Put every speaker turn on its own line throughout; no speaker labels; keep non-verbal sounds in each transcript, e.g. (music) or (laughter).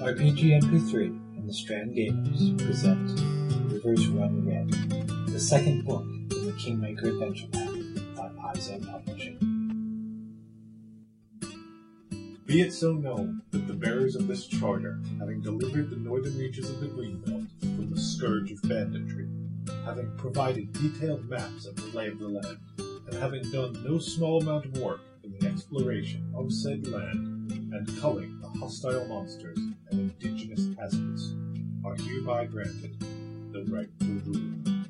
RPG MP3 and the Strand Gamers present Rivers Run Red, the second book in the Kingmaker Adventure Pack by Paizo Publishing.
Be it so known that the bearers of this charter, having delivered the northern reaches of the Greenbelt from the scourge of banditry, having provided detailed maps of the lay of the land, and having done no small amount of work in the exploration of said land and culling the hostile monsters and indigenous hazards, are hereby granted the right to rule.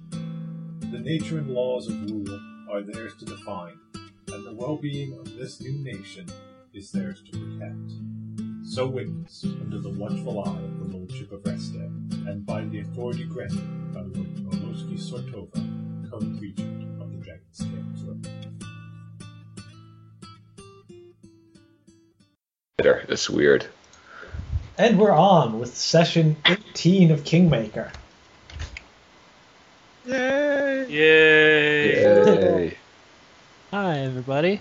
The nature and laws of rule are theirs to define, and the well-being of this new nation is theirs to protect. So witnessed under the watchful eye of the Lordship of Reste, and by the authority granted by Lord Moloski Sortova, current regent of the Dragon's Tail throne.
later. It's weird.
And we're on with session 18 of Kingmaker.
Yay!
Yay.
Hi, everybody.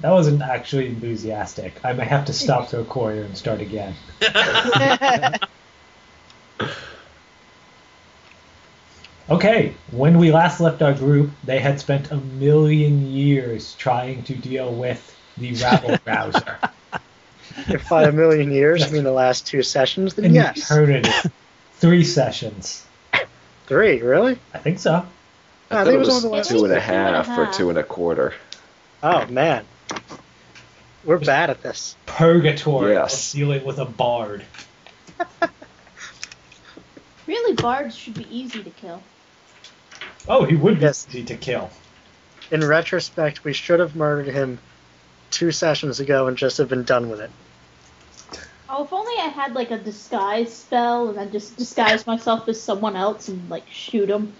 That wasn't actually enthusiastic. I may have to stop the recorder and start again. Okay, when we last left our group, they had spent a million years trying to deal with the rabble rouser.
If by a million years, I mean the last two sessions, then
An
yes.
eternity. Three sessions.
Three, really?
I think so.
I
I
think
thought it
it was
was
on the last
two and a
Two and a
half or
half.
two and a quarter.
Oh, man. We're bad at this.
Purgatory
Yes.
of dealing with a bard.
Really, bards should be easy to kill.
Oh, he would be
Yes.
easy to kill.
In retrospect, we should have murdered him two sessions ago and just have been done with it.
Oh, if only I had like a disguise spell and then just disguise myself as someone else and like shoot him.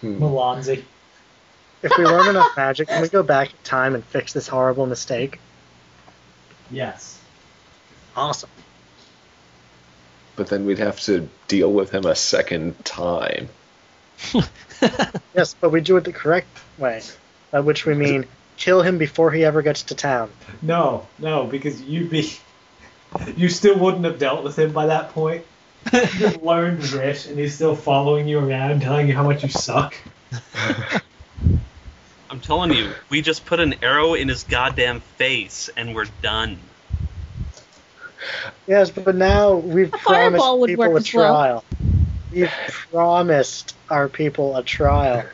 Hmm.
Milanzi.
If we learn
(laughs)
enough magic, can we go back in time and fix this horrible mistake?
Yes.
Awesome.
But then we'd have to deal with him a second time.
Yes, but we do it the correct way, by which we mean kill him before he ever gets to town.
No, no, because you'd be. You still wouldn't have dealt with him by that point. you learned this, and he's still following you around, telling you how much you suck.
I'm telling you, we just put an arrow in his goddamn face and we're done.
Yes, but now we've promised
fireball would
people
work
a
as well.
trial. We've promised our people a trial.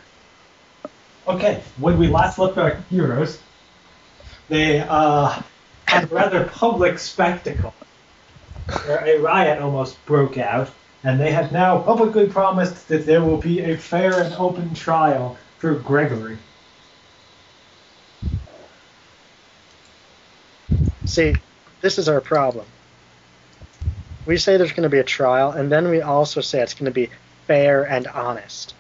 Okay, when we last left our heroes, they uh, had a rather public spectacle where a riot almost broke out, and they have now publicly promised that there will be a fair and open trial for Gregory.
See, this is our problem. We say there's going to be a trial, and then we also say it's going to be fair and honest.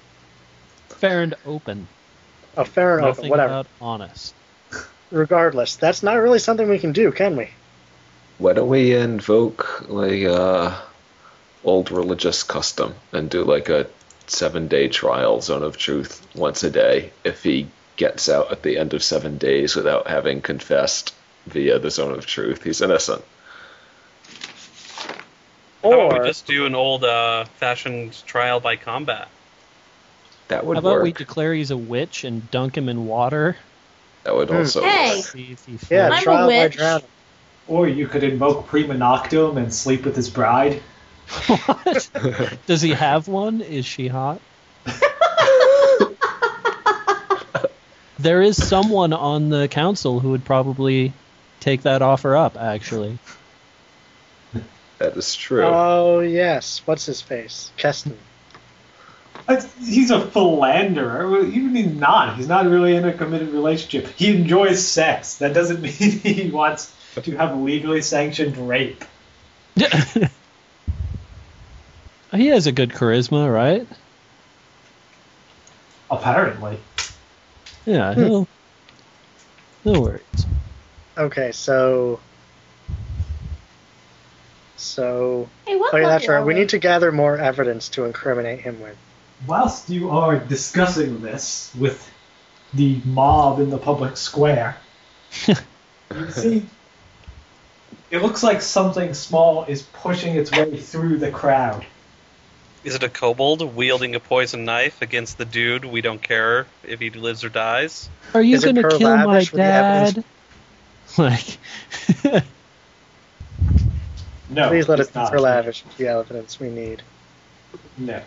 Fair and open.
Oh, fair and
Nothing
open, whatever.
about honest.
Regardless, that's not really something we can do, can we?
Why don't we invoke like uh old religious custom and do like a seven day trial zone of truth once a day if he gets out at the end of seven days without having confessed via the zone of truth, he's innocent.
How about
Or
we just do an old uh, fashioned trial by combat?
That would
How about
work.
we declare he's a witch and dunk him in water?
That would
Hmm.
also
Hey!
work.
See if he
yeah,
I'm a
floats?
trial by
witch.
drowning.
Or you could invoke Prima Noctum and sleep with his bride.
What? (laughs) Does he have one? Is
(laughs)
she hot? there is someone on the council who would probably take that offer up, actually.
(laughs)
(laughs)
That is true.
Oh yes, what's his face? Keston.
That's- He's a philanderer. Even he's not. He's not really in a committed relationship. He enjoys sex. That doesn't (laughs) mean he wants to have legally sanctioned rape.
he has a good charisma, right?
Apparently.
Yeah,
Hmm.
he'll, no worries.
Okay, so so
Hey, what?
okay, that's
level
right.
are
We need to gather more evidence to incriminate him with.
Whilst you are discussing this with
(laughs)
the mob in the public square, you see It looks like something small is pushing its way through the crowd.
Is it a kobold wielding a poison knife against the dude? We don't care if he lives or dies.
(laughs) Are you
Is it
going to
Pearl
kill my
Lavish with the
dad?
evidence?
(laughs) Like, (laughs)
No.
Please let
it's
us
not.
lavish with the evidence we need.
No.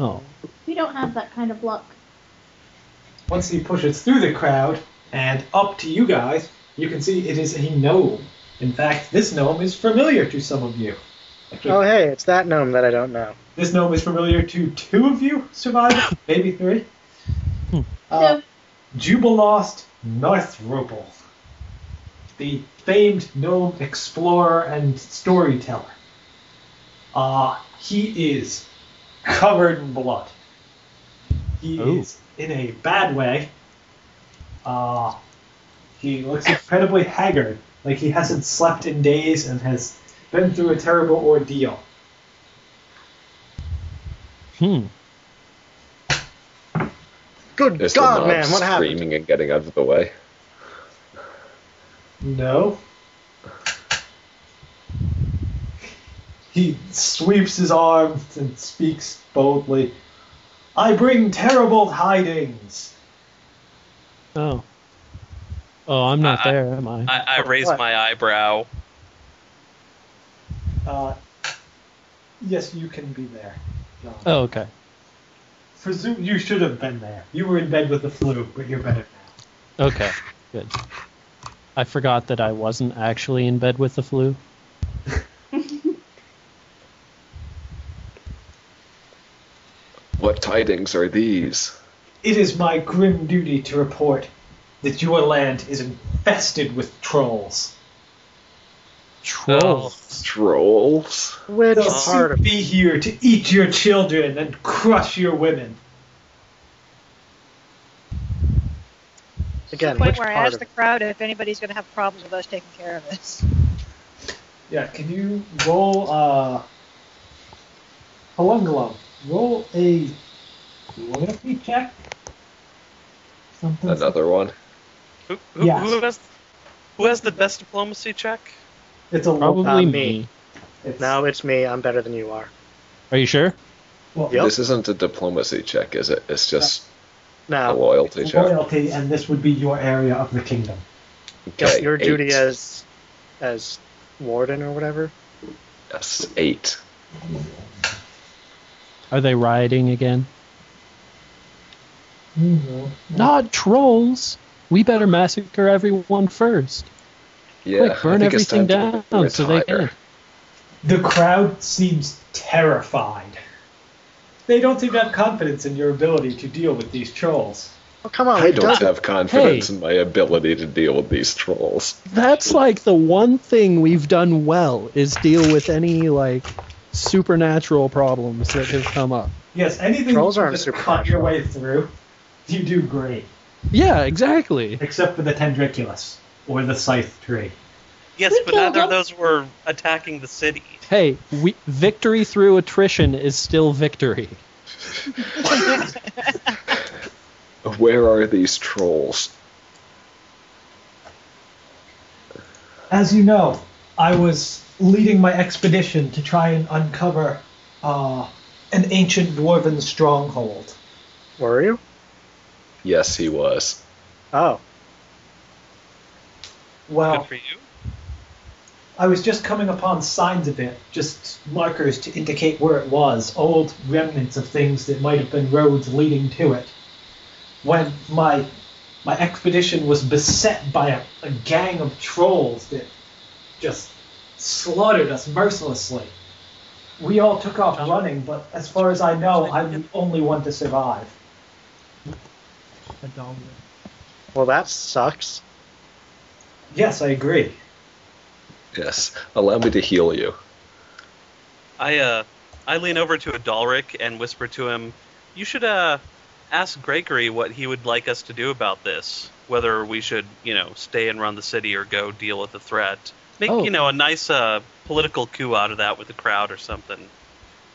oh,
We don't have that kind of luck.
Once he pushes through the crowd and up to you guys, you can see it is a gnome. In fact, this gnome is familiar to some of you. Actually,
Oh, hey, it's that gnome that I don't know.
this gnome is familiar to two of you, survivors, maybe three. Uh,
no,
Jubilost Northropel, the famed gnome explorer and storyteller. Uh, he is covered in blood. He
Ooh.
is in a bad way. Uh, he looks incredibly haggard, like he hasn't slept in days and has been through a terrible ordeal.
hmm.
Good
Is the
God,
knob
man, what happened?
screaming and getting out of the way?
No. He sweeps his arms and speaks boldly. I bring terrible tidings.
Oh. Oh, I'm not
I- I-
there, am I?
I, I raise
What?
my eyebrow.
Uh, yes, you can be there. John.
oh, okay.
Presume you should have been there. You were in bed with the flu, but you're better now.
Okay, good. I forgot that I wasn't actually in bed with the flu.
What tidings are these?
It is my grim duty to report that your land is infested with trolls.
Trolls.
Trolls?
Which
They'll
part
soon
of
be here to eat your children and crush your women.
again?
the point
Which
where I
part
asked
of
the crowd if anybody's going to have problems with us taking care of this.
Yeah, can you roll uh Palungalum. Roll a loyalty check? Something
Another one.
Who, who,
Yes.
who has who has the best diplomacy check?
it's a
Oh, Probably
Uh,
me.
me.
it's,
No, it's me. I'm better than you are.
Are you sure?
well,
Yep.
This isn't a diplomacy check, is it? It's just a
No,
loyalty
it's
check.
loyalty and this would be your area of the kingdom.
just
Okay,
your duty
eight.
as as warden or whatever.
Yes, eight.
Are they rioting again? Not trolls. We better massacre everyone first.
Yeah.
like burn
I think it's
everything
time
down
to
so they
retire.
can.
The crowd seems terrified. They don't seem to have confidence in your ability to deal with these trolls.
Oh, come on,
I
we
don't
don't.
have confidence
Hey.
in my ability to deal with these trolls.
That's like the one thing we've done well is deal with any like supernatural problems that have come up.
Yes, anything
Trolls
you
aren't
just
super
cut your
natural.
way through, you do great.
Yeah, exactly.
Except for the Tendriculus or the Scythe Tree.
Yes,
We
but
killed
neither of
them.
those were attacking the city.
Hey, we, victory through attrition is still victory.
Where are these trolls?
As you know, I was leading my expedition to try and uncover uh, an ancient dwarven stronghold.
Were you?
Yes, he was.
Oh,
Well,
Oh.
Good for you.
I was just coming upon signs of it, just markers to indicate where it was, old remnants of things that might have been roads leading to it. When my my expedition was beset by a, a gang of trolls that just slaughtered us mercilessly. We all took off running, but as far as I know, I'm the only one to survive.
well, that sucks.
Yes, I agree.
Yes. Allow me to heal you.
I uh, I lean over to Adalric and whisper to him, "You should uh, ask Gregory what he would like us to do about this. Whether we should, you know, stay and run the city or go deal with the threat. Make
Oh.
you know a nice uh, political coup out of that with the crowd or something.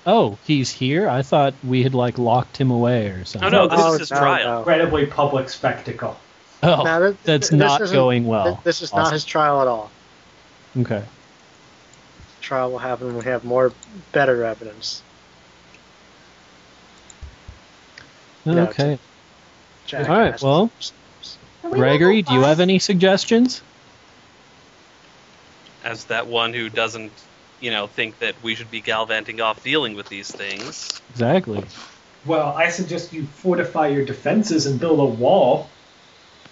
Oh, he's here? I thought we had like locked him away or
No,
something.
no, this
Oh,
is his
no,
trial.
no.
Incredibly public spectacle.
Oh,
No, this-
that's
this
not
isn't-
going well.
Th- This is
Awesome.
not his trial at all.
Okay.
trial will happen when we have more better evidence. No,
Okay.
Jack
All right,
has-
well,
Are we
Gregory,
level
do you
five?
have any suggestions?
as that one who doesn't, you know, think that we should be galvanting off dealing with these things.
Exactly.
Well, I suggest you fortify your defenses and build a wall.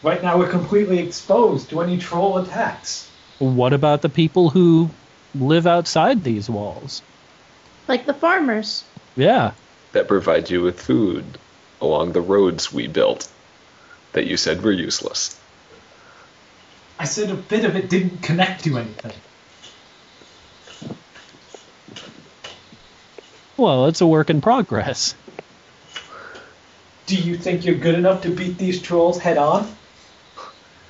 Right now, we're completely exposed to any troll attacks.
What about the people who live outside these walls?
Like the farmers.
Yeah.
that provide you with food along the roads we built that you said were useless.
I said a bit of it didn't connect to anything.
Well, it's a work in progress.
Do you think you're good enough to beat these trolls head on?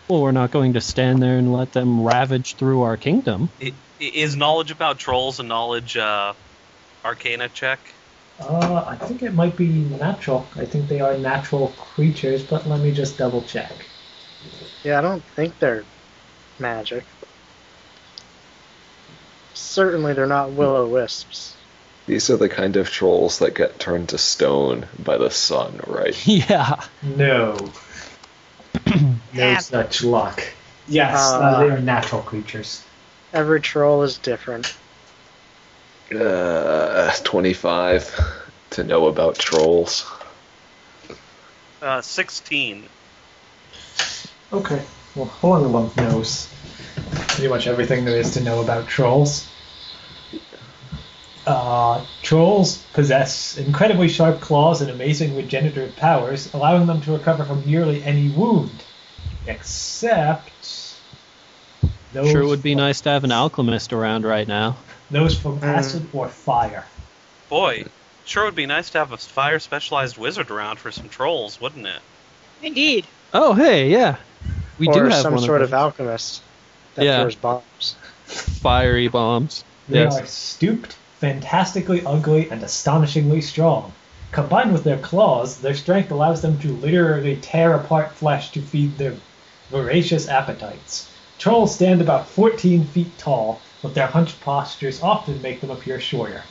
Well, we're not going to stand there and let them ravage through our kingdom.
I- i- Is knowledge about trolls a knowledge uh, arcana check?
Uh, I think it might be natural. I think they are natural creatures, but let me just double check.
yeah, I don't think they're magic. Certainly, they're not will o wisps.
These are the kind of trolls that get turned to stone by the sun, right?
(laughs) yeah.
No. no
Yeah.
such luck. Yes, uh,
Uh,
they are natural creatures.
Every troll is different.
Uh, 25 to know about trolls.
Uh, 16.
Okay. Well, Hornlump knows pretty much everything there is to know about trolls. Uh, trolls possess incredibly sharp claws and amazing regenerative powers, allowing them to recover from nearly any wound. Except. Those
Sure would be
from,
nice to have an alchemist around right now.
Those from
Mm.
acid or fire.
Boy, sure would be nice to have a fire specialized wizard around for some trolls, wouldn't it?
Indeed.
Oh, hey, yeah. We do
or
have
some
one
sort
of,
of alchemist that
Yeah.
throws bombs.
those fiery bombs.
They
Yes.
are stooped, fantastically ugly, and astonishingly strong. Combined with their claws, their strength allows them to literally tear apart flesh to feed their voracious appetites. Trolls stand about 14 feet tall, but their hunched postures often make them appear shorter.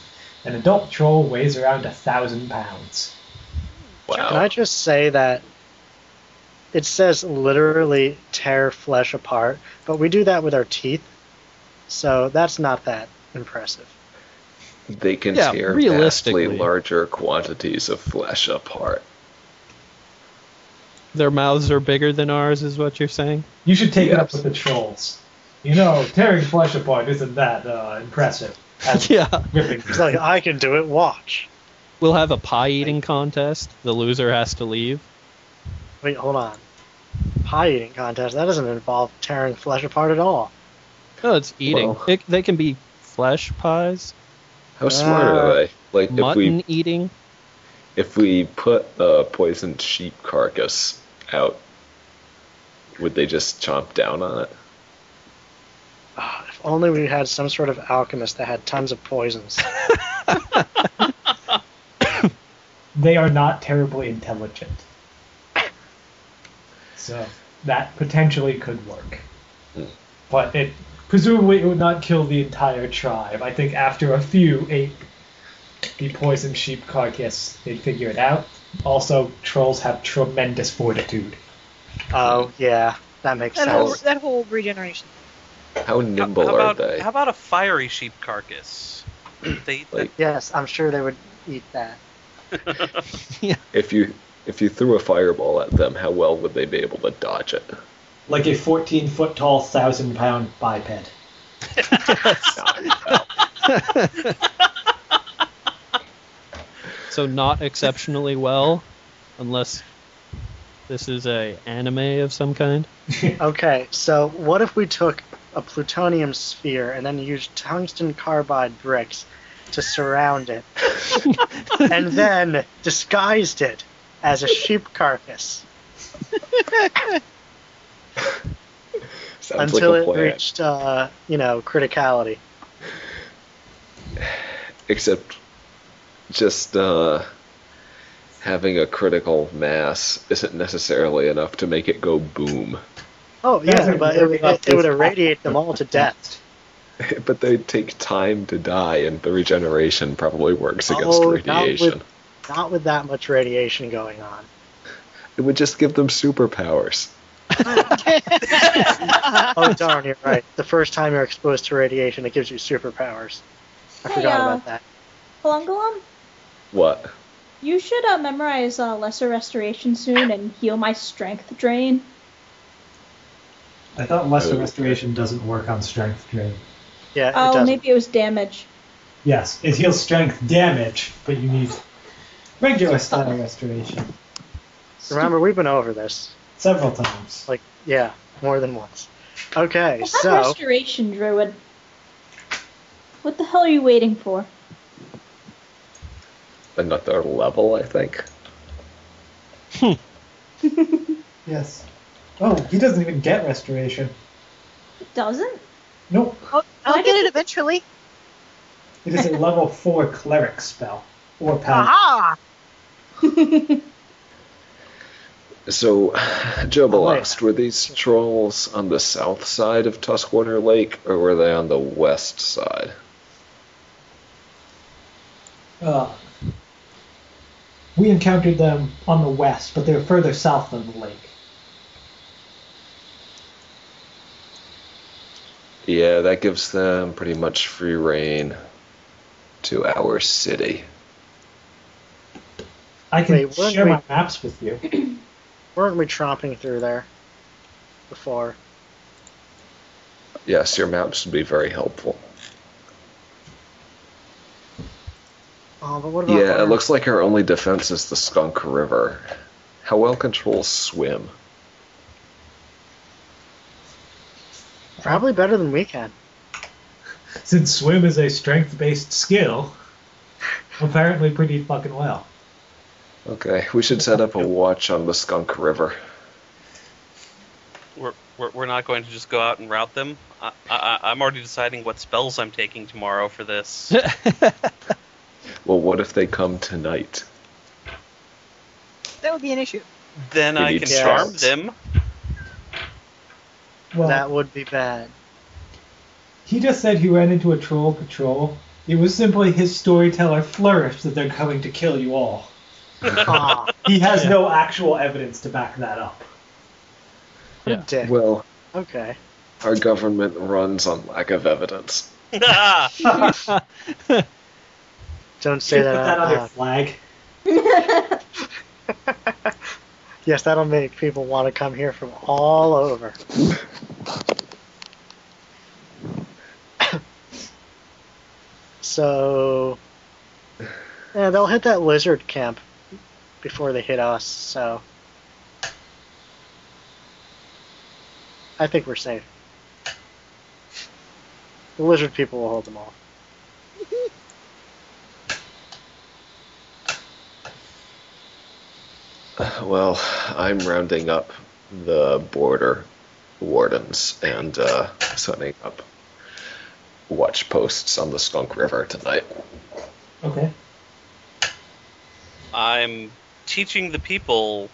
An adult troll weighs around a thousand pounds.
Can I just say that it says literally tear flesh apart, but we do that with our teeth, so that's not that impressive.
They can
Yeah,
tear
realistically.
vastly larger quantities of flesh apart.
Their mouths are bigger than ours, is what you're saying? (laughs)
You should take it
Yes.
up with the trolls. You know, tearing flesh apart isn't that uh,
(laughs)
impressive. As
Yeah.
ripping
It's
(laughs)
like I can do it. Watch.
We'll have a pie eating contest. The loser has to leave.
Wait, hold on. Pie eating contest that doesn't involve tearing flesh apart at all.
No, Oh, it's eating.
Well-
It, they can be flesh pies,
How smart are
Uh,
they? Like if
mutton
we
eating. (laughs)
if we put a poisoned sheep carcass out, would they just chomp down on it?
Ah, if only we had some sort of alchemist that had tons of
(laughs)
poisons.
they are not terribly intelligent. So that potentially could work. But it presumably it would not kill the entire tribe. I think after a few ate the poisoned sheep carcass, they'd figure it out. Also, trolls have tremendous fortitude.
oh yeah, that makes
That whole,
sense.
Sounds-
that whole regeneration.
How
How-
nimble
how about,
are they?
How about a fiery sheep
(clears throat)
carcass? They eat that-
Like-
Yes, I'm sure they would eat that.
If you if you threw a fireball at them, how well would they be able to dodge it? (laughs)
Like a 14 foot tall, thousand pound biped.
So not exceptionally well, unless this is a anime of some kind. (laughs)
Okay, so what if we took a plutonium sphere and then used tungsten carbide bricks to surround it, and then disguised it as a sheep carcass
Sounds
until
like a
it
plan.
reached, uh, you know, criticality?
Except just uh, having a critical mass isn't necessarily enough to make it go boom. (laughs)
Oh
That's
yeah,
a
but
really
it,
rough
it, it would
place.
irradiate them all to death.
but they take time to die, and the regeneration probably works against
Oh, not with-
radiation.
Not with that much radiation going on.
It would just give them superpowers.
(laughs)
Oh darn, you're right. The first time you're exposed to radiation, it gives you superpowers. I
Hey,
forgot
uh,
about that.
Palungalum,
What?
you should uh, memorize uh, Lesser Restoration soon and heal my strength drain.
I thought lesser
Oh.
restoration doesn't work on strength drain.
Yeah, it
Oh,
does.
maybe it was damage.
Yes, it heals strength damage, but you need regular style restoration
Remember, we've been over this.
several times.
Like, yeah, more than once. Okay,
Well, have
so
restoration, Druid. What the hell are you waiting for? (laughs)
Another level, I think.
Yes. Oh, he doesn't even get restoration.
(laughs)
It doesn't? (laughs)
Nope.
I'll, I'll get Oh, it eventually.
It
(laughs)
is a level four cleric spell or power.
Aha!
So, (sighs) Jobalast,
Oh, yeah.
were these trolls on the south side of Tuskwater Lake, or were they on the west side?
Uh, we encountered them on the west, but they're further south than the lake.
Yeah, that gives them pretty much free reign to our city.
I can
Wait, weren't
share
we-
my maps with you.
weren't we tromping through there before?
Yes, your maps would be very helpful.
Oh, but what about?
Yeah,
where-
it looks like our only defense is the Skunk River. How well can trolls swim?
probably better than we can.
Since swim is a strength-based
(laughs)
skill, apparently pretty fucking well.
Okay, we should set up a watch on the Skunk River.
We're, we're, we're not going to just go out and route them. I, I, I'm already deciding what spells I'm taking tomorrow
(laughs)
for this.
Well, what if they come tonight?
That would be an issue.
then
We
I
need
can
spells.
charm them.
Well,
that would be bad.
(laughs) he just said he ran into a troll patrol. It was simply his storyteller flourish that they're coming to kill you all.
Aw,
He has no actual evidence to back that up.
Yeah.
dick.
Well,
Okay.
our government runs on lack of evidence. (laughs)
Don't say
Put
that.
that
out
on your flag.
loud. (laughs) Yes, that'll make people want to come here from all over. (coughs) so, yeah, they'll hit that lizard camp before they hit us. So, I think we're safe. The lizard people will hold them all.
(sighs) Well, I'm rounding up the border wardens and uh, setting up watch posts on the Skunk River tonight.
(laughs) Okay.
(laughs) I'm teaching the people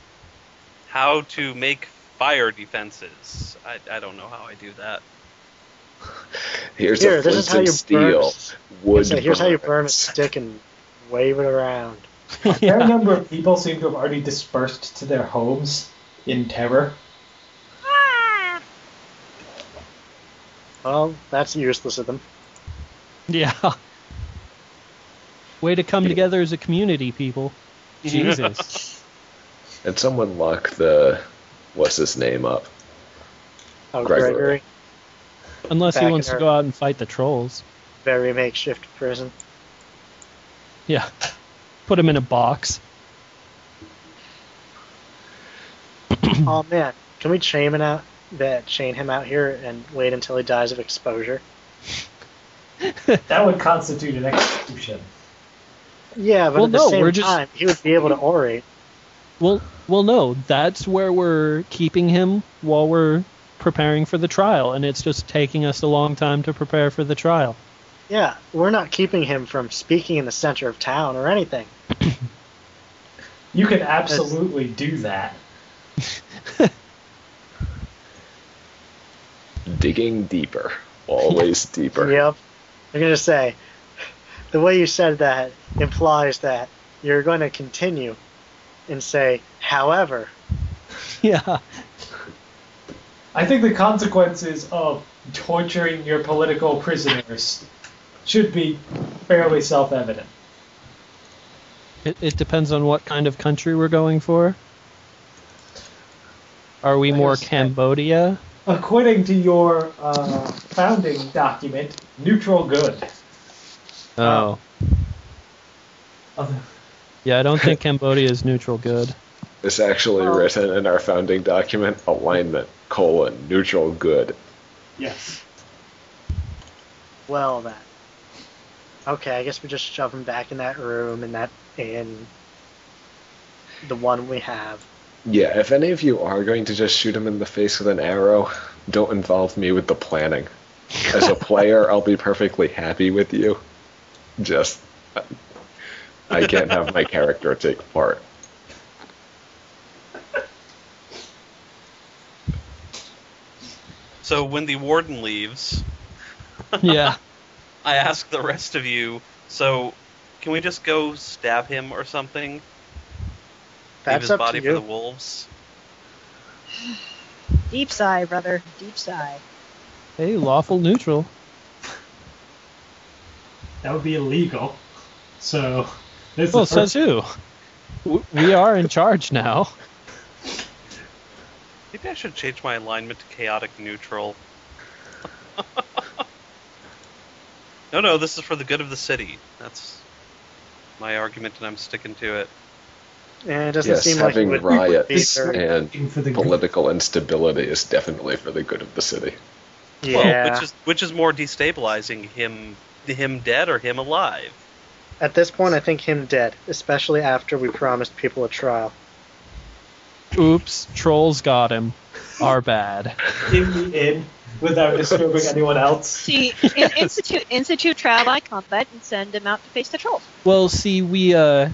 how to make fire defenses. I, I don't know how I do that.
Here's
Here,
a
this
flint
is
and
how you burn.
steel. Wood
so here's how you burn a
burns.
stick and wave it around.
A fair number of people seem to have already dispersed to their homes in terror.
Ah!
Well, that's useless of them.
yeah. Way to come together as a community, people. Jesus.
And someone lock the what's his name up.
Oh,
Gregory.
Gregory.
Unless
Back
he
in
wants to
our-
go out and fight the trolls.
very makeshift
(clears throat)
prison.
Yeah. (laughs) Put him in a box.
oh man, can we chain him out? That chain him out here and wait until he dies of exposure.
That would constitute an execution.
Yeah, but
Well,
at the
no,
same
we're just-
time, he would be able to orate.
Well, well, no. That's where we're keeping him while we're preparing for the trial, and it's just taking us a long time to prepare for the trial. (laughs)
Yeah, we're not keeping him from speaking in the center of town or anything.
You can absolutely do that.
Digging deeper. always
(laughs)
deeper.
Yep. I'm going to say, the way you said that implies that you're going to continue and say, however,
Yeah.
I think the consequences of torturing your political prisoners should be fairly self-evident.
It, it depends on what kind of country we're going for. Are we
I
more
guess-
Cambodia?
According to your uh, founding document, neutral good.
Oh.
Other-
Yeah, I don't
(laughs)
think Cambodia is neutral good.
It's actually written in our founding document alignment, colon, neutral good.
Yes.
well then. Okay, I guess we just shove him back in that room and that in the one we have.
Yeah, if any of you are going to just shoot him in the face with an arrow, don't involve me with the planning. As a player, I'll be perfectly happy with you. Just, I can't have my character take part.
So when the warden leaves, (laughs)
Yeah.
I ask the rest of you, so can we just go stab him or something? Leave
That's
his
up
body
to
for the
you.
wolves?
Deep sigh, brother. Deep sigh.
hey, lawful neutral.
That would be illegal. So, this
Well,
is the
says who? W- We are in charge now.
Maybe I should change my alignment to chaotic neutral. (laughs) no, no, this is for the good of the city. That's my argument, and I'm sticking to it.
And it doesn't
Yes,
seem like it
having
would, would be
riots
very,
and
first- for the
political instability is definitely for the good of the city.
yeah.
Well, which is which is more destabilizing him him dead or him alive?
At this point, I think him dead, especially after we promised people a trial.
Oops, trolls got him. Are bad.
in the inn (laughs) without disturbing anyone else.
See, in- institute institute trial by combat and send him out to face the trolls.
Well, see, we uh,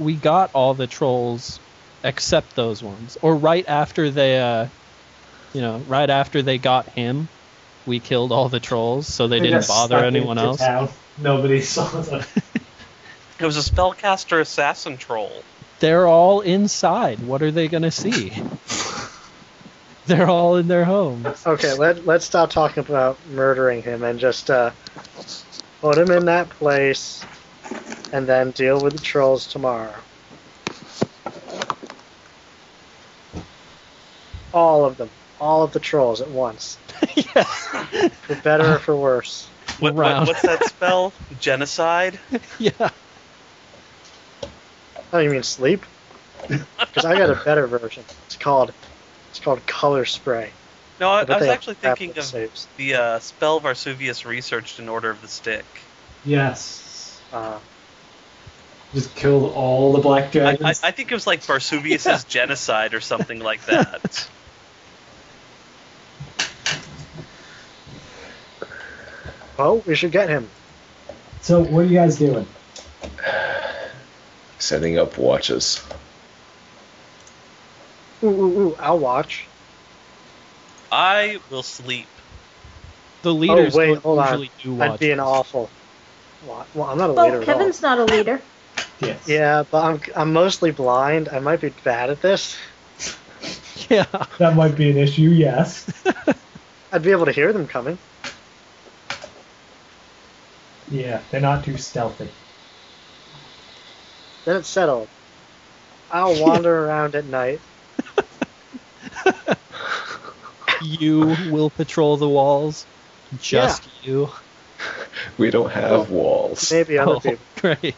we got all the trolls except those ones. Or right after they, uh, you know, right after they got him, we killed all the trolls, so they didn't
just
bother
stuck
anyone
into
else.
town. Nobody (laughs) saw them.
It was a spellcaster assassin troll.
They're all inside. What are they gonna see? (laughs) They're all in their homes. (laughs)
Okay, let, let's stop talking about murdering him and just uh, put him in that place and then deal with the trolls tomorrow. All of them. All of the trolls at once.
yes.
For better or for worse.
What,
Round.
what, what's that spell? Genocide?
(laughs) Yeah.
Oh, you mean sleep? Because I got a better version. It's called it's called color spray.
No, I,
But
I was
they have
actually thinking
crap
of
saves.
the uh, spell Varsuvius researched in Order of the Stick.
yes.
Uh,
Just killed all the black
I,
dragons.
I, I think it was like Varsuvius' genocide or something like that.
oh, we should get him.
So, what are you guys doing?
Setting up watches.
Ooh, ooh, ooh, I'll watch.
I will sleep.
The leaders
Oh, wait,
don't
hold on.
usually do
I'd
watch.
be an awful. wa- Well, I'm not a leader
Well,
at
Kevin's not a leader.
Yes.
all. Yeah, but I'm I'm mostly blind. I might be bad at this.
(laughs) Yeah. (laughs)
That might be an issue, yes.
I'd be able to hear them coming.
Yeah, they're not too stealthy.
Then it's settled. I'll wander around at night.
You will patrol the walls. Just you.
We don't have walls.
Maybe other
Oh,
people.
(laughs) great.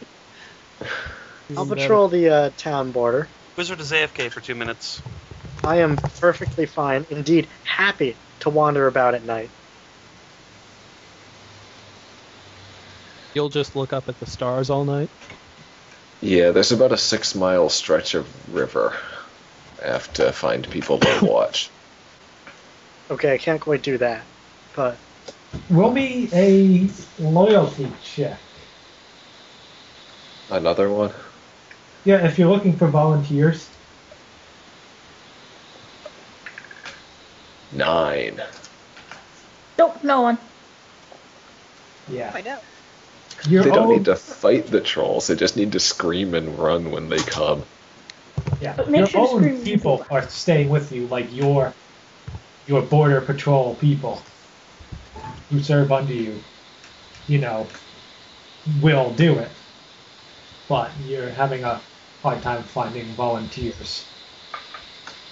I'll
Even better.
patrol the uh, town border.
Wizard is AFK for two minutes.
I am perfectly fine, indeed happy to wander about at night.
You'll just look up at the stars all night.
Yeah, there's about a six mile stretch of river. I have to find people to watch.
Okay, I can't quite do that, but
Roll me a loyalty check.
Another one?
Yeah, if you're looking for volunteers.
Nine.
Nope, no one.
Yeah.
I know.
Your
They don't
own-
need to fight the trolls. They just need to scream and run when they come.
Yeah.
But make
your
sure to
own
scream
people
evil.
are staying with you, like your your border patrol people who serve under you. You know, will do it, but you're having a hard time finding volunteers.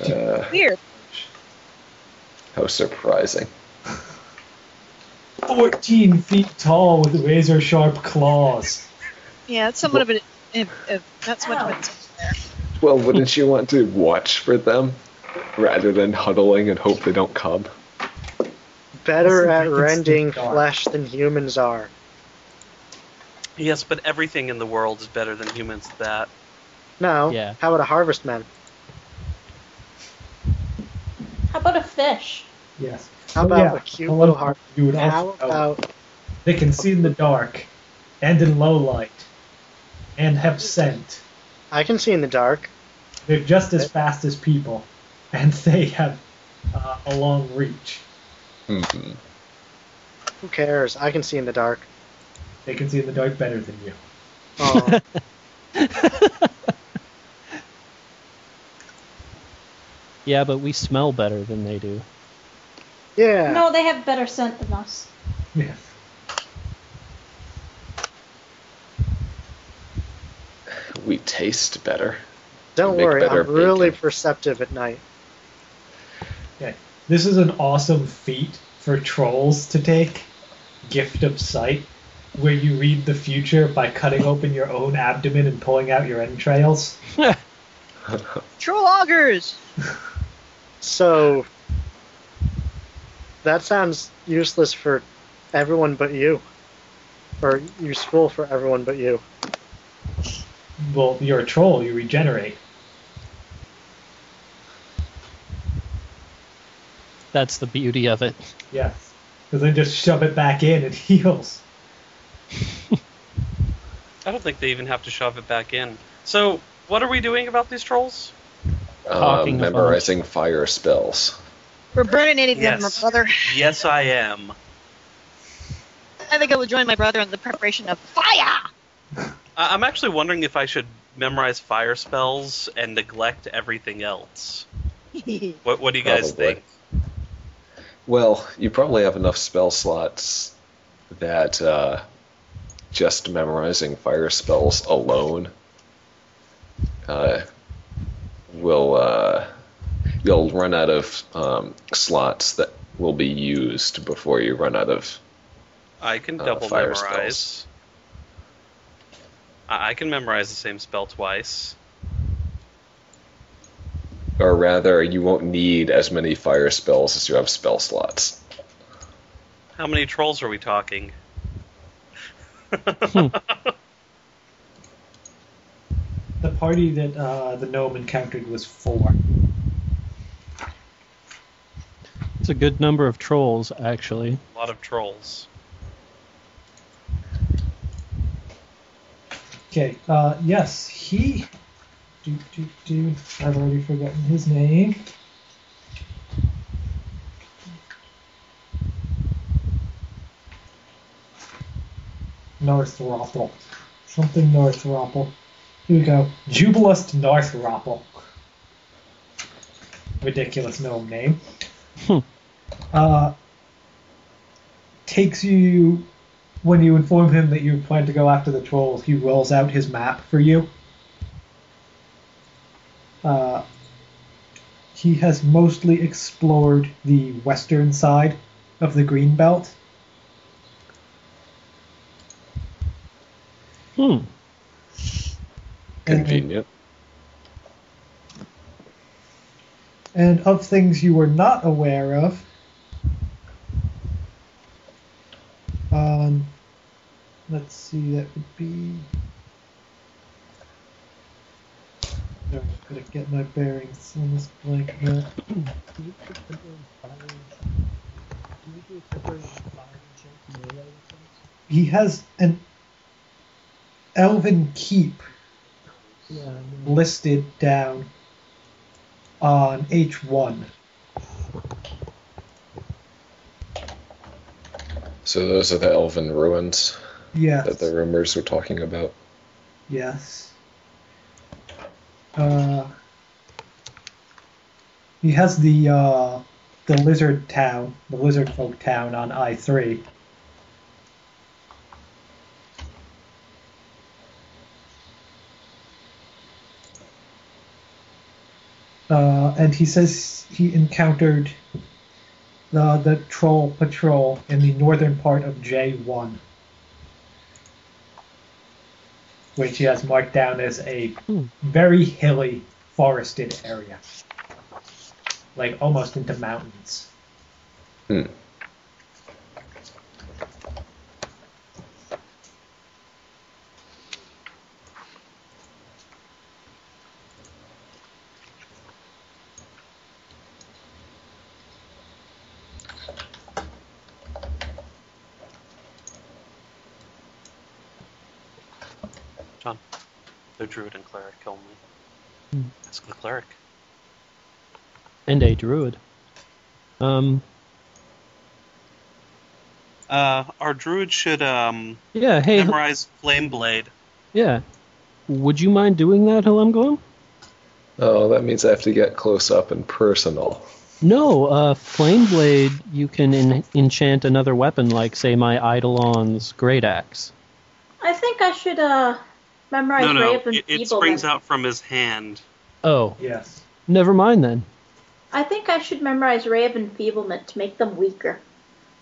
Uh,
Weird.
how surprising.
14 feet tall with razor sharp claws.
Yeah, it's somewhat of an. If, if, not so much of an.
Well, wouldn't you want to watch for them rather than huddling and hope they don't come?
Better
Listen,
at
you can
rending
still die.
flesh than humans are.
Yes, but everything in the world is better than humans at that.
No.
Yeah.
How about a harvest man?
How about a fish?
Yes.
How
Oh,
about
yeah.
a cute
Well,
little harvest?
You would
How
also,
about
they can see in the dark and in low light and have scent.
I can see in the dark.
They're just as fast as people, (laughs) and they have uh, a long reach.
hmm
Who cares? I can see in the dark.
They can see in the dark better than you.
Oh,
(laughs) Yeah, but we smell better than they do. (laughs)
yeah.
No, they have better scent than us.
Yes.
We taste better. (laughs)
Don't
make
worry.
better
I'm really
bacon.
perceptive at night.
Okay. This is an awesome feat for trolls to take, Gift of Sight, where you read the future by cutting open your own abdomen and pulling out your entrails.
Um,
Troll augers!
So that sounds useless for everyone but you, or useful for everyone but you.
Well, you're a troll, you regenerate.
That's the beauty of it.
Yes. Because they just shove it back in, it (laughs) heals.
I don't think they even have to shove it back in. So, what are we doing about these trolls?
Uh,
Talking about-
memorizing fire spells.
We're burning any
Yes.
them, brother.
Yes, I am.
I think I will join my brother in the preparation of fire!
I- I'm actually wondering if I should memorize fire spells and neglect everything else. What What do you guys
Probably.
think?
Well, you probably have enough spell slots that uh, just memorizing fire spells alone uh, will uh, you'll run out of um, slots that will be used before you run out of.
I can
Uh,
double
fire
memorize.
spells.
I-, I can memorize the same spell twice.
Or rather, you won't need as many fire spells as you have spell slots.
How many trolls are we talking?
Hmm.
(laughs)
The party that uh, the gnome encountered was four.
It's a good number of trolls, actually.
A lot of trolls.
Okay, uh, yes, he. Do, do, do. I've already forgotten his name. Northropple. Something Northropple. Here we go. Jubilust Northropple. Ridiculous gnome name.
Hmm.
Uh, takes you when you inform him that you plan to go after the trolls, he rolls out his map for you. Uh, he has mostly explored the western side of the green belt.
Hmm.
and-
Convenient.
And of things you were not aware of, um, let's see, that would be. Sorry, i got to get my bearings on this blank map. He has an elven keep listed down on H1.
So those are the elven ruins
Yes.
that the rumors were talking about.
Yes. Uh, he has the uh, the lizard town, the lizard folk town on I three. Uh, and he says he encountered the, the troll patrol in the northern part of J1 which he has marked down as a very hilly, forested area, like almost into mountains.
Hmm.
John, they're druid and cleric only.
Hmm.
Ask the cleric.
and a druid. Um,
Uh, our druid should um,
yeah. Hey,
memorize flame blade.
yeah. Would you mind doing that, Helem Glum?
Oh, that means I have to get close up and personal.
No, uh, flame blade. You can en- enchant another weapon, like say my Eidolon's great axe.
I think I should uh memorize
No, no,
rape and
it, it
evil.
springs
then.
out from his hand.
Oh,
Yes.
never mind then. (laughs)
I think I should memorize Rave and Feeblement to make them weaker.
(laughs)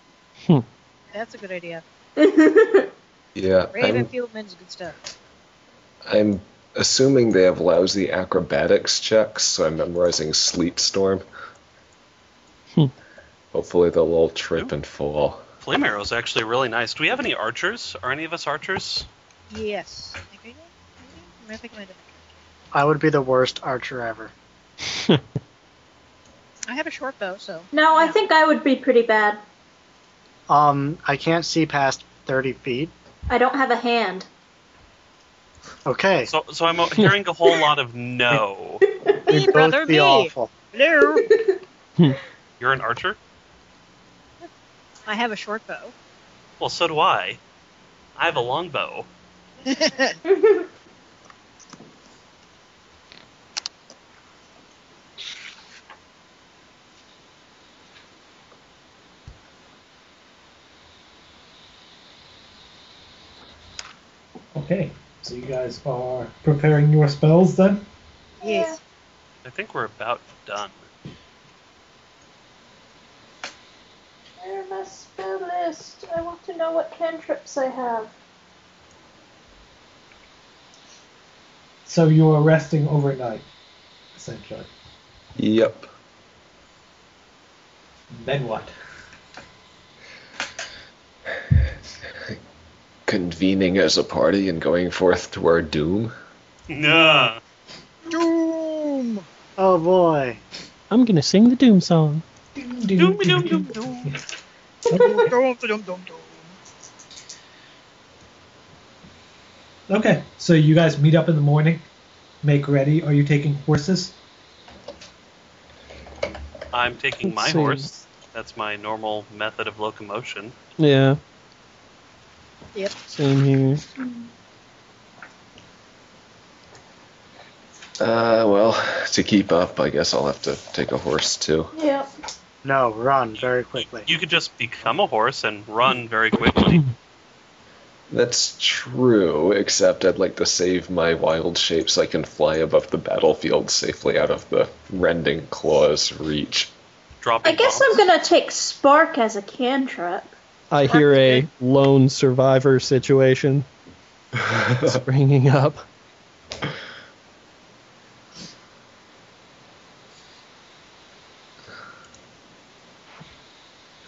(laughs)
That's a good idea.
Yeah,
Raven
I'm,
Fieldman's good stuff.
I'm assuming they have lousy acrobatics checks, so I'm memorizing Sleet Storm.
Hmm.
Hopefully they'll all trip and fall.
Flame arrow's actually really nice. Do we have any archers? Are any of us archers?
Yes. I think I did. I might think I might have.
I would be the worst archer ever.
I have a short bow, so.
no, I
Yeah.
think I would be pretty bad.
Um, I can't see past 30 feet.
I don't have a hand. (laughs)
Okay.
So, so I'm hearing a whole lot of
(laughs)
no.
Me,
We'd
brother,
both be
me.
awful.
Hello.
You're an archer?
I have a short bow.
Well, so do I. I have a longbow.
Okay. So you guys are preparing your spells then?
yes.
I think we're about done.
Where am I spell list? I want to know what cantrips I have.
So you are resting overnight, essentially.
Yep.
Then what?
Convening as a party and going forth to our doom.
(laughs)
Nah.
Doom! Oh boy.
I'm gonna sing the doom song.
Doom, doom, doom, doom.
Okay. So you guys meet up in the morning, make ready. Are you taking horses?
I'm taking my
Let's see.
horse. That's my normal method of locomotion.
Yeah.
Yep.
Same here.
Uh, well, to keep up, I guess I'll have to take a horse too.
Yep.
No, run very quickly.
You could just become a horse and run very quickly.
(clears throat)
That's true, except I'd like to save my wild shape so I can fly above the battlefield safely out of the rending claws reach.
Dropping
I guess I'm
bombs.
gonna take Spark as a cantrip.
I hear a lone survivor (laughs) situation springing up.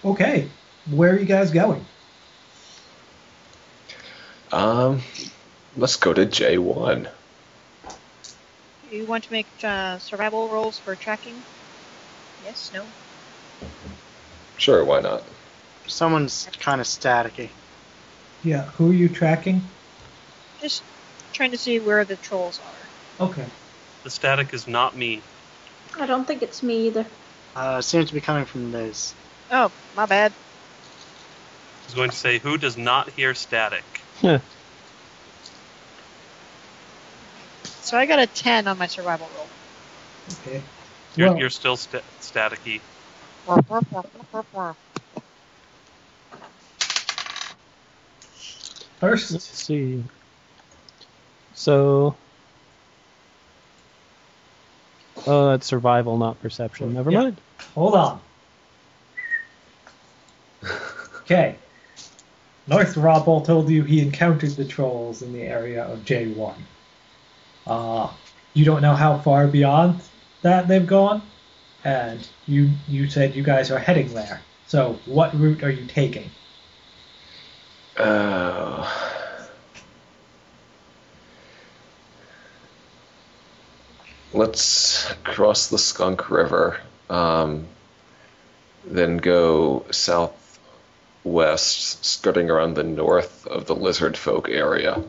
Okay. Where are you guys going?
um, let's go to J1.
You want to make uh, survival rolls for tracking? Yes, no.
Sure, why not?
Someone's kind of staticky.
Yeah. Who are you tracking?
Just trying to see where the trolls are.
Okay.
The static is not me.
I don't think it's me either.
Uh, seems to be coming from Liz.
Oh, my bad.
I was going to say, who does not hear static?
So I got a 10 on my survival roll.
Okay.
You're,
Well-
you're still sta
(laughs)
staticky. (laughs)
Warp, warp, warp, warp, warp, warp.
First,
Let's see. So. Oh, that's survival, not perception. Never
Yeah.
mind.
Hold on. Okay. North Robble told you he encountered the trolls in the area of J1. Uh, you don't know how far beyond that they've gone, and you you said you guys are heading there. So what route are you taking?
Oh. Let's cross the Skunk River, um, then go southwest, skirting around the north of the Lizard Folk area.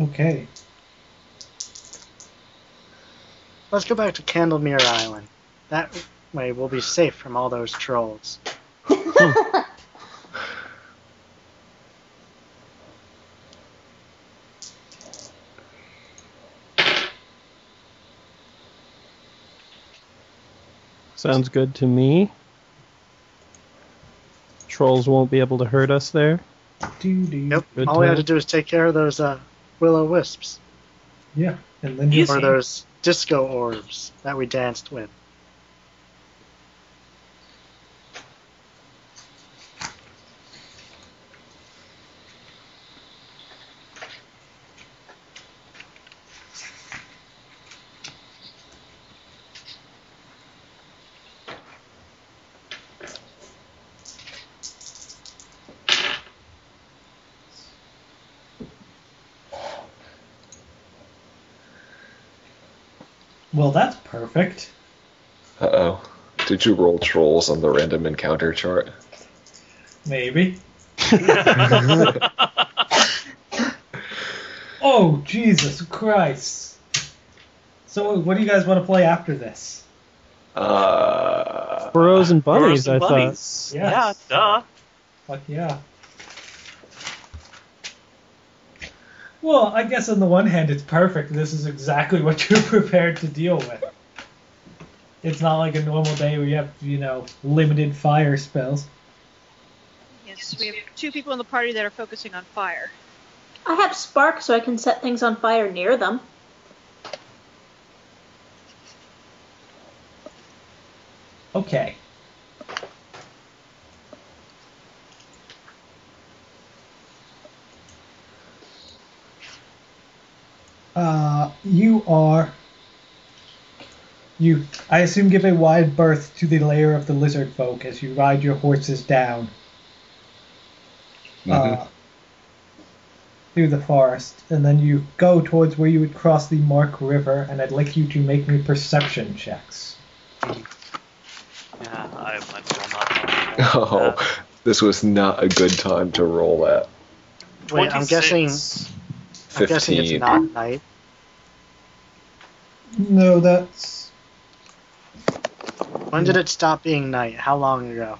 Okay.
Let's go back to Candlemere Island. That way we'll be safe from all those trolls.
(laughs)
Sounds good to me. Trolls won't be able to hurt us there.
Do do.
Yep.
Good
all we have to
plan.
do is take care of those uh, willow wisps
Yeah. And then
Easy.
or those disco orbs that we danced with.
Well, that's perfect.
Uh oh. Did you roll trolls on the random encounter chart?
Maybe. oh Jesus Christ! So what do you guys want to play after this?
Uh,
Burrows and
Burrows
bunnies,
and
I
bunnies.
thought.
Yeah,
Yes.
duh.
Fuck yeah. Well, I guess on the one hand, it's perfect. This is exactly what (laughs) you're prepared to deal with. It's not like a normal day where you have, you know, limited fire spells.
Yes, we have two people in the party that are focusing on fire.
I have spark, so I can set things on fire near them.
Okay. Uh, you are. You, I assume, give a wide berth to the lair of the lizard folk as you ride your horses down uh, through the forest, and then you go towards where you would cross the Mark River, and I'd like you to make me perception checks.
Yeah, I might as well not.
Oh, this was not a good time to roll at.
Wait, I'm guessing
26.
I'm guessing it's
15.
not night.
No, that's
When did it stop being night? How long ago?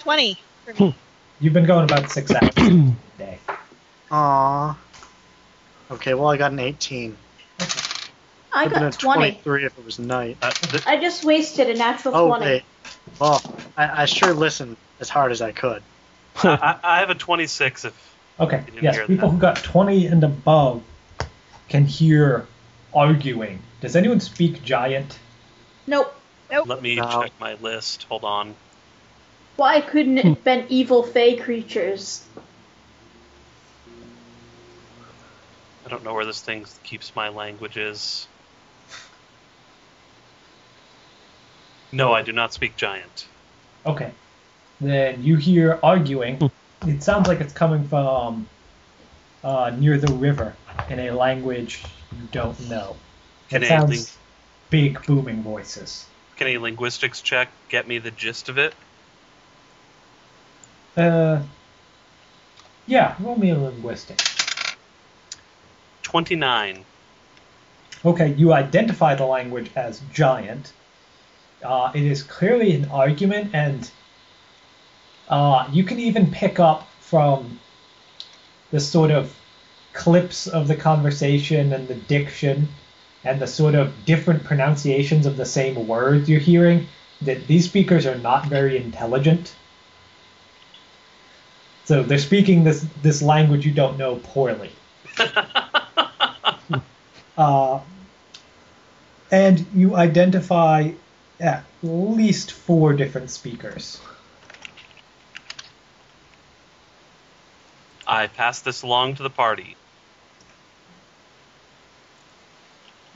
20 for me.
You've been going about six hours a day.
Aww. Okay, well I got an 18.
I
Would've been a
got 20.
23 if it was night.
Uh, th-
I just wasted a natural
Oh
20.
wait. Well, I, I sure listened as hard as I could.
I, I have a 26 if
Okay,
didn't
yes,
hear
people
that.
who got 20 and above can hear arguing. Does anyone speak giant?
Nope.
Let me
No.
check my list. Hold on.
Why couldn't it have been evil fey creatures?
I don't know where this thing keeps my languages. No, I do not speak giant.
Okay, then you hear arguing. It sounds like it's coming from uh, near the river in a language you don't know.
Can
it
I
sounds
link-
big, booming voices.
Can a linguistics check get me the gist of it?
Uh, yeah, roll me a linguistic.
29.
Okay, you identify the language as giant, Uh, it is clearly an argument, and uh, you can even pick up from the sort of clips of the conversation and the diction and the sort of different pronunciations of the same words you're hearing that these speakers are not very intelligent. So they're speaking this this language you don't know poorly. uh, and you identify at least four different speakers.
I pass this along to the party.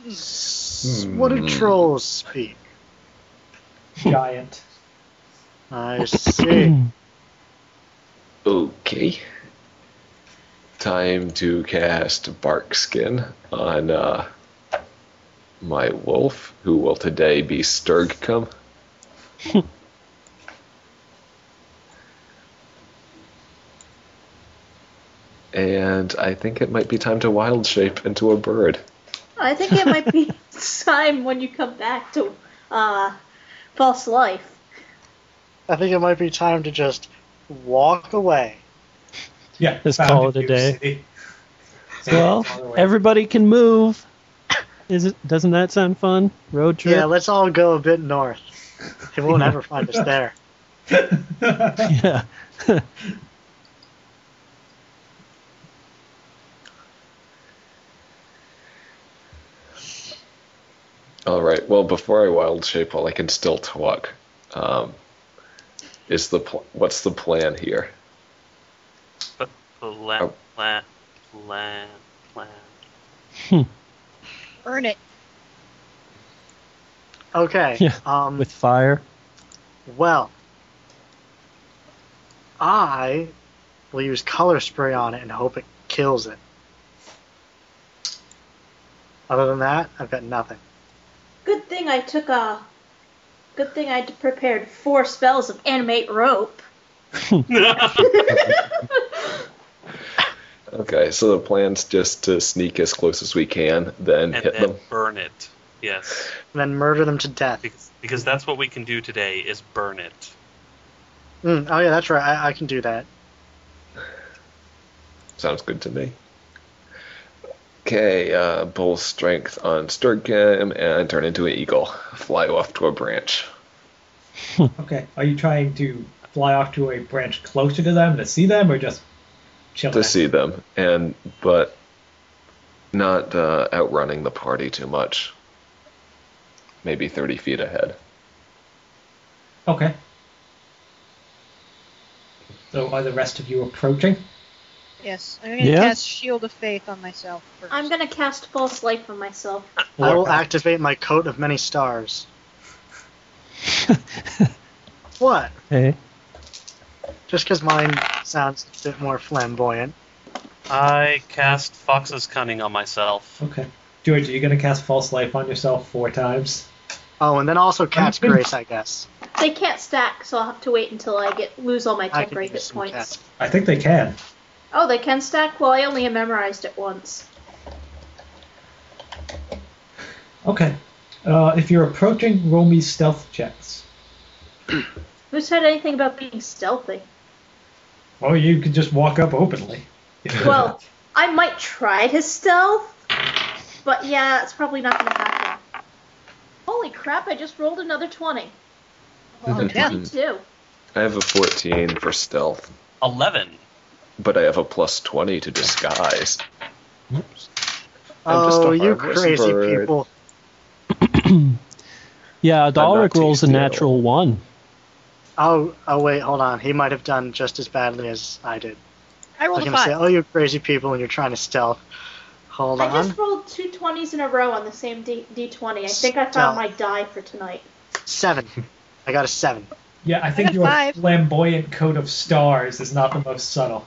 S- What do
Hmm.
trolls speak?
Giant.
I
(clears throat)
see.
Okay. Time to cast Bark Skin on uh, my wolf, who will today be Sturgcom. (laughs) and I think it might be time to wild shape into a bird.
I think it might (laughs) be time when you come back to uh, false life.
I think it might be time to just walk away.
Yeah.
Just
found
call it a
new
day.
city. Say
(laughs) Well,
it's all the way.
everybody can move. Is it? Doesn't that sound fun? Road trip.
Yeah, let's all go a bit
(laughs)
north. They won't ever find us there.
(laughs) Yeah.
All right. Well, before I wild shape, while I can still talk, um, is the pl- what's the plan here?
Plan,
Oh.
plan, plan, plan.
Earn it.
Okay.
Yeah,
um,
With fire.
well, I will use color spray on it and hope it kills it. Other than that, I've got nothing.
Good thing I took a. Good thing I prepared four spells of animate (laughs) rope.
Okay, so the plan's just to sneak as close as we can, then
and
hit
then
them.
burn it. Yes,
And then murder them to death.
because, because that's what we can do today is burn it.
Mm, oh yeah, that's right. I, I can do that.
Sounds good to me. Okay, uh, bull strength on Sturgim and turn into an eagle. Fly off to a branch.
(laughs) Okay. Are you trying to fly off to a branch closer to them to see them, or just chill?
to
there?
see them, and but not uh, outrunning the party too much. Maybe 30 feet ahead.
Okay. So are the rest of you approaching?
Yes, I'm gonna
Yeah?
cast Shield of Faith on myself first.
I'm gonna cast false life on myself.
I will
Or-
activate my coat of many stars.
(laughs)
What?
Hey.
Just because mine sounds a bit more flamboyant.
I cast Fox's Cunning on myself.
Okay. George, are you going to cast False Life on yourself four times?
Oh, and then also catch
gonna-
grace, I guess.
They can't stack, so I'll have to wait until I get lose all my
I
tech
can
right
use
hit
some
points.
catch.
I think they can.
Oh, they can stack. Well, I only memorized it once.
Okay. Uh, if you're approaching, roll me stealth checks.
Who said anything about being stealthy?
Or Oh, you could just walk up openly.
Well, I might try to stealth, but yeah, it's probably not gonna happen. Holy crap! I just rolled another twenty. Well,
Mhm. Yeah.
twenty-two.
I have a 14 for stealth,
Eleven.
but I have a plus 20 to disguise. I'm just a
Oh, you
harmless
crazy
bird.
people.
Yeah, Dalric
too
rolls a
still.
natural one.
Oh, oh wait, hold on. He might have done just as badly as I did.
I
I was
rolled a
gonna
five.
say, oh, you crazy people, and you're trying to stealth. Hold
I
on.
just rolled two twenties in a row on the same D- d20. I think I
Stealth.
found my die for tonight.
Seven. I got a seven.
(laughs) yeah, I think
got
your
five.
flamboyant coat of stars is not the most subtle.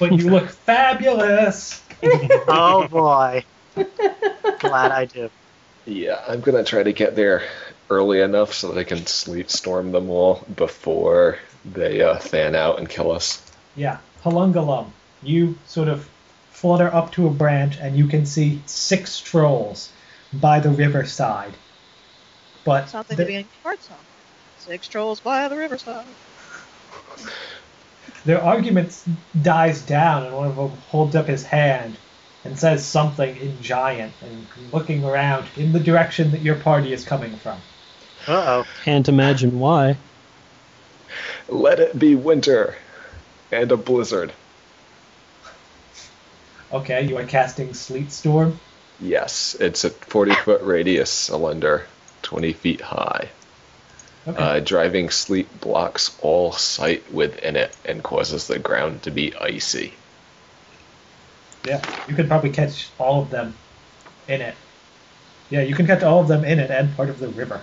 But you (laughs) look fabulous!
Oh boy. Glad I do.
(laughs) yeah, I'm going to try to get there early enough so that I can sleep storm them all before they uh, fan out and kill us.
Yeah, Palungalum. You sort of flutter up to a branch and you can see six trolls by the riverside. But
Something
the-
to be in parts on. Six trolls by the riverside.
their argument dies down, and one of them holds up his hand and says something in giant and looking around in the direction that your party is coming from.
Uh oh.
Can't imagine why.
Let it be winter and a blizzard.
Okay, you are casting Sleet Storm.
Yes, it's a 40 foot radius cylinder, 20 feet high.
Okay.
Uh, driving sleet blocks all sight within it and causes the ground to be icy.
yeah, you can probably catch all of them in it. Yeah, you can catch all of them in it and part of the river.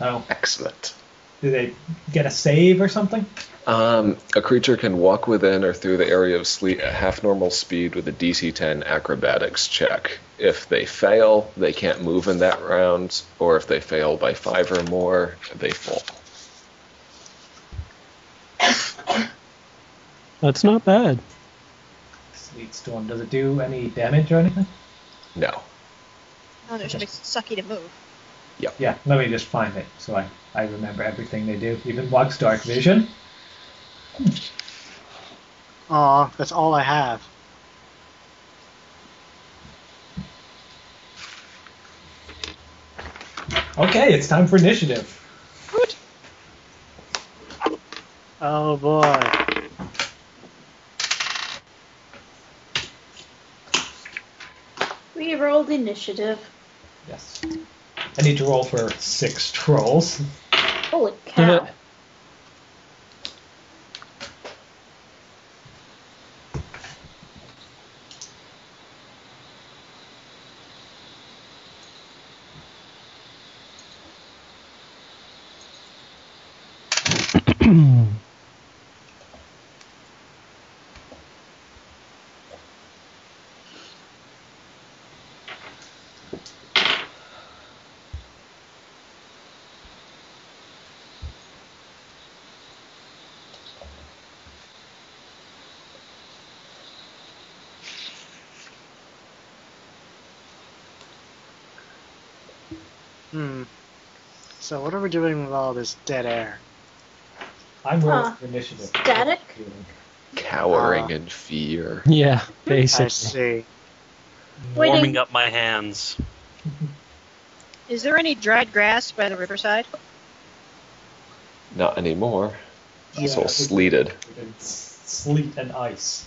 So,
Excellent.
do they get a save or something?
Um, a creature can walk within or through the area of sleet at half normal speed with a DC 10 acrobatics check. If they fail, they can't move in that round, or if they fail by five or more, they fall.
That's not bad.
Sleet Storm. Does it do any damage or anything?
No.
Oh, it just
Okay.
makes it sucky to move.
Yeah, let me just find it so I, I remember everything they do. Even Walk's Dark Vision.
Aw, that's all I have.
Okay, it's time for initiative.
Oh boy.
(laughs) We rolled initiative.
Yes. I need to roll for six trolls.
Holy
(laughs)
cow.
Hmm. So what are we doing with all this dead air?
I'm rolling
Huh.
for initiative.
Static?
Cowering
Ah.
in fear.
Yeah,
I
basically.
see.
Waiting.
warming up my hands.
Is there any dried grass by the riverside?
Not anymore. It's
Yeah.
all sleeted. (laughs)
We did s- Sleet and ice.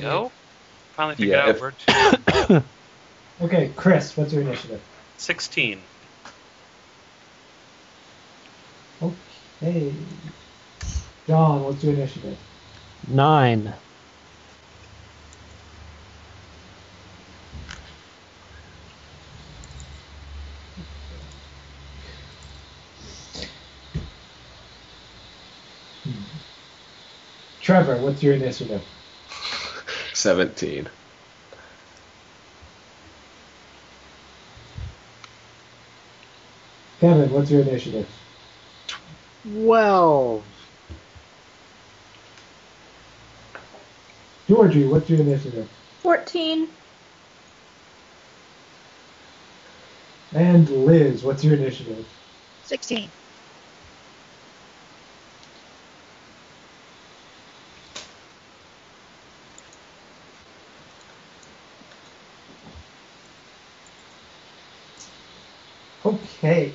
Go. Finally figured
Yeah,
out
if-
where to. (laughs)
Okay, Chris, what's your initiative?
16.
Okay. John, what's your initiative?
Nine.
Trevor, what's your initiative?
17.
Kevin, what's your initiative?
Twelve.
Georgie, what's your initiative?
14.
And Liz, what's your initiative?
16.
Okay.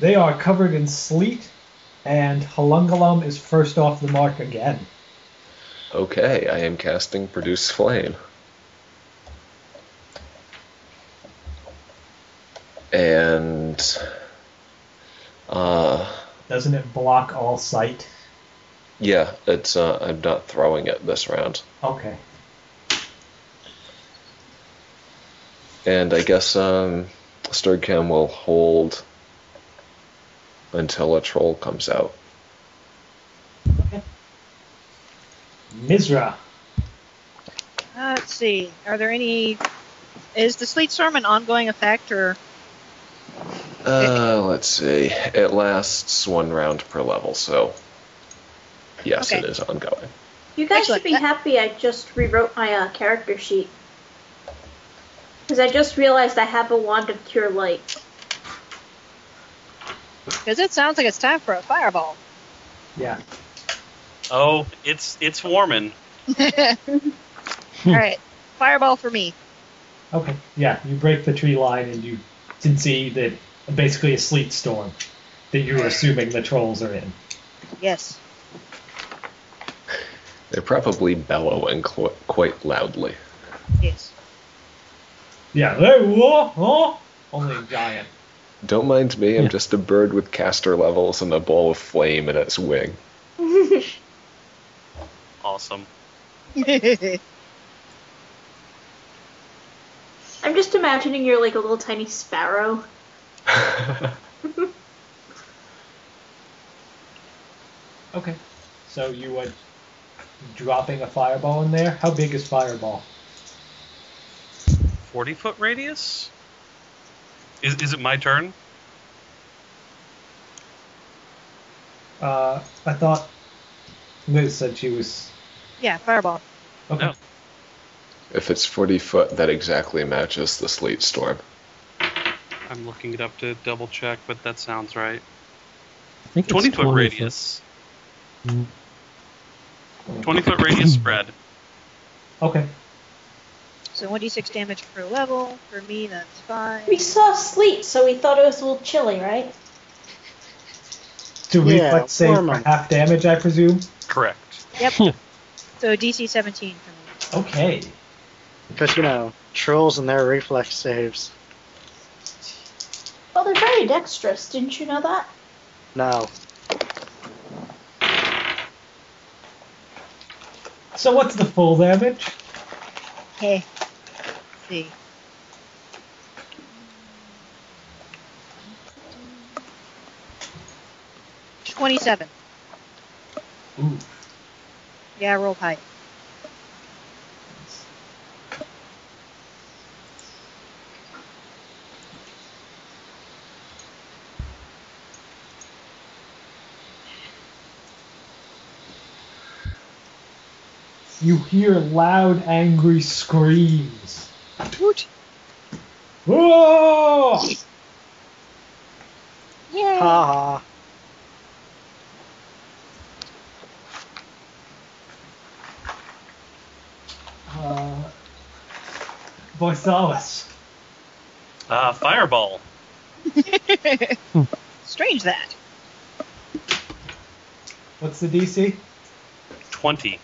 They are covered in sleet, and Halungalum is first off the mark again.
Okay, I am casting Produce Flame. And. Uh,
Doesn't it block all sight?
yeah, it's. Uh, I'm not throwing it this round.
Okay.
And I guess um, Sturgcam will hold until a troll comes out.
Mizra.
Uh, let's see. Are there any. Is the sleet storm an ongoing effect, or
Uh, let's see. It lasts one round per level, so yes, it
Okay.
is ongoing.
You guys
Excellent.
should be
That-
happy I just rewrote my uh, character sheet. Because I just realized I have a wand of cure (laughs) light.
Because it sounds like it's time for a fireball. (laughs)
Yeah.
Oh, it's it's warming.
Hmm.
All right, fireball for me.
Okay. Yeah, you break the tree line and you can see that basically a sleet storm that you were assuming the trolls are in.
Yes.
They're probably bellowing qu- quite loudly.
(laughs)
Yes.
Yeah. Hey, whoa, whoa. Only a giant.
Don't mind me, I'm
Yeah.
just a bird with caster levels and a ball of flame in its wing. (laughs)
Awesome.
I'm just imagining you're like a little tiny sparrow.
Okay. So you are dropping a fireball in there? How big is fireball?
Forty foot radius. Is is it my turn?
Uh, I thought Liz said she was.
yeah, fireball.
Okay.
No.
if it's 40 foot, that exactly matches the sleet storm. (laughs)
I'm looking it up to double check, but that sounds right.
I think it's
Twenty foot
20
radius. Twenty foot radius spread.
Okay.
So 1d6 damage per level. For me, that's five.
(laughs)
Hmm.
We saw sleet, so we thought it was a little chilly, right?
To
Yeah,
reflex save
warm
for
up.
half damage, I presume?
Correct.
So DC 17 for me.
Okay.
Because, you know, trolls and their reflex saves.
Well, they're very dexterous. Didn't you know that?
No.
So what's the full damage?
Hey. see. Twenty-seven.
Ooh.
Yeah, roll high.
You hear loud, angry screams.
Woot.
Whoa!
Yay.
Ha ha.
Uh, Voisalis.
Uh, fireball.
(laughs) Strange that.
What's the DC?
Twenty.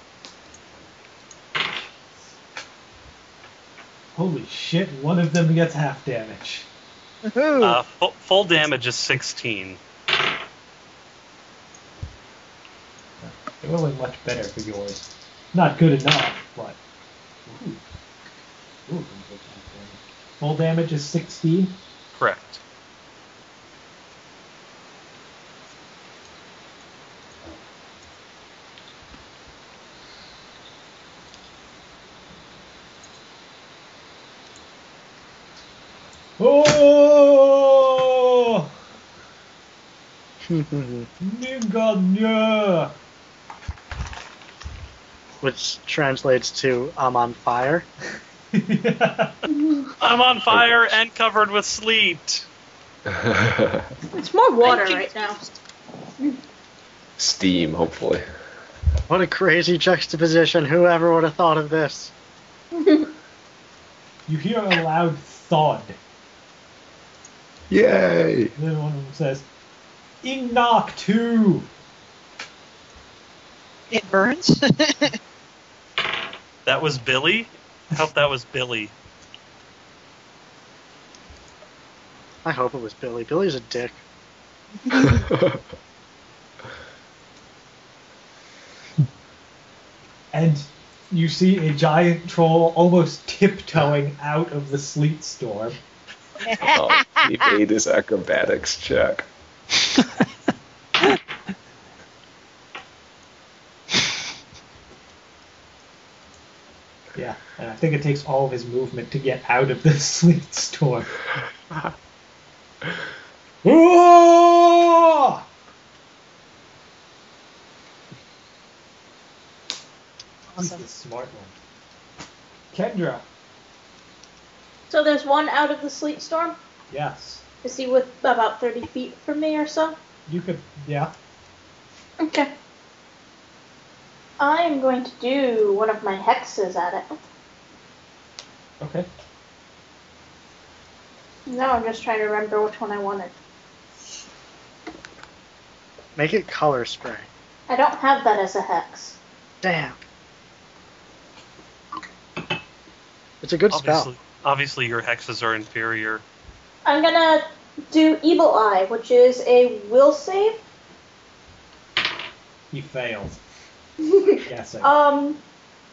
Holy shit, one of them gets half damage.
Woohoo.
Uh, fu- full damage is sixteen.
It wasn't much better for yours. Not good enough, but. Ooh. Ooh, I'm good at half damage. Full damage is 16.
Correct.
Oh! (laughs) Ninganya!
(laughs) Which translates to I'm on fire.
I'm on fire and covered with sleet.
It's more water
Thank you.
right now.
Steam, hopefully.
What a crazy juxtaposition. Whoever would have thought of this?
you hear a loud thud.
(laughs) Yay!
And then one of them says, Ingnock 2!
it burns. (laughs)
That was Billy. Help! That was Billy.
I hope it was Billy. Billy's a dick.
Oh,
And you see a giant troll almost tiptoeing out of the sleet storm.
Oh, he made his acrobatics check.
Yeah, and I think it takes (laughs) all of his movement to get out of the sleet storm. Whoa!
Awesome.
smart one.
Kendra,
(laughs) So there's one out of the sleet storm.
yes.
Is he with about 30 feet from me or so?
You could, yeah.
Okay. I am going to do one of my hexes at it.
Okay.
No, I'm just trying to remember which one I wanted.
Make it color spray.
I don't have that as a hex.
Damn. It's a good
obviously,
spell.
obviously, your hexes are inferior.
I'm gonna do Evil Eye, which is a will save.
He failed. Yes, I
Um,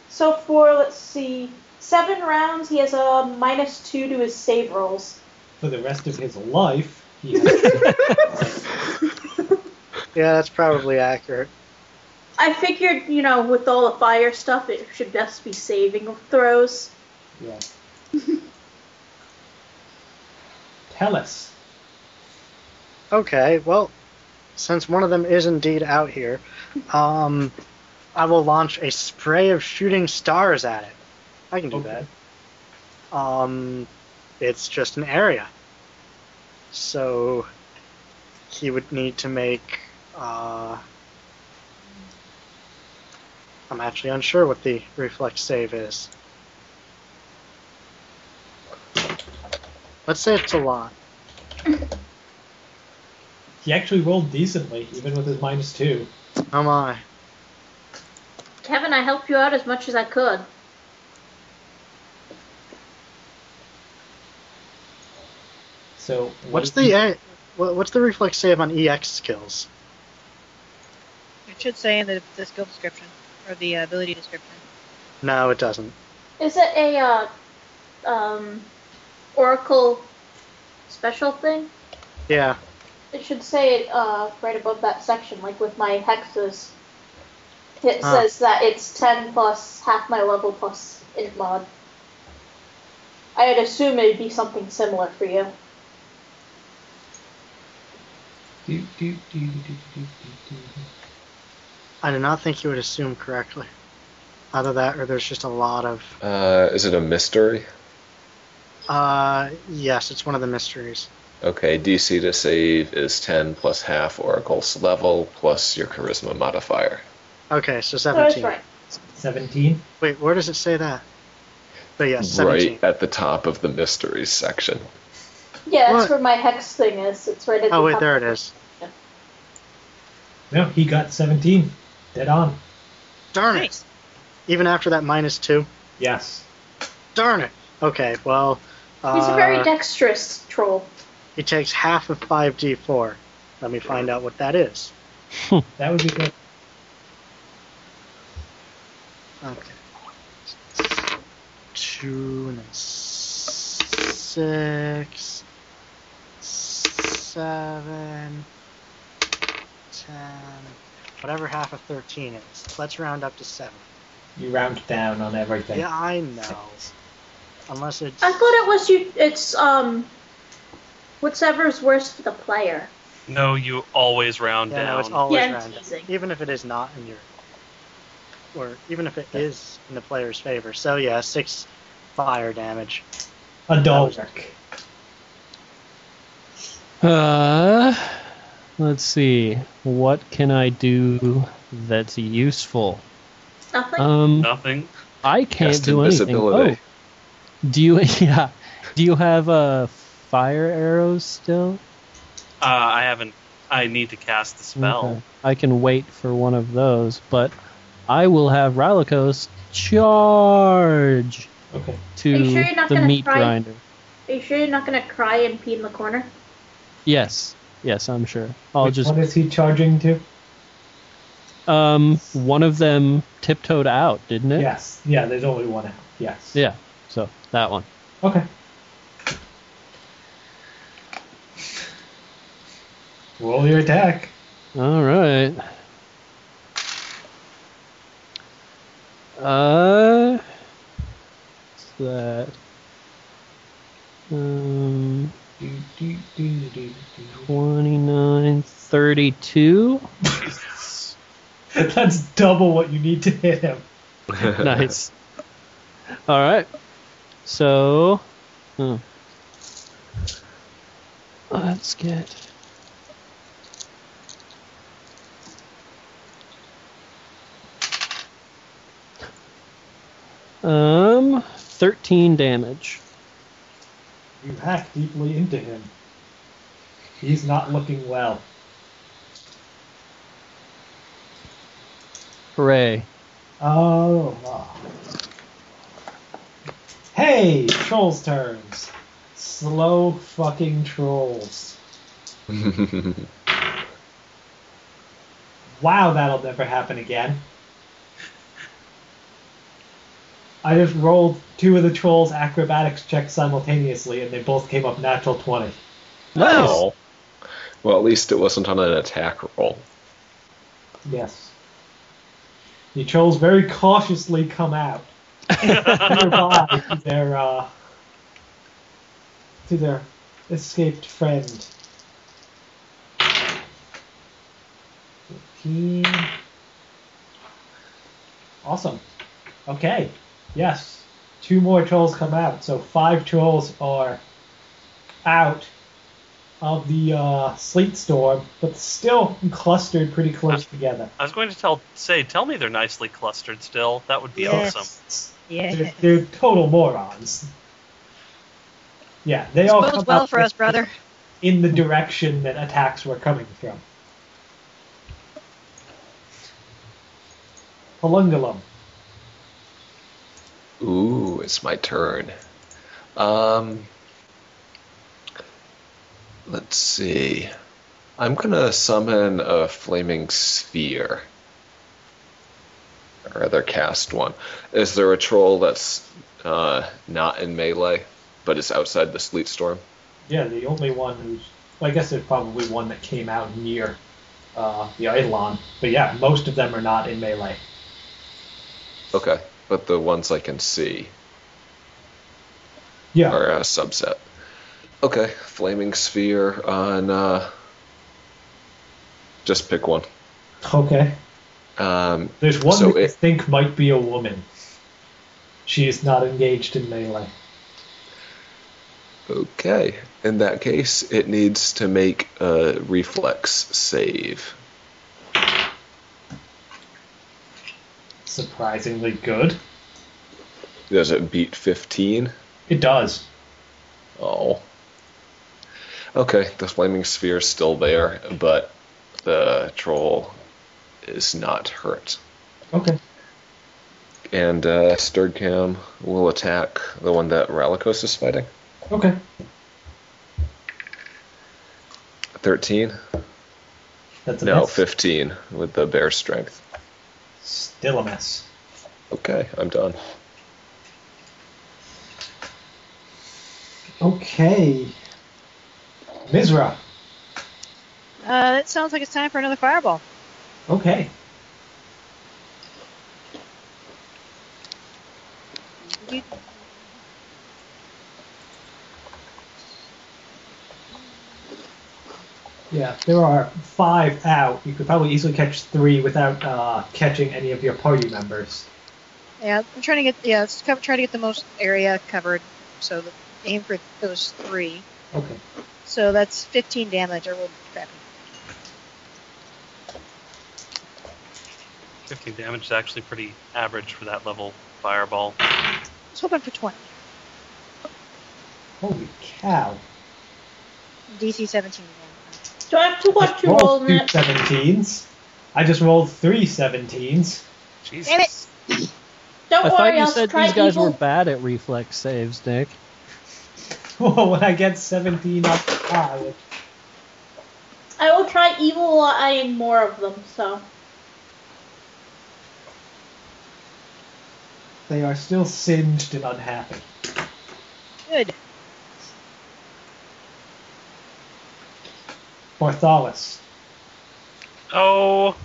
so for let's see, seven rounds, he has a minus two to his save rolls.
For the rest of his life, he has.
Yeah, that's probably accurate.
I figured, you know, with all the fire stuff, it should best be saving throws.
yeah. Tell us.
Okay, well, since one of them is indeed out here, um, I will launch a spray of shooting stars at it. I can do
Okay.
that. Um, it's just an area. So he would need to make. Uh, I'm actually unsure what the reflex save is. Let's say it's a lot.
He actually rolled decently, even with his minus two.
Oh my.
Kevin, I helped you out as much as I could.
So
What's the eh, wha- what's the reflex save on EX skills?
It should say in the, the skill description or the uh, ability description.
No, it doesn't.
Is it a uh, um, Oracle special thing?
Yeah,
It should say it uh, right above that section, like with my hexes. It
Ah.
says that it's 10 plus half my level plus int mod. I would assume it'd be something similar for you.
Do, do, do, do, do, do, do.
I do not think you would assume correctly. Either that, or there's just a lot of.
Uh, is it a mystery?
Uh, yes, it's one of the mysteries.
Okay, DC to save is 10 plus half Oracle's level plus your charisma modifier.
Okay, so
So Oh, that's
17.
right.
seventeen?
Wait, where does it say that? But yes, 17.
Right at the top of the mysteries section.
Yeah, that's
What?
where my hex thing is. It's right at the
Oh wait,
top.
there it is.
No, he got seventeen. Dead on.
Darn it!
Nice.
Even after that minus two.
Yes.
Darn it. Okay, well. Uh,
He's a very dexterous troll.
He takes half of 5d4. Let me find out what that is.
That would be good.
Okay. Two and then six, seven, ten, whatever half of thirteen is. Let's round up to seven.
You round down on everything.
Yeah, I know. Unless it's
I thought it was you. It's um, whatever's worse for the player.
No, you always round
yeah, no,
down.
it's always
Yeah, I'm
round up.
teasing.
Even if it is not in your, or even if it is in the player's favor. So yeah, six fire damage.
A Dalek.
Uh, let's see. What can I do that's useful?
Nothing.
Um,
Nothing.
I can't
Cast
do anything. Oh,
invisibility.
do you? (laughs) Yeah. Do you have uh fire arrows still?
Uh, I haven't. I need to cast the spell.
Okay. I can wait for one of those, but I will have Ralikos charge
Okay.
Are
to
you sure you're not
the
gonna
meat
try-
grinder.
Are you sure you're not gonna cry and pee in the corner?
Yes. Yes, I'm sure. I'll
Which
just
one is he charging to?
um one of them tiptoed out, didn't it?
Yes. Yeah, there's only one out. Yes.
Yeah. So that one.
Okay. Roll your attack.
All right. Uh, what's that? Um, 29, 32.
(laughs) That's double what you need to hit him.
(laughs)
nice. All right. So, hmm. let's get. Um, 13 damage.
You hack deeply into him. He's not looking well.
Hooray.
Oh. ah. Hey, trolls turns. Slow fucking trolls. Wow, that'll never happen again. I just rolled two of the trolls' acrobatics checks simultaneously, and they both came up natural 20.
(laughs)
Wow. Well, at least it wasn't on an attack roll.
Yes. The trolls very cautiously come out
(laughs)
nearby to their uh, to their escaped friend. Fifteen. Awesome. Okay. Yes. Two more trolls come out, so five trolls are out of the uh, sleet storm, but still clustered pretty close together.
I was going to tell say, tell me they're nicely clustered still. That would be
Yes.
awesome.
Yeah.
They're, they're total morons. Yeah, they all come
Bodes well
up
for us, brother.
in the direction that attacks were coming from. Palungalum.
Ooh, it's my turn. Um, let's see. I'm gonna summon a flaming sphere, or rather, cast one. Is there a troll that's uh, not in melee, but is outside the sleet storm?
Yeah, the only one who's. Well, I guess there's probably one that came out near uh, the Eidolon. But yeah, most of them are not in melee.
Okay, but the ones I can see
Yeah.
are a subset. Okay, flaming sphere on. Uh, just pick one.
Okay.
Um,
There's one
So
that you
it-
think might be a woman. She is not engaged in melee.
Okay. In that case, it needs to make a reflex save.
Surprisingly good.
Does it beat 15?
It does.
Oh. Okay, the flaming sphere is still there, but the troll is not hurt.
Okay.
And uh, Sturgcam will attack the one that Ralikos is fighting.
Okay.
13?
That's a
No,
miss.
15 with the bear strength.
Still a miss.
Okay, I'm done.
Okay. Mizra.
Uh, that sounds like it's time for another fireball.
Okay.
You-
Yeah, there are five out. You could probably easily catch three without uh, catching any of your party members.
Yeah, I'm trying to get yeah, let's cover, try to get the most area covered. So the aim for those three.
Okay.
So that's 15 damage. I rolled crappy.
15 damage is actually pretty average for that level fireball.
I was hoping for 20.
Holy cow.
DC 17.
Do I have to watch you
Roll
roll
two
next?
17s. I just rolled three 17s.
Jesus.
Damn it!
Don't
I thought
worry,
you
I'll
said
try
these guys
evil.
were bad at reflex saves, Nick.
(laughs) Well, when I get 17 up high,
I will try evil while eyeing more of them, so.
they are still singed and unhappy.
Good.
Bartholus.
Oh.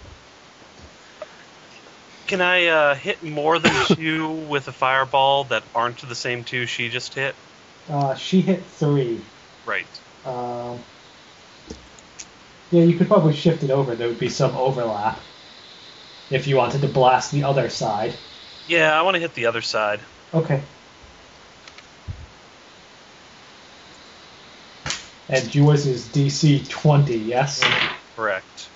Can I uh, hit more than two with a fireball that aren't the same two she just hit?
Uh, she hit three.
Right.
Um, yeah, you could probably shift it over. There would be some overlap if you wanted to blast the other side.
Yeah, I want to hit the other side.
Okay. And yours is DC 20, yes?
Correct.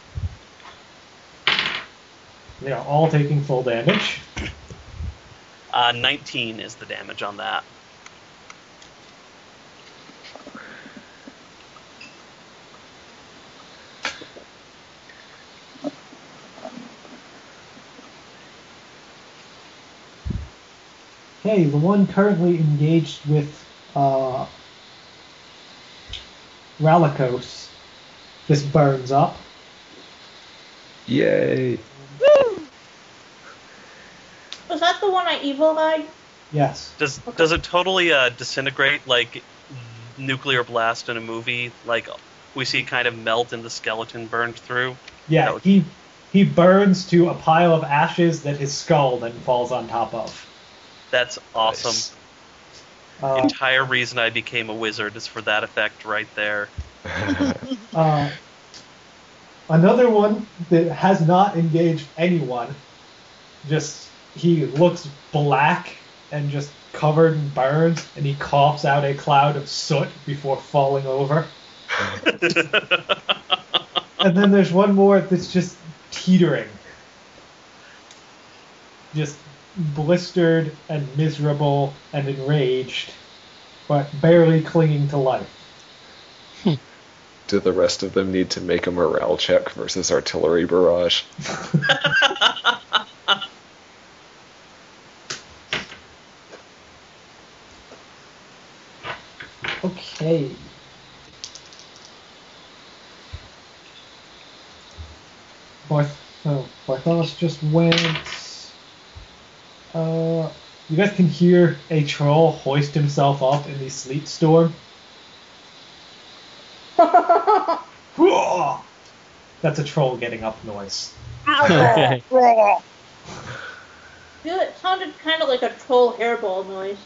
They are all taking full damage.
Uh, 19 is the damage on that.
Okay, the one currently engaged with uh, Ralikos. This burns up.
Yay.
Was that the one I evil eyed?
Yes.
Does does it totally uh, disintegrate like nuclear blast in a movie? Like we see it kind of melt and the skeleton burned through.
Yeah,
No.
he he burns to a pile of ashes that his skull then falls on top of.
That's awesome.
Nice.
Uh,
Entire reason I became a wizard is for that effect right
(laughs)
there.
(laughs)
uh, another one that has not engaged anyone. Just he looks black and just covered in burns, and he coughs out a cloud of soot before falling over. and then there's one more that's just teetering. Just blistered and miserable and enraged, but barely clinging to life.
Do the rest of them need to make a morale check versus artillery barrage?
Okay. Barth- oh, Barthos just went. Uh, you guys can hear a troll hoist himself up in the sleet storm. Hurrah! That's a troll getting up noise.
(laughs) okay.
Dude, it sounded kind of like a troll hairball noise.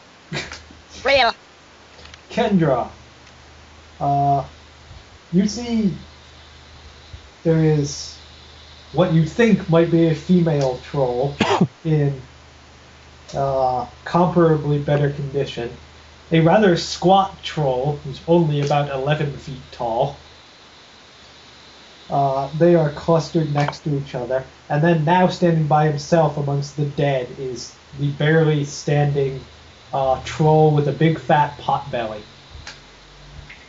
Real.
Kendra, uh, you see there is what you think might be a female troll in uh, comparably better condition. A rather squat troll who's only about 11 feet tall. Uh, they are clustered next to each other. And then now standing by himself amongst the dead is the barely standing uh, troll with a big fat pot belly.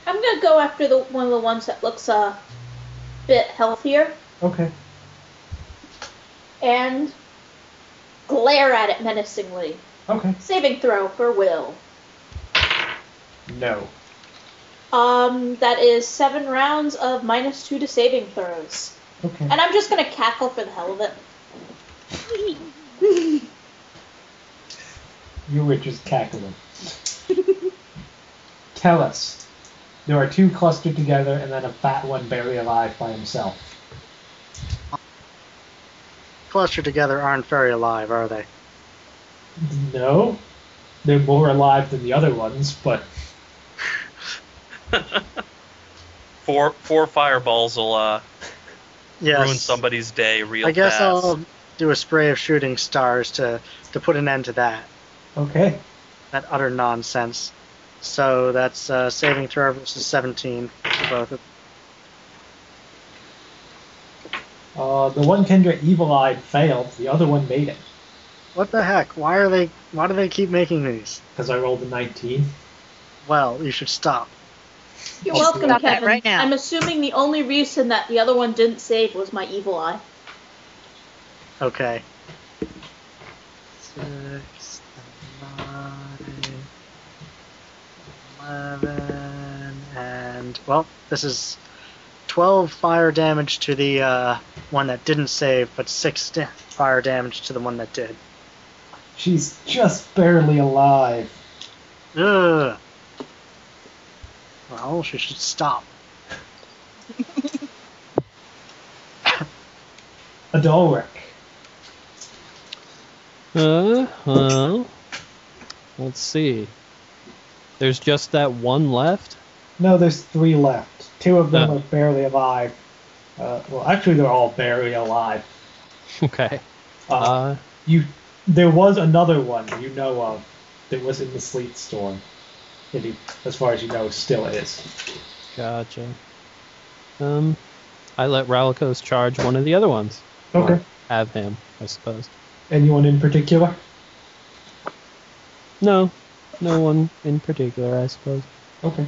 I'm gonna go after the one of the ones that looks a bit healthier
Okay.
and glare at it menacingly.
Okay.
Saving throw for Will.
No.
Um, that is seven rounds of minus two to saving throws,
Okay.
and I'm just gonna cackle for the hell of it.
You were just cackling. (laughs) Tell us. There are two clustered together and then a fat one barely alive by himself.
Clustered together aren't very alive, are they?
No. They're more alive than the other ones, but
Four four fireballs will uh,
Yes.
ruin somebody's day real
I guess
fast.
I'll do a spray of shooting stars to to put an end to that
okay.
that utter nonsense. So that's uh, saving throw versus 17 for both of
Uh, the one Kendra evil eyed failed, the other one made it.
What the heck? Why are they? Why do they keep making these?
Because I rolled a 19.
Well, you should stop.
You're welcome,
Stop that
Kevin.
right now.
I'm assuming the only reason that the other one didn't save was my evil eye.
Okay. Six, nine, eleven, and well, this is twelve fire damage to the uh, one that didn't save, but six da- fire damage to the one that did.
She's just barely alive.
Ugh. Well, she should stop.
Adolric.
Uh, well, let's see. There's just that one left. (laughs)
No, there's three left. Two of them
Uh.
are barely alive. Uh, well, actually, they're all barely alive.
Okay.
Uh,
Uh,
you, there was another one you know of that was in the sleet storm. That he, as far as you know, still is.
gotcha. Um, I let Ralikos charge one of the other ones.
Okay.
Or have him, I suppose.
Anyone in particular?
No, no one in particular, I suppose.
Okay.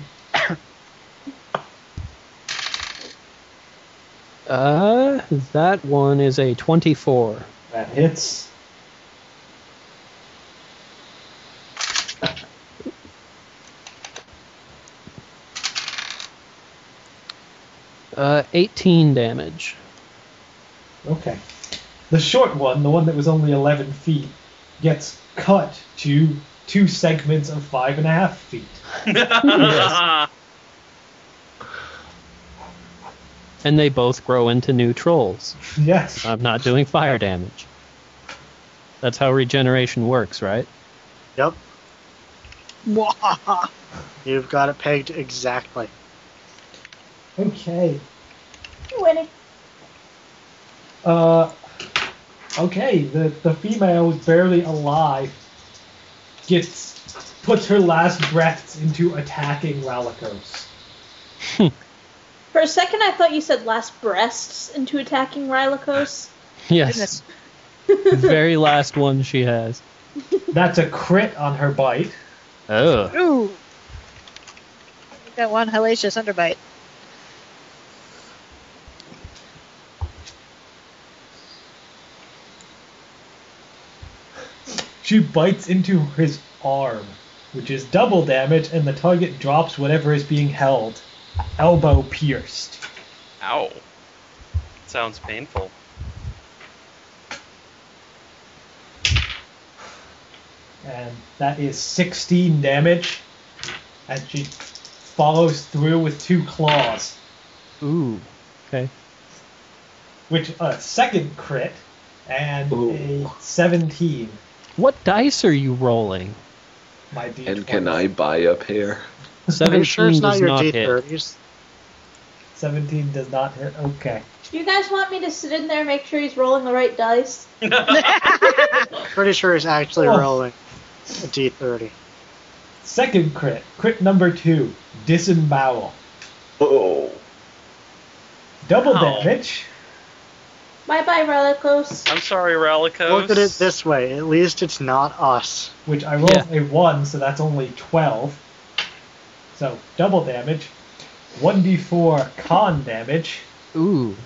Uh, that one is a 24.
That hits.
Uh, 18 damage.
Okay. The short one, the one that was only 11 feet, gets cut to two segments of five and a half feet.
And they both grow into new trolls.
Yes.
I'm not doing fire damage. That's how regeneration works, right?
Yep.
Wah!
You've got it pegged exactly.
Okay.
You're winning.
Uh, okay, the, the female is barely alive. Gets puts her last breaths into attacking Ralikos.
For a second, I thought you said last breasts into attacking Rylikos.
(laughs) Yes.
Goodness.
The very last one she has.
That's a crit on her bite.
Oh.
Ooh. Got one hellacious underbite.
She bites into his arm, which is double damage, and the target drops whatever is being held. Elbow pierced.
(laughs)
(laughs)
Ow. Sounds painful.
and that is 16 damage. And she follows through with two claws,
Ooh. Okay.
which a second crit and
Ooh.
a 17.
What dice are
(laughs)
you rolling?
My d
And can I buy a pair?
17
I'm sure it's not
does
your
not hit.
D30s.
17 does not hit. Okay.
(laughs) Do you guys want me to sit in there and make sure he's rolling the right dice?
Pretty sure it's actually
Oh.
rolling a D30.
Second crit, crit number two, disembowel.
Oh.
Double
Wow.
damage.
Bye bye, Rylikos.
I'm sorry, Ralikos.
Look at it this way. At least it's not us.
which I rolled a 1, so that's only 12. So double damage. 1d4 con damage.
Ooh.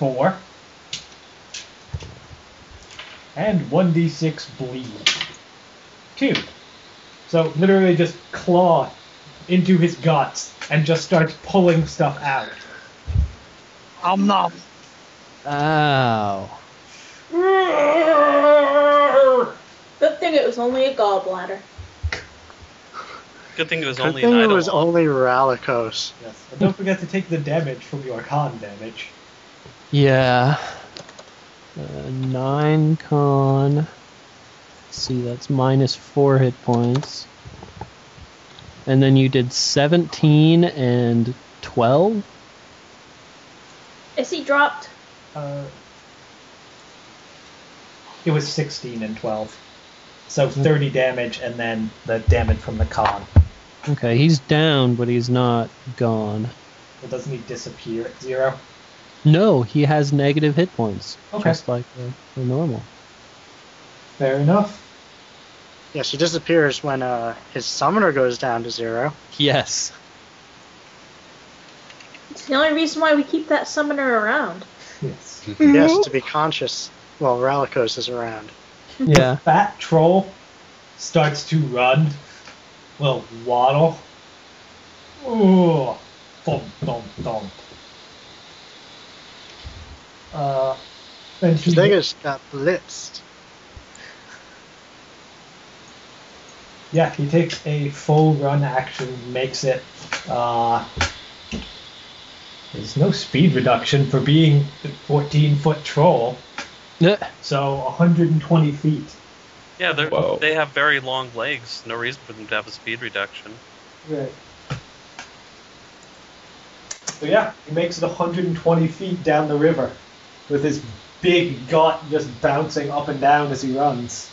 4. And 1d6 bleed. 2. So literally just claw into his guts and just starts pulling stuff out.
Om nom.
Ow.
Good thing it was only a gallbladder.
Good thing it was
Good
only
thing
an
it
idol.
was only Ralikos.
Yes. And don't forget to take the damage from your con damage.
Yeah. Uh, nine con. see, that's minus four hit points. And then you did 17 and 12?
Is he dropped?
Uh, it was 16 and 12. So 30 damage and then the damage from the con.
Okay, he's down, but he's not gone.
Well, doesn't he disappear at zero?
No, he has negative hit points.
Okay.
Just like the, the normal.
Fair enough.
Yeah, she disappears when uh, his summoner goes down to zero.
Yes.
It's the only reason why we keep that summoner around. (laughs)
Yes.
Yes, to be conscious while Ralikos is around.
Yeah. (laughs)
Fat troll starts to run. Well, waddle. Ooh. Thump, thump, thump. Uh, and he,
They just got blitzed.
yeah, he takes a full run action, makes it. Uh, there's no speed reduction for being a 14 foot troll,
Uh,
so 120 feet.
Yeah, they're,
Whoa.
they have very long legs. No reason for them to have a speed reduction.
Right. So yeah, he makes it 120 feet down the river with his big gut just bouncing up and down as he runs.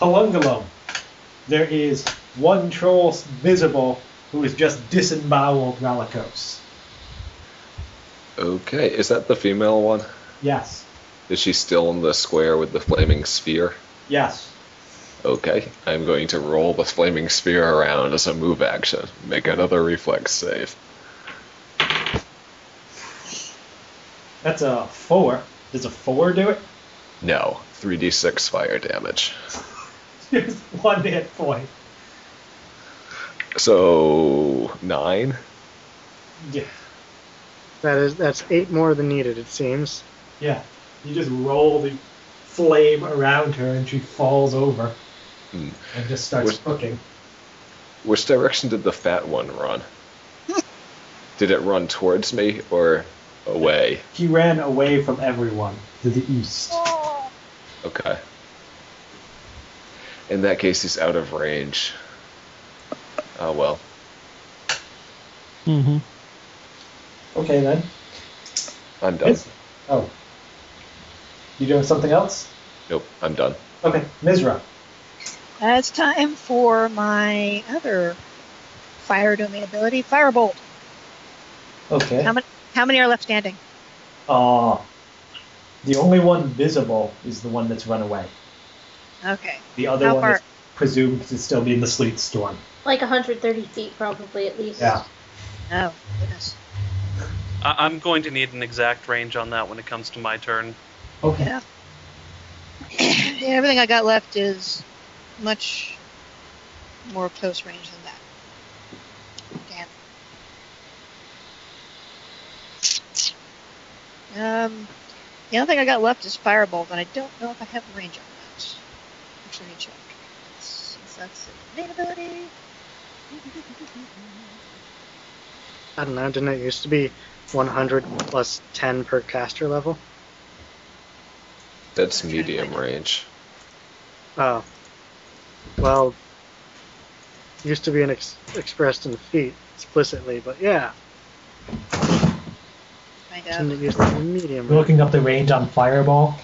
Halungalum. There is one troll miserable who is just disemboweled Ralikos.
Okay, is that the female one?
Yes.
Is she still in the square with the flaming sphere?
Yes.
Okay, I'm going to roll the flaming sphere around as a move action. Make another reflex save.
That's a four. Does a four do it? (laughs)
No, 3d6 fire damage.
Just one hit point.
So, 9?
Yeah.
That is that's eight more than needed, it seems.
Yeah. You just roll the flame around her and she falls over
Mm.
and just starts
Which-
cooking.
Which direction did the fat one run? did it run towards me or away?
He ran away from everyone to the east.
Okay. In that case, he's out of range. Oh well.
Mm-hmm.
Okay then.
I'm done.
Yes. Oh. You doing something else?
Nope, I'm done.
Okay, Mizra.
Uh, it's time for my other fire domain ability, Firebolt.
Okay.
How many? How many are left standing?
Uh, the only one visible is the one that's run away.
Okay.
The other
How
one
far?
is presumed to still be in the sleet storm.
Like 130 feet, probably at least.
Yeah.
Oh goodness.
I- I'm going to need an exact range on that when it comes to my turn.
Okay.
Yeah. (coughs) Yeah, everything I got left is much more close range than that. Damn. Um, the only thing I got left is Firebolt, and I don't know if I have range on that. Actually, let me check. Since that's an availability.
I don't know, didn't it used to be 100 plus 10 per caster level?
That's
I'm trying to
medium
find it.
(laughs)
range. (laughs)
Oh. Well, used to be an ex- expressed in feet explicitly, but yeah,
Find
didn't
out.
it used to be medium?
We're looking up the range on Fireball.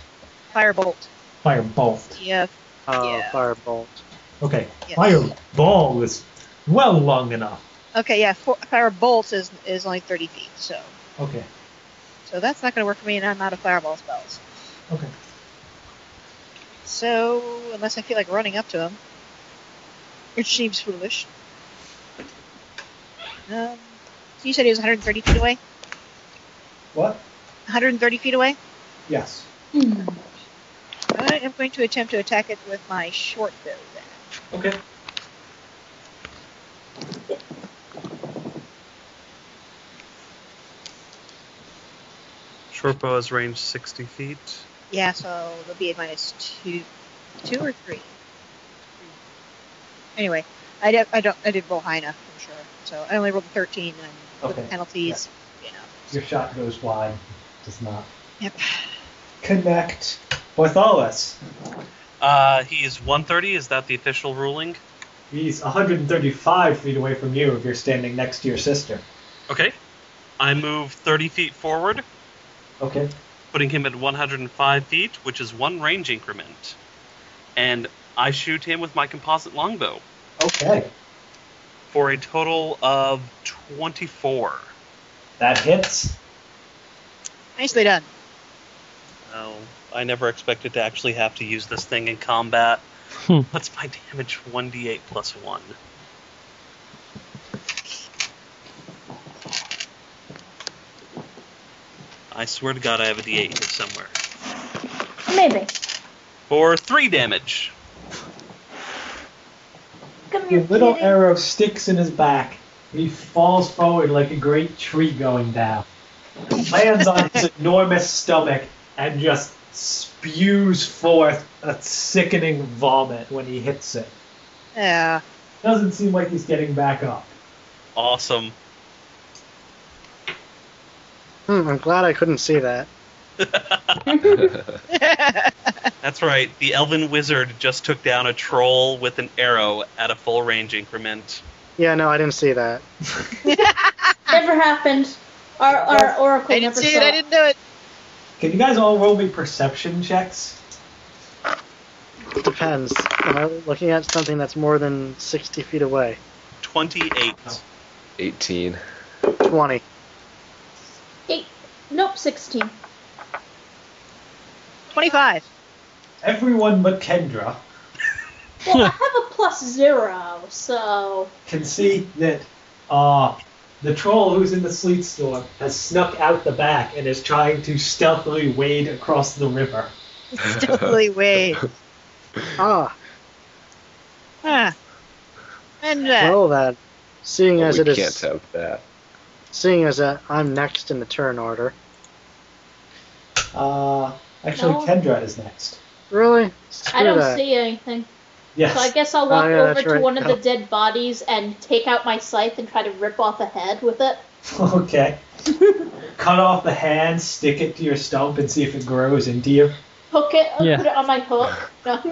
Firebolt.
Firebolt.
Yeah.
Oh,
Yeah.
firebolt.
Okay.
Yes.
Fireball is well long enough.
Okay, yeah. Four, Firebolt is is only 30 feet, so
Okay.
so that's not going to work for me, and I'm out of Fireball spells.
Okay.
So, unless I feel like running up to him, which seems foolish. Um, so you said he was 130 feet away?
What?
130 feet away?
Yes.
I am going to attempt to attack it with my short bow then.
Okay.
Short bow is range 60 feet.
Yeah, so it'll be at minus two, two or three. Anyway, I, did, I don't I did roll high enough, I'm sure. So I only rolled a 13 and with the
Okay,
penalties, you know.
Your shot goes wide. Does not.
Yep.
Connect. Bartholus.
Uh, he is 130. Is that the official ruling?
He's 135 feet away from you if you're standing next to your sister.
Okay. I move 30 feet forward,
Okay.
putting him at 105 feet, which is one range increment. And I shoot him with my composite longbow
Okay.
for a total of 24.
That hits.
Nicely done.
Oh, I never expected to actually have to use this thing in combat.
Hmm.
What's my damage? 1d8 plus 1. I swear to God, I have a d8 here somewhere.
Maybe.
For 3 damage.
Come
Your
here,
little
kitty.
arrow sticks in his back. He falls forward like a great tree going down. Lands
(laughs)
on his enormous stomach and just spews forth a sickening vomit when he hits it.
Yeah. (laughs)
Doesn't seem like he's getting back up.
Awesome. (laughs)
Hmm, I'm glad I couldn't see that.
(laughs)
That's right. The elven wizard just took down a troll with an arrow at a full range increment.
Yeah, no, I didn't see that.
Never happened. Our, our oracle
I didn't
never
see
saw
it. I didn't do it.
Can you guys all roll me perception checks?
Depends. Am I looking at something that's more than 60 feet away?
28.
18.
20.
Eight.
(laughs)
Nope, 16.
25.
Everyone but Kendra
Well, I have a plus zero, so.
can see that uh, the troll who's in the sleet storm has snuck out the back and is trying to stealthily wade across the river.
(laughs) Stealthily wait.
Ah,
Huh. And
Eh.
uh,
well then. Seeing
Well,
as
Oh, we
it
can't
is,
have that.
seeing as uh, I'm next in the turn order.
Uh, actually,
No.
Kendra is next.
Really?
I
Screw
don't
that.
see anything.
Yes. (laughs)
So I guess I'll walk
Oh, yeah,
over
that's
to
right.
one of the
Oh.
dead bodies and take out my scythe and try to rip off a head with it. (laughs)
Okay. Cut off the hand, stick it to your stump, and see if it grows into you.
Hook it, uh,
Yeah.
put it on my
(laughs)
hook. No.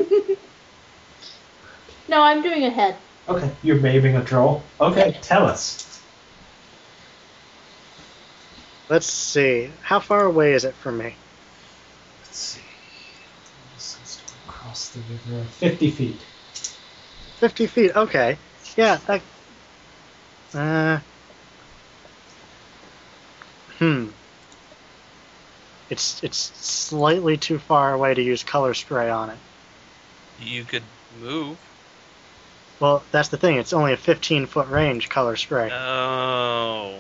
no, I'm doing a head.
Okay. You're maiming a troll. Okay, tell us.
Let's see. How far away is it from me?
Let's see. Across the river. 50 feet.
50 feet. Okay. Yeah, that. Uh. Hmm. It's it's slightly too far away to use color spray on it.
You could move.
Well, that's the thing. It's only a 15 foot range color spray.
Oh.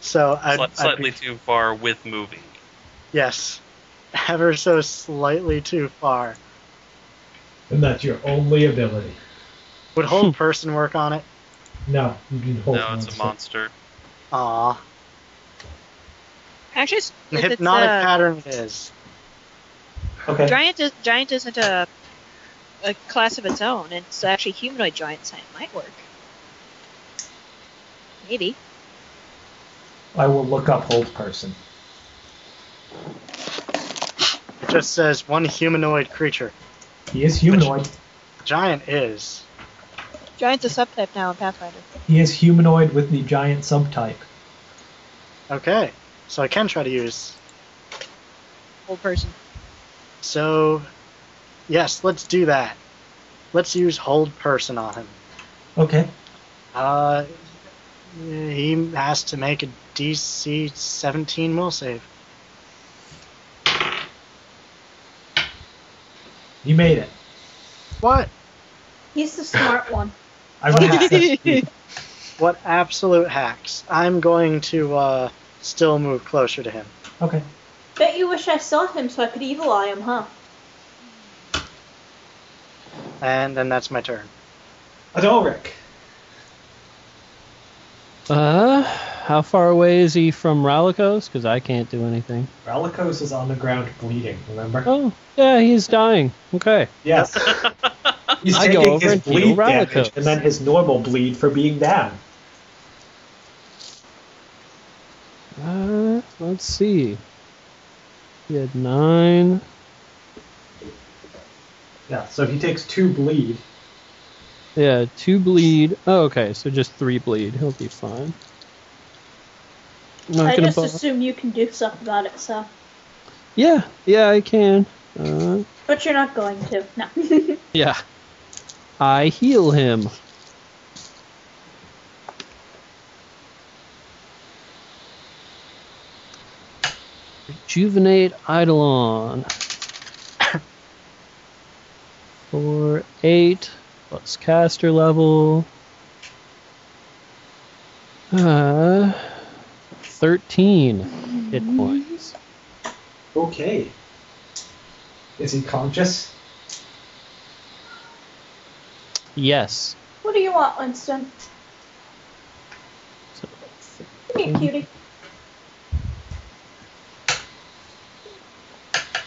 so I'd,
Sli-
I'd be-
slightly too far with moving.
yes, (laughs) ever so slightly too far.
And that's your only ability.
Would whole person work on it?
No, you can hold
No,
on
it's
to
a
it.
monster.
Aw,
actually, it's,
The
it's,
hypnotic
uh,
pattern it is.
Okay.
giant is, giant isn't a a class of its own. It's actually humanoid giant, so it might work. Maybe.
I will look up hold person.
It just says one humanoid creature.
He is humanoid.
Giant is.
Giant's a subtype now in Pathfinder.
He is humanoid with the giant subtype.
Okay, so I can try to use.
Old person.
So, yes, let's do that. Let's use hold person on him.
Okay.
Uh, he has to make a DC 17 will save.
You made it.
What?
He's the smart one.
I
(laughs)
rolled a 60.
What absolute hacks. I'm going to uh, still move closer to him.
Okay.
Bet you wish I saw him so I could evil eye him, huh?
And then that's my turn.
Adolric.
Uh, how far away is he from Ralikos? Because I can't do anything.
Relicos is on the ground bleeding, remember?
Oh, yeah, he's dying. Okay.
Yes. He's
I
taking
go over
his
and heal
bleed damage
Relicos.
and then his normal bleed for being down.
Uh, let's see. He had nine.
Yeah, so he takes two bleed.
Yeah, two bleed. Oh, okay, so just three bleed. He'll be fine. I'm not
I
gonna
just
bo-
assume you can do stuff about it, so.
Yeah, yeah, I can. Uh,
But you're not going to. No. (laughs)
yeah. I heal him. Rejuvenate Eidolon. (coughs) For eight plus caster level. Uh, 13 hit points.
Okay. Is he conscious?
Yes.
what do you want, Winston?
So
Come
Mm.
here, cutie.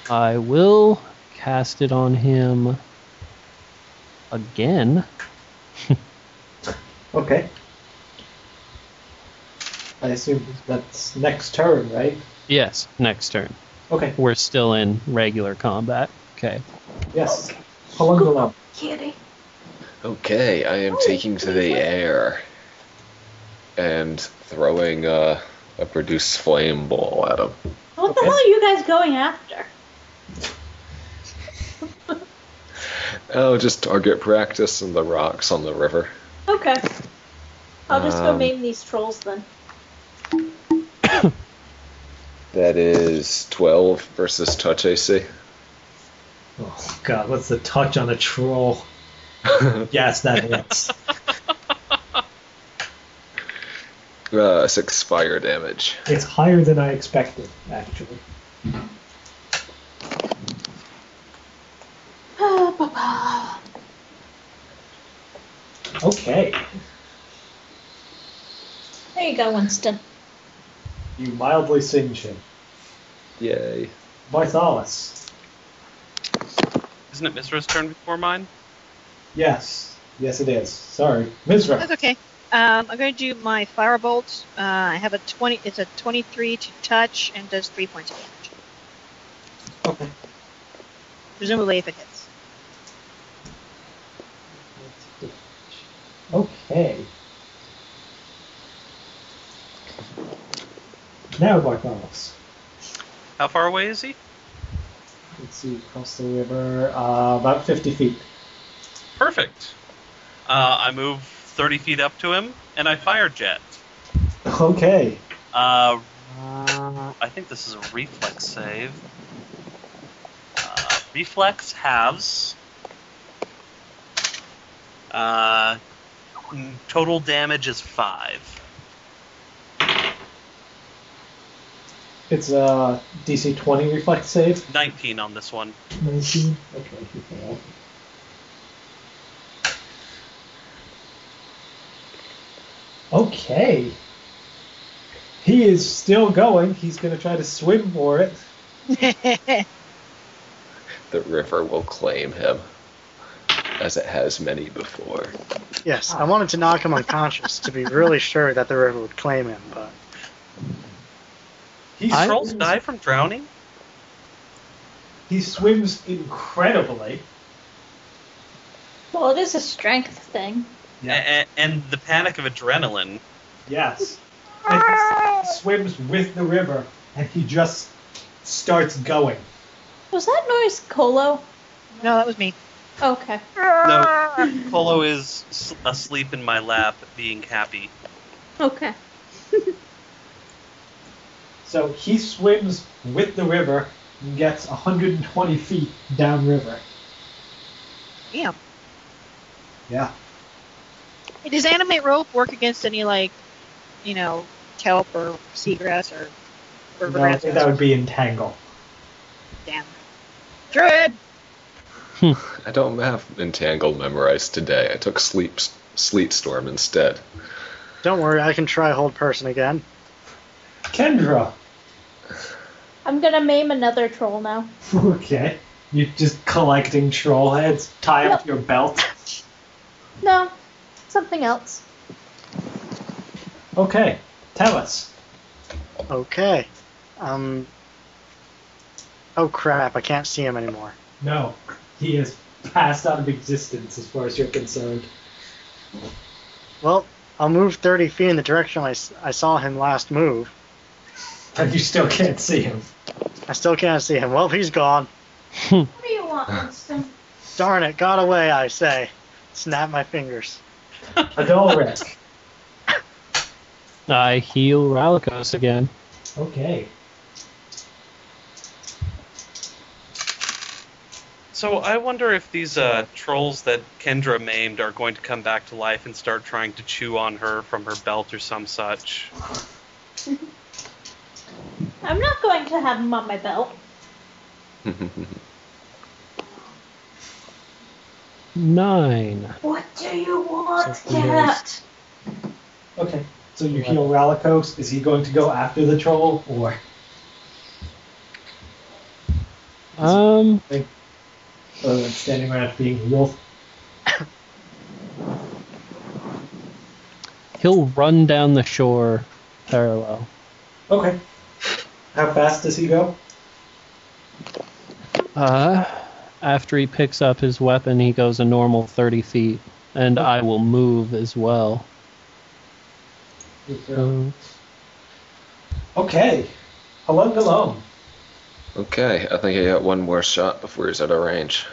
I will cast it on him again.
Okay. I assume that's next turn, right?
Yes, next turn.
Okay.
We're still in regular combat. Okay. (laughs)
Yes. Palungalo.
Kitty.
Okay, I am
Oh,
taking to the air and throwing uh, a produce flame ball at him.
What the
Okay.
hell are you guys going after? (laughs)
Oh, just target practice and the rocks on the river.
Okay. I'll just go
Um,
maim these trolls then. (sighs)
That is 12 versus touch AC.
Oh god, what's the touch on a troll? yes, (laughs) that hits.
(laughs) Uh, 6 fire damage.
It's higher than I expected, actually. Okay.
There you go, Winston.
You mildly singe him.
Yay.
Bartholus.
Isn't it Mizra's turn before mine?
Yes. Yes, it is. Sorry. Mizra.
That's okay. Um, I'm going to do my firebolt. Uh, I have a 20. It's a 23 to touch and does three points of damage.
Okay.
Presumably, if it hits. (laughs)
Okay. Now Bartholus.
How far away is he?
Let's see, across the river, uh, about 50 feet.
Perfect. Uh, I move 30 feet up to him, and I fire jet.
Okay.
Uh,
Uh,
I think this is a reflex save. Uh, reflex halves. Uh, n- total damage is five.
it's a DC 20 reflex save.
19 on this one.
19. Okay, he failed. Okay. He is still going. He's going to try to swim for it.
The river will claim him, as it has many before.
Yes, I wanted to knock him unconscious to be really sure that the river would claim him, but
He
I-
Trolls die from drowning?
He swims incredibly.
Well, it is a strength thing.
A- a- and the panic of adrenaline.
Yes. And he s- swims with the river, and he just starts going.
Was that noise Colo?
No, that was me.
Okay.
No, Polo is s- asleep in my lap, being happy.
Okay.
So he swims with the river and gets 120 feet downriver.
Damn.
Yeah.
Hey, Does animate rope work against any like, you know, kelp or seagrass or river
No, I
grass?
think that would be entangle.
Damn. Druid.
I don't have Entangle memorized today. I took sleep, Sleet Storm instead. (laughs)
don't worry, I can try hold person again.
Kendra.
I'm gonna maim another troll now.
(laughs) Okay. You're just collecting troll heads, tie up
Yep.
your belt.
No, something else.
Okay. Tell us.
Okay. Um. Oh crap! I can't see him anymore.
No. He has passed out of existence as far as you're concerned.
Well, I'll move 30 feet in the direction I, s- I saw him last move.
And you still can't see him.
I still can't see him. Well, he's gone.
What do you want, Winston?
Darn it! Got away! I say. Snap my fingers.
Adolric.
I heal Ralikos again.
Okay.
So I wonder if these uh, trolls that Kendra maimed are going to come back to life and start trying to chew on her from her belt or some such.
I'm not going to have him on my belt.
Nine.
What do you want,
Something else.
Okay. So you heal Ralikos. Is he going to go after the troll or
Um,
uh, standing around being healed?
he'll run down the shore parallel.
Okay. How fast does he go?
Uh, after he picks up his weapon, he goes a normal 30 feet, and I will move as well.
Um,
So,
Okay. Hello, Galone.
Okay, I think he got one more shot before he's out of range.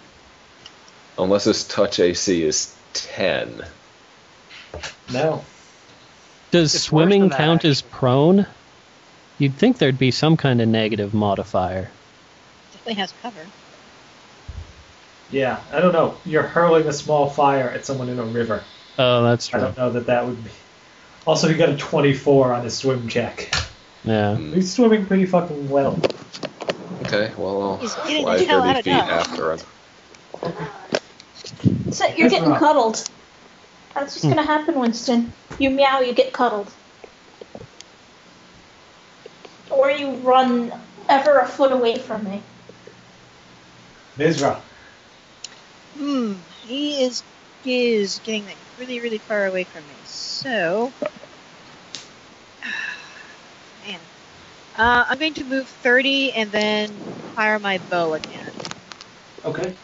(laughs) Unless his touch AC is 10.
No.
does
It's worse
swimming
than that,
count as
actually.
prone? You'd think there'd be some kind of negative modifier.
Definitely has cover.
Yeah, I don't know. You're hurling a small fire at someone in a river.
Oh, that's
I
true.
don't know that that would be. Also, he got a 24 on his swim check.
Yeah.
Mm,
He's swimming pretty fucking well.
Okay, well, I'll
He's getting
fly
the hell out
30
of
feet
dodge.
after him.
So you're getting
Right.
cuddled. That's just gonna happen, Winston. You meow, you get cuddled. Or you run ever a foot away from me.
Mizra.
Hmm. He is he is getting like really really far away from me. So, (sighs) man, uh, I'm going to move 30 and then fire my bow again.
Okay.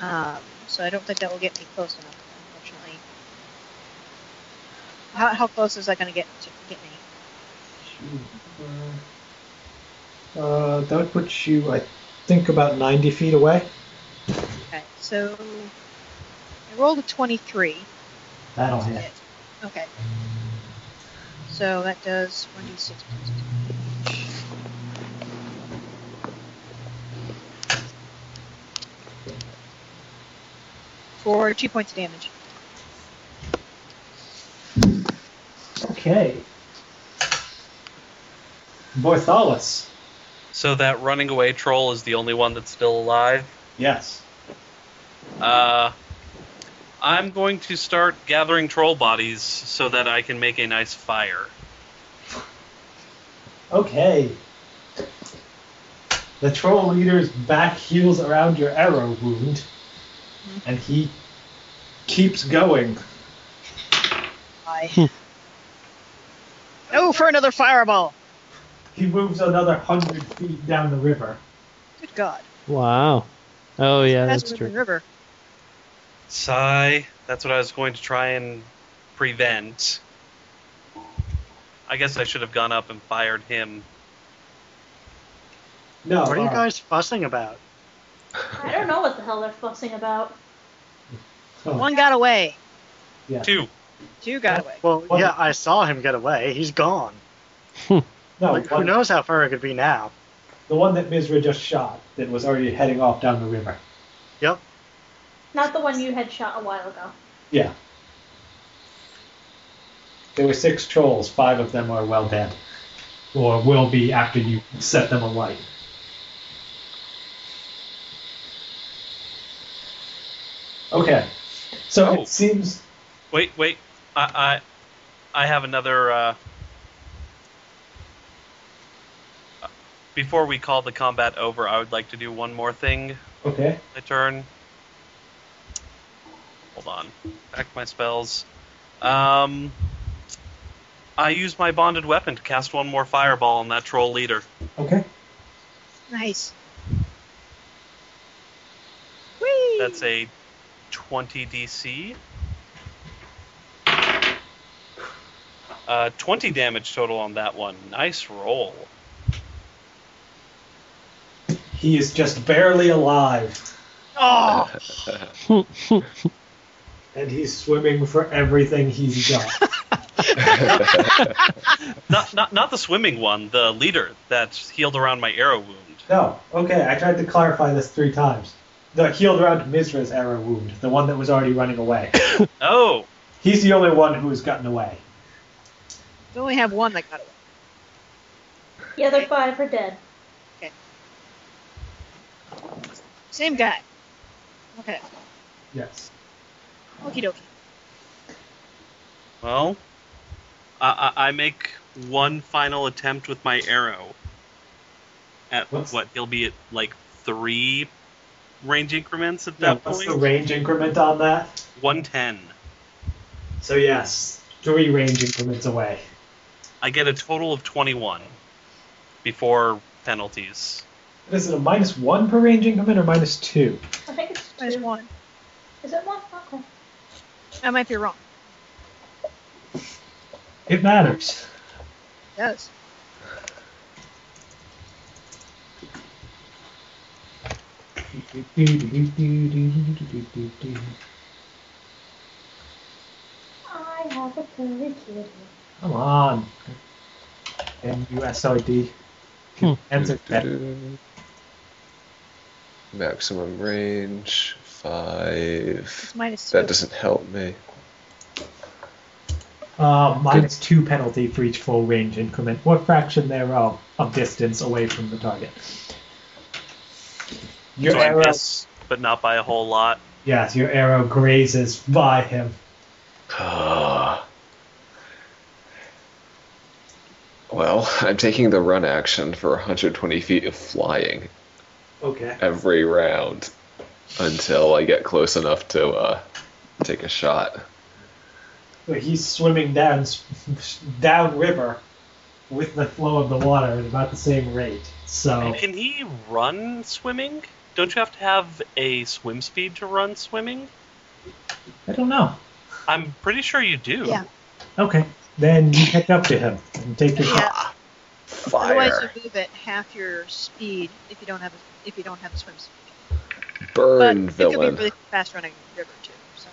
Um, so I don't think that will get me close enough, unfortunately. How, how close is that going to get to get me?
Uh, that would put you, I think, about 90 feet away.
Okay, so I rolled a 23.
That'll hit.
Okay. So that does 1d6 plus 2. For two points of damage.
Okay. Borthalis.
So that running away troll is the only one that's still alive.
Yes.
Uh, I'm going to start gathering troll bodies so that I can make a nice fire.
Okay. The troll leader's back heals around your arrow wound, and he keeps going.
Hmm.
I. oh, for another fireball!
He moves another 100 feet down the river.
Good God.
Wow. Oh, yeah,
That's,
that's
the
true.
river.
Sigh. That's what I was going to try and prevent. I guess I should have gone up and fired him.
No. uh,
What are you
alright.
guys fussing about?
I don't know what the hell they're fussing about.
Oh,
One got away.
yeah.
Two.
Two got away.
Well,
What-
yeah, I saw him get away. He's gone.
No,
like, who
one-
knows how far it could be now?
the one that Mizra just shot that was already heading off down the river.
Yep.
Not the one you had shot a while ago.
Yeah. There were six trolls. Five of them are well dead, or will be after you set them alight. Okay. So
Oh.
it seems.
Wait, wait. I, I, I have another. Uh... Before we call the combat over, I would like to do one more thing.
Okay.
My turn. Hold on. Back my spells. Um, I use my bonded weapon to cast one more fireball on that troll leader.
Okay.
Nice. Whee!
That's a 20 DC. Uh, 20 damage total on that one. Nice roll.
He is just barely alive,
Oh,
and he's swimming for everything he's (laughs) got.
(laughs)
(laughs)
Not, not, not the swimming one, the leader that's healed around my arrow wound.
no. Okay. I tried to clarify this three times. The healed around Mizra's arrow wound, the one that was already running away. (coughs)
Oh,
He's the only one who has gotten away.
We only have one that got away.
The other five are dead.
Same guy. Okay.
Yes.
Okie dokie.
well, I, I, I make one final attempt with my arrow. At
What's-
what? He'll be at like three range increments at
Yeah,
that
what's
point?
the range increment on that?
110.
So yes, three range increments away.
I get a total of 21 before penalties.
Is it a minus one per range increment or minus two?
I think it's
Minus
two.
one.
Is it one? Okay.
I might be wrong.
It matters.
Yes.
I have a curly kitty.
Come on. MUSID.
Hmm.
Ends at that.
Maximum range
It's
five.
minus two.
That doesn't help me.
Uh, minus two penalty for each full range increment or fraction thereof of distance away from the target. Your
so I
arrow,
miss, but not by a whole lot.
yes, your arrow grazes by him.
Ah. well, I'm taking the run action for 120 feet of flying
Okay.
every round until I get close enough to uh, take a shot.
But he's swimming down down river with the flow of the water at about the same rate. So
And can he run swimming? Don't you have to have a swim speed to run swimming?
I don't know.
I'm pretty sure you do.
Yeah.
Okay, then you catch up to him and take your
Yeah. Otherwise,
Fire.
you move at half your speed if you don't have a, if you don't have a swim speed.
Burn,
but it could
villain.
be really fast running river too. So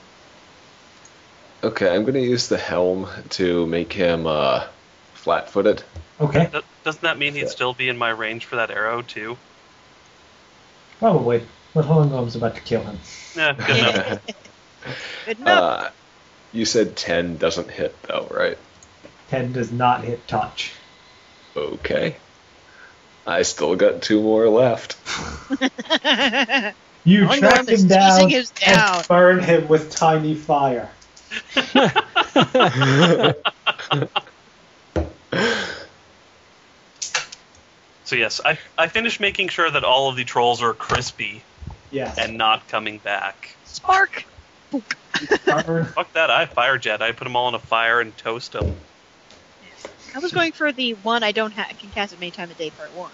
Okay, I'm going to use the helm to make him uh, flat footed.
Okay,
Do- Doesn't that mean he'd
Yeah.
still be in my range for that arrow too?
probably. But Holingom's about to kill him.
Yeah, Eh, good enough.
(laughs)
good enough.
Uh, you said 10 doesn't hit, though, right?
Ted does not hit touch.
Okay. I still got two more left. (laughs) Uh.
You
One
track
is
him down
using his down.
and burn him with tiny fire.
So yes, I I finished making sure that all of the trolls are crispy
Yes.
and not coming back.
(laughs) Spark.
burn.
Fuck that! I fire jet. I put them all in a fire and toast them.
(laughs) I was going for the one I don't ha- I can cast it many times a day part one.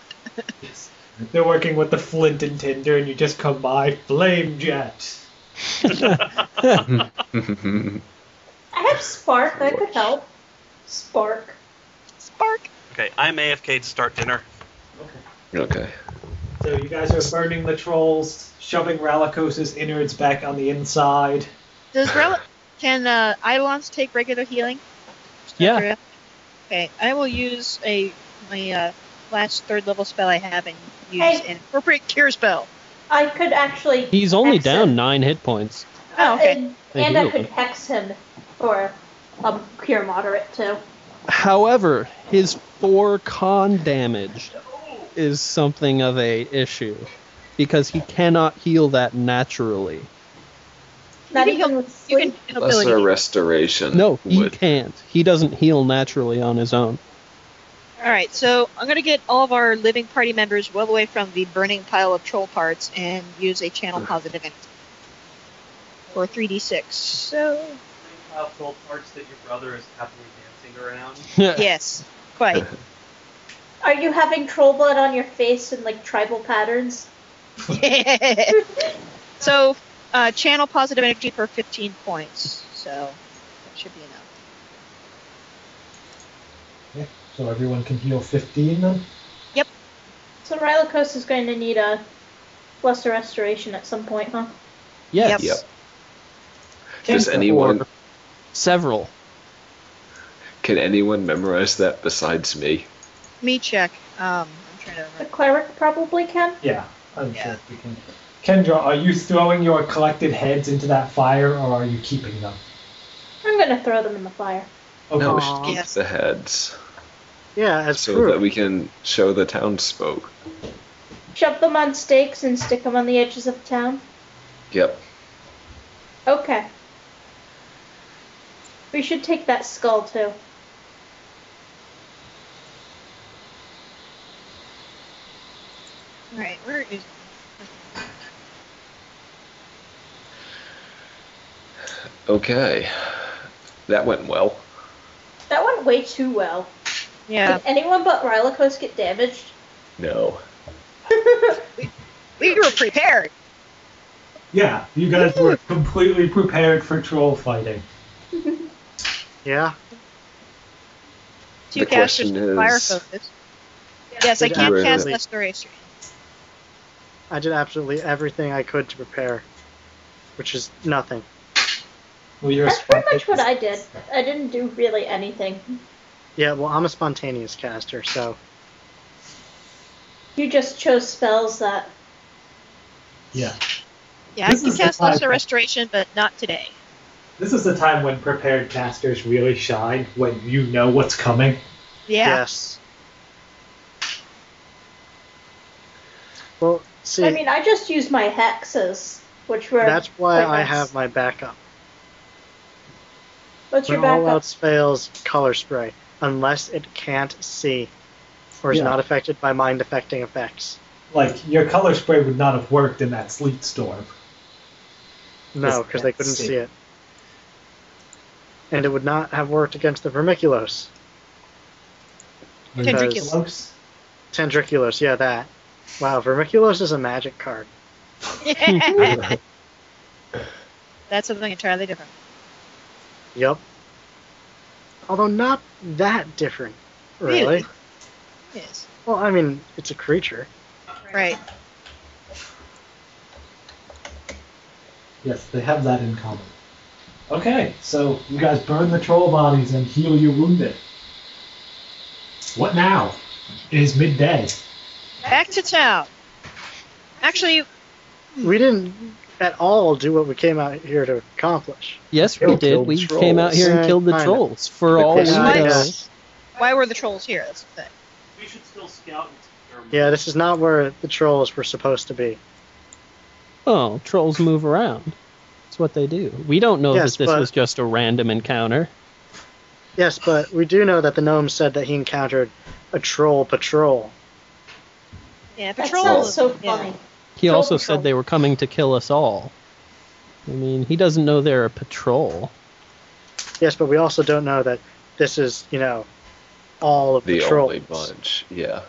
They're working with the flint and tinder, and you just come by flame jet.
I have Spark. That could help. Spark.
Spark.
(laughs) Okay, I'm AFK to start dinner.
okay.
So you guys are burning the trolls, shoving Ralikos's innards back on the inside.
Does rel- can uh, Eidolons take regular healing?
Yeah.
Okay, I will use a my uh, last third level spell I have and use
Hey.
an appropriate cure spell.
I could actually.
(laughs) He's only
hex
down
him.
nine hit points.
Oh, okay.
And,
Thank
and I
you.
could hex him for a pure moderate too.
However, his four con damage is something of a issue because he cannot heal that naturally.
Not
can
even with
You can
sleep.
an ability.
Lesser restoration.
No, he
would.
can't. He doesn't heal naturally on his own. (laughs)
All right, so I'm gonna get all of our living party members well away from the burning pile of troll parts and use a channel positive energy for 3d6. So
Household parts that your brother is happily dancing around.
yes, quite. (laughs)
Are you having troll blood on your face in like tribal (laughs) patterns?
so uh, channel positive energy for 15 points. So that should be enough.
So everyone can heal 15 then?
So Rylikos is going to need a lesser restoration at some point, huh?
Yes.
Yep.
Does anyone
Or Several.
can anyone memorize that besides me?
Me check. Um, I'm trying to
The
remember.
cleric probably can.
Yeah, I'm
Yeah.
sure we can. Kendra, are you throwing your collected heads into that fire or are you keeping them?
I'm going to throw them in the fire.
Oh,
Okay.
No, we should keep
Yes.
the heads
Yeah, as
so
proof.
that we can show the townsfolk.
Shove them on stakes and stick them on the edges of town.
Yep.
Okay. We should take that skull too.
All right, where is?
Okay. That went well.
That went way too well.
Yeah.
Did anyone but Rylakos get damaged?
No.
We were prepared.
Yeah, you guys were completely prepared for troll fighting.
Yeah.
Two
The
casters
question
with fire
is-
focus. Yes, I
Did
can't
everybody-
cast Restoration.
I did absolutely everything I could to prepare, which is nothing.
Well, you're a
That's pretty much
spontaneous-
what I did. I didn't do really anything.
Yeah, well, I'm a spontaneous caster, so
You just chose spells that.
Yeah.
Yeah,
This
I can
is the
cast
time-
Lesser Restoration, but not today.
This is the time when prepared casters really shine, when you know what's coming.
Yeah.
yes. Well, see,
I mean, I just used my hexes, which were.
that's why
quite
I
nice.
have my backup.
What's your
when all
backup?
else fails, color spray, unless it can't see or is
Yeah.
not affected by mind affecting effects.
Like, your color spray would not have worked in that sleet storm.
No,
Yes,
because they
can't
couldn't
see.
see. it. And it would not have worked against the vermiculos.
Tendriculus.
Close.
Tendriculos, yeah, that. Wow, vermiculos is a magic card.
(laughs) That's something entirely different.
Yep. Although not that different, really.
Really? Yes.
Well, I mean, it's a creature.
Right.
Yes, they have that in common. Okay, so you guys burn the troll bodies and heal your wounded. What now? It is midday.
Back to town. Actually,
We didn't at all do what we came out here to accomplish.
Yes, we
Kill-
did.
kill
We
the
came out here and
trolls.
killed the
Kinda.
trolls for
The
all we
question
Yeah,
is-
know.
yeah.
why were the trolls here? That's the thing.
We should still scout. and-
Yeah, this is not where the trolls were supposed to be.
Oh, trolls move around. That's what they do. We don't know
Yes,
that this
but-
was just a random encounter.
Yes, but we do know that the gnome said that he encountered a troll patrol.
Yeah,
That
patrol.
sounds so
yeah.
funny.
He
Troll
also
patrol.
said they were coming to kill us all. I mean, he doesn't know they're a patrol.
Yes, but we also don't know that this is, you know, all of the,
The
trolls.
only bunch. Yeah.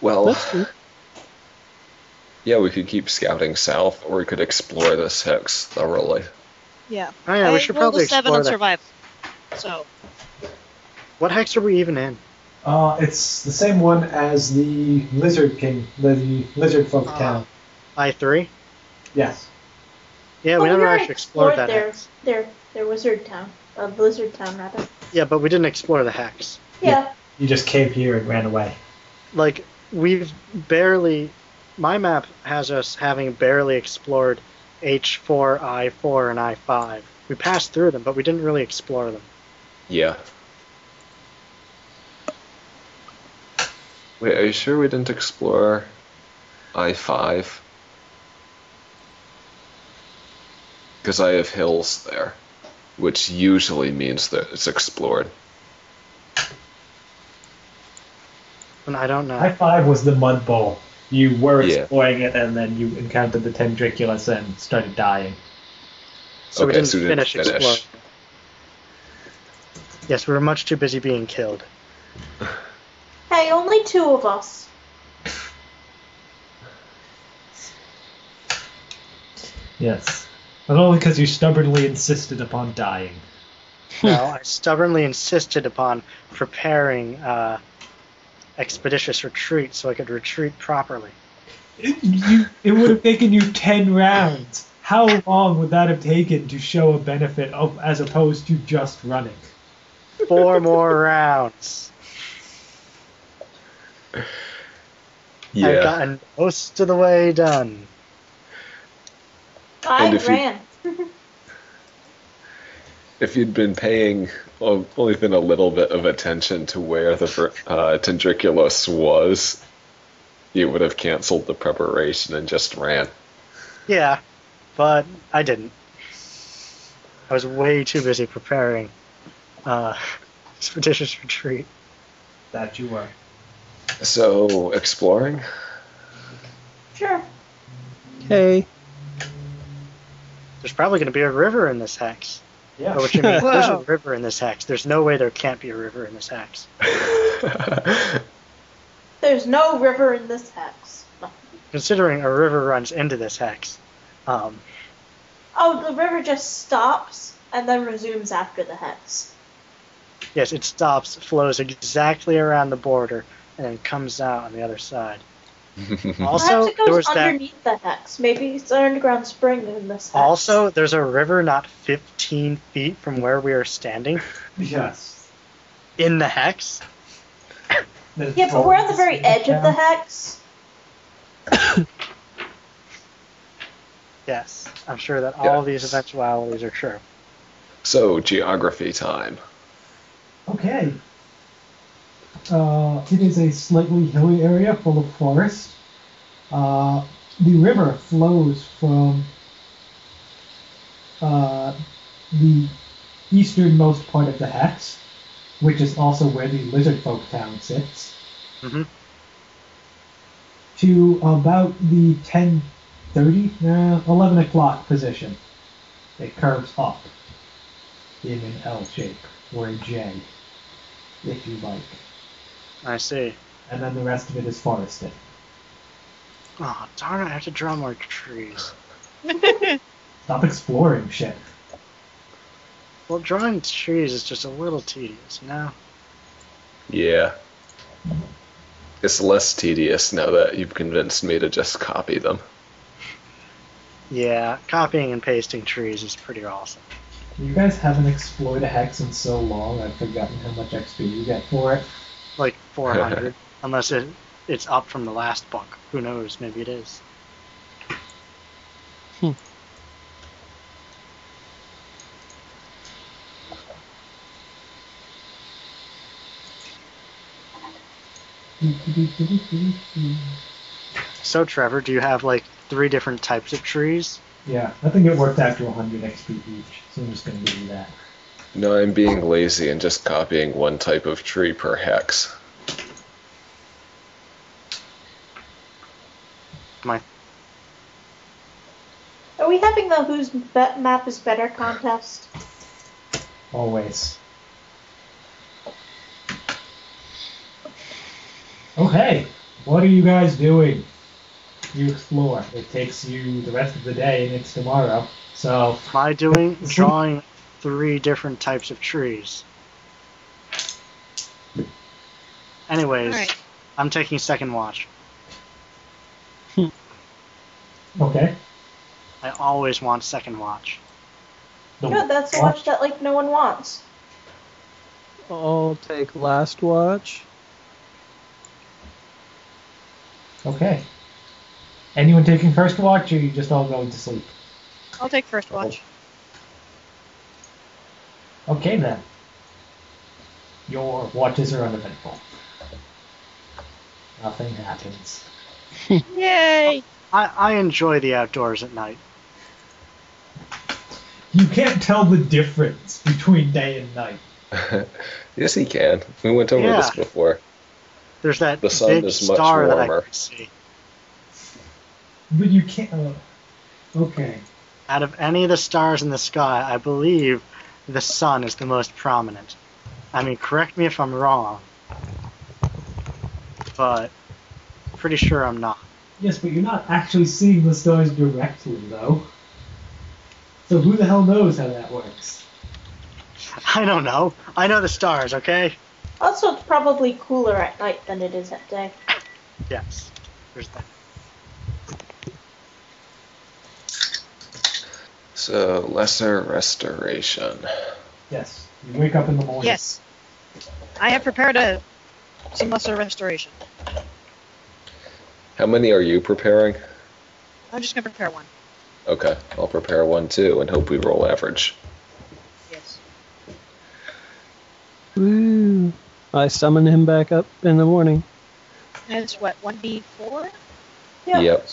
Well.
That's true.
(laughs) Yeah, we could keep scouting south, or we could explore this hex thoroughly.
Yeah.
Oh yeah,
I
we should
rolled
probably
a seven
explore
on
that.
survival. So
What hex are we even in?
Uh, it's the same one as the lizard king, the, the lizard folk
Ah.
town.
I three.
Yes.
Yeah, we
Oh,
Well,
never
already
actually explored, that
their,
hex.
Oh, their their wizard town, uh, lizard town rather.
Yeah, but we didn't explore the hex.
Yeah.
You just came here and ran away.
Like we've barely. My map has us having barely explored H four, I four, and I five. We passed through them, but we didn't really explore them.
Yeah. Wait, are you sure we didn't explore I 5? Because I have hills there, which usually means that it's explored.
And I don't know.
High five was the mud bowl. You were
Yeah.
exploring it, and then you encountered the tendriculus and started dying.
so we
okay,
didn't
so we didn't
finish,
finish.
exploring. Yes, we were much too busy being killed.
Hey, only two of us.
Yes. But only because you stubbornly insisted upon dying.
no, I stubbornly insisted upon preparing uh, expeditious retreat so I could retreat properly.
It, you, it would have taken you 10 rounds. How long would that have taken to show a benefit of, as opposed to just running?
Four more rounds. I've
Yeah.
gotten most of the way done.
I
And if you-
ran.
If you'd been paying o- only been a little bit of attention to where the ver- uh, Tendriculus was, you would have canceled the preparation and just ran.
Yeah, but I didn't. I was way too busy preparing uh, (laughs) expeditious retreat.
That you were.
So, exploring? (laughs)
Sure.
Okay.
There's probably going to be a river in this hex.
Yeah.
But what you mean, there's a
Whoa.
river in this hex. There's no way there can't be a river in this hex.
There's no river in this hex.
Considering a river runs into this hex. Um,
Oh, the river just stops and then resumes after the hex.
yes, it stops, flows exactly around the border, and then comes out on the other side.
Mm-hmm.
Perhaps
Also,
it
there
goes
was that
underneath the hex. Maybe it's an underground spring in this hex.
Also, there's a river not 15 feet from where we are standing
Yes.
in the hex.
Yeah, but we're at the very edge of the hex.
Yes, I'm sure that all of these
Yes.
eventualities are true.
so geography time.
(laughs) Okay. Uh, it is a slightly hilly area full of forest. Uh, the river flows from uh, the easternmost part of the hex, which is also where the lizard folk town sits,
Mhm.
to about the 10.30, uh, 11 o'clock position. It curves up in an L shape or a J, if you like.
I see.
And then the rest of it is forested.
Oh, darn it, I have to draw more trees.
Stop exploring shit.
Well, drawing trees is just a little tedious, you know?
Yeah. It's less tedious now that you've convinced me to just copy them.
Yeah, copying and pasting trees is pretty awesome.
You guys haven't explored a hex in so long, I've forgotten how much XP you get for it.
Like 400, unless it it's up from the last book. Who knows? Maybe it is. So, Trevor, do you have like three different types of trees?
Yeah, I think it worked out to 100 XP each, so I'm just going to give you that.
No, I'm being lazy and just copying one type of tree per hex. (laughs)
Are we having the whose be- map is better contest?
Always. Okay, what are you guys doing? You explore. It takes you the rest of the day, and it's tomorrow. So,
Am I doing
Mhm.
drawing three different types of trees? Anyways,
Alright.
I'm taking second watch.
okay.
I always want second watch.
The
No, that's the watch that like no one wants.
I'll take last watch.
Okay. Anyone taking first watch, or you just all going to sleep?
I'll take first watch.
Okay then. Your watches are uneventful. Nothing happens.
Yay!
I, I enjoy the outdoors at night.
You can't tell the difference between day and night.
Yes, he can. We went over this
Yeah.
before.
There's that
The sun
big
is much
star that I
warmer.
can see.
But you can't. Uh, okay.
Out of any of the stars in the sky, I believe the sun is the most prominent. I mean, correct me if I'm wrong, but pretty sure I'm not. (laughs)
Yes, but you're not actually seeing the stars directly, though. So who the hell knows how that works?
I don't know. I know the stars, okay?
Also, it's probably cooler at night than it is at day.
Yes. There's that.
So, lesser restoration.
Yes. You wake up in the morning.
Yes. I have prepared a some lesser restoration.
How many are you preparing?
I'm just gonna prepare one.
Okay, I'll prepare one too and hope we roll average.
Yes.
Woo. I summon him back up in the morning.
And it's what, one D four?
Yeah.
Yep.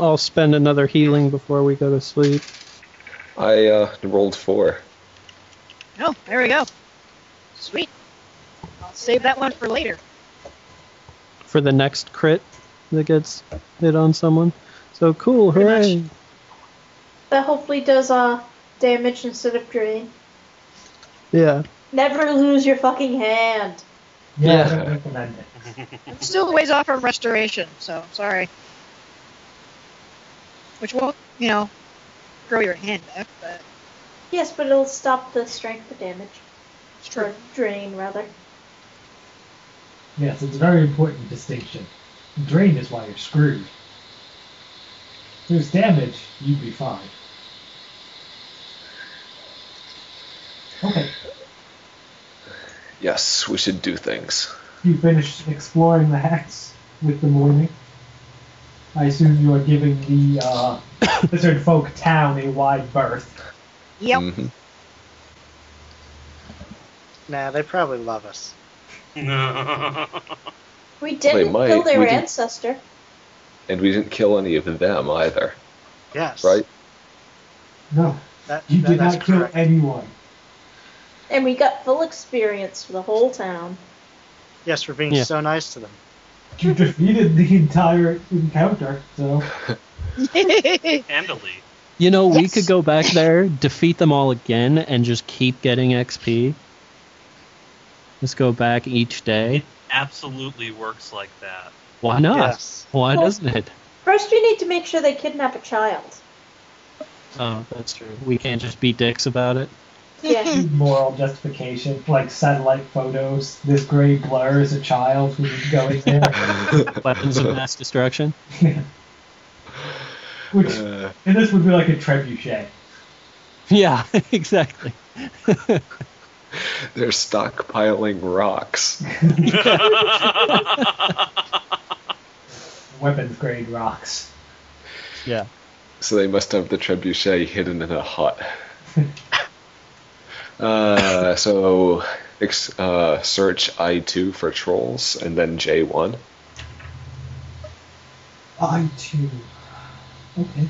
I'll spend another healing before we go to sleep.
I uh, rolled four.
No, there we go. Sweet. I'll save that one for later.
for the next crit that gets hit on someone. So cool,
Pretty
hooray!
That hopefully does uh damage instead of drain.
Yeah.
Never lose your fucking hand.
Yeah,
Yeah.
I don't recommend it.
I'm still a ways off from restoration, so sorry. Which won't, you know, grow your hand back, but
Yes, but it'll stop the strength of damage.
it's
Or
true.
drain, rather.
Yes, it's a very important distinction. Drain is why you're screwed. If there's damage, you'd be fine. Okay,
Yes, we should do things.
you finished exploring the hacks with the morning. I assume you are giving the uh, (coughs) lizard folk town a wide berth.
Yep.
Mhm.
Nah, they probably love us. (laughs)
We didn't
might.
kill their
We didn't-
ancestor.
And we didn't kill any of them either,
Yes.
right?
No,
That,
you
that-
did
that's
not kill
correct.
anyone.
And we got full experience for the whole town.
Yes, for being
Yeah.
so nice to them.
You (laughs) defeated the entire encounter, so (laughs)
Hmm.
Handily.
You know, we
Yes.
could go back there, defeat them all again, and just keep getting XP. Just go back each day.
Absolutely works like
(laughs)
that.
Why not?
Yes.
Why
Well-
doesn't it?
First, you need to make sure they kidnap a child.
Oh, that's true. We can't just be dicks about (laughs) it.
(laughs)
Yeah.
moral justification, like satellite photos. This gray blur is a child who was
(laughs)
going there.
(laughs) Weapons of mass destruction.
(laughs) Which,
(laughs) Uh,
and this would be like a trebuchet.
Yeah, (laughs) exactly.
they're stockpiling rocks.
Weapons grade rocks.
Yeah.
So they must have the trebuchet hidden in a hut. (laughs) uh, so ex- uh, search I2 for trolls and then J1.
I too. Okay.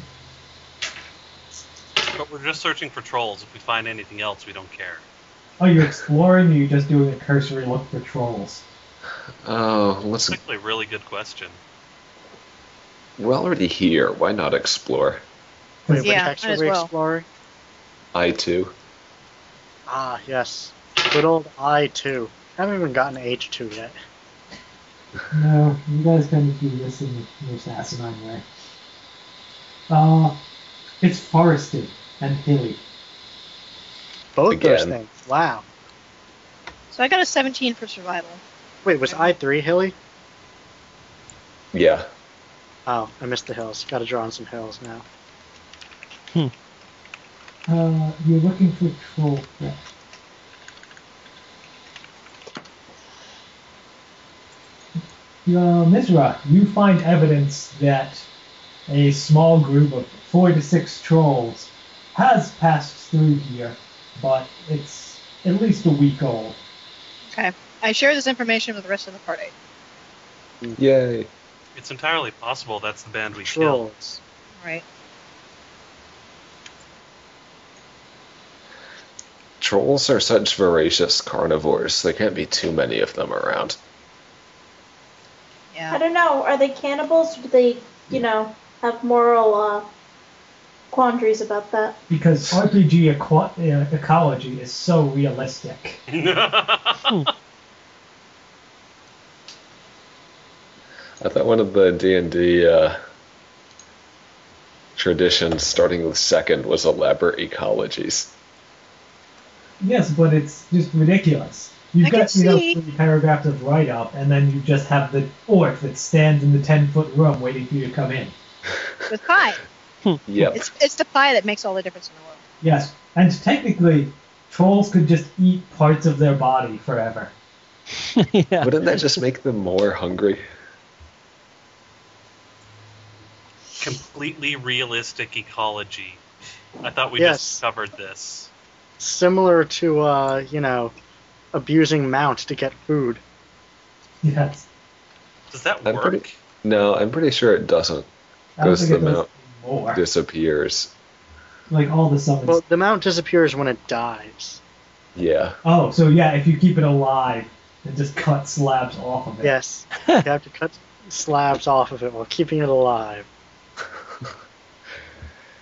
but we're just searching for trolls. If we find anything else, we don't care.
Oh, you're exploring, or you're just doing a cursory look for trolls?
Oh, let's.
It's actually a really good question.
We're already here. Why not explore
Wait, which
Yeah,
action
might as
were we
well.
exploring?
I2?
Ah, yes. Good old I two. Haven't even gotten H two yet.
No, you guys kind of do this in the most asinine way. Uh, it's forested and hilly.
Both those
Again.
things. Wow.
(laughs) so I got a 17 for survival.
Wait, was I three hilly?
Yeah.
Oh, I missed the hills. Got to draw on some hills now.
Uh, you're looking for troll threat. Uh, Mizra, you find evidence that a small group of four to six trolls has passed through here, but it's at least a week old.
Okay. I share this information with the rest of the party.
Yay.
It's entirely possible that's the band we killed.
Trolls.
All right.
Trolls are such voracious carnivores. There can't be too many of them around.
I
Yeah.
don't know. Are they cannibals? Or do they, you know, have moral uh, quandaries about that?
Because RPG equa- uh, ecology is so realistic.
I thought one of the D and D uh, traditions, starting with second, was elaborate ecologies.
Yes, but it's just ridiculous. You've
I
got
can
you know
see.
three paragraphs of write up, and then you just have the orc that stands in the ten foot room waiting for you to come in.
With pie.
Yep.
It's, it's the pie that makes all the difference in the world.
Yes, and technically, trolls could just eat parts of their body forever. (laughs)
(laughs)
yeah.
Wouldn't that just make them more hungry?
(laughs) Completely realistic ecology. I thought we
Yes.
just covered this.
Similar to uh, you know, abusing mount to get food.
Yes,
Does that
I'm
work?
pretty- No, I'm pretty sure it doesn't.
I don't
Goes
think
to
it
the
does
mount.
anymore.
Disappears.
Like all the summons.
Well, the mount disappears when it dies.
Yeah.
oh, so yeah, if you keep it alive, it just cut slabs off of it.
Yes, you have to cut slabs off of it while keeping it alive.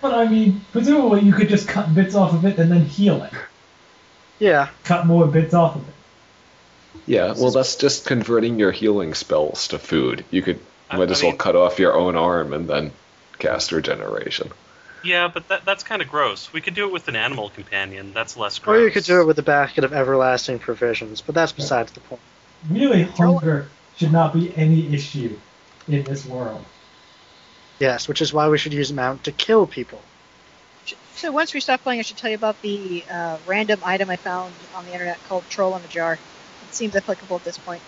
But I mean, presumably you could just cut bits off of it and then heal it.
Yeah.
Cut more bits off of it.
Yeah, well, that's just converting your healing spells to food. You could
I-
might
I
as well
mean-
cut off your own arm and then cast regeneration.
Yeah, but that, that's kind of gross. We could do it with an animal companion. That's less gross.
Or you could
(laughs)
do it with a basket of everlasting provisions, but that's besides the point.
Really,
Throw it.
hunger should not be any issue in this world.
Yes, which is why we should use Mount to kill people.
So once we stop playing, I should tell you about the uh, random item I found on the internet called Troll in a Jar. It seems applicable at this point.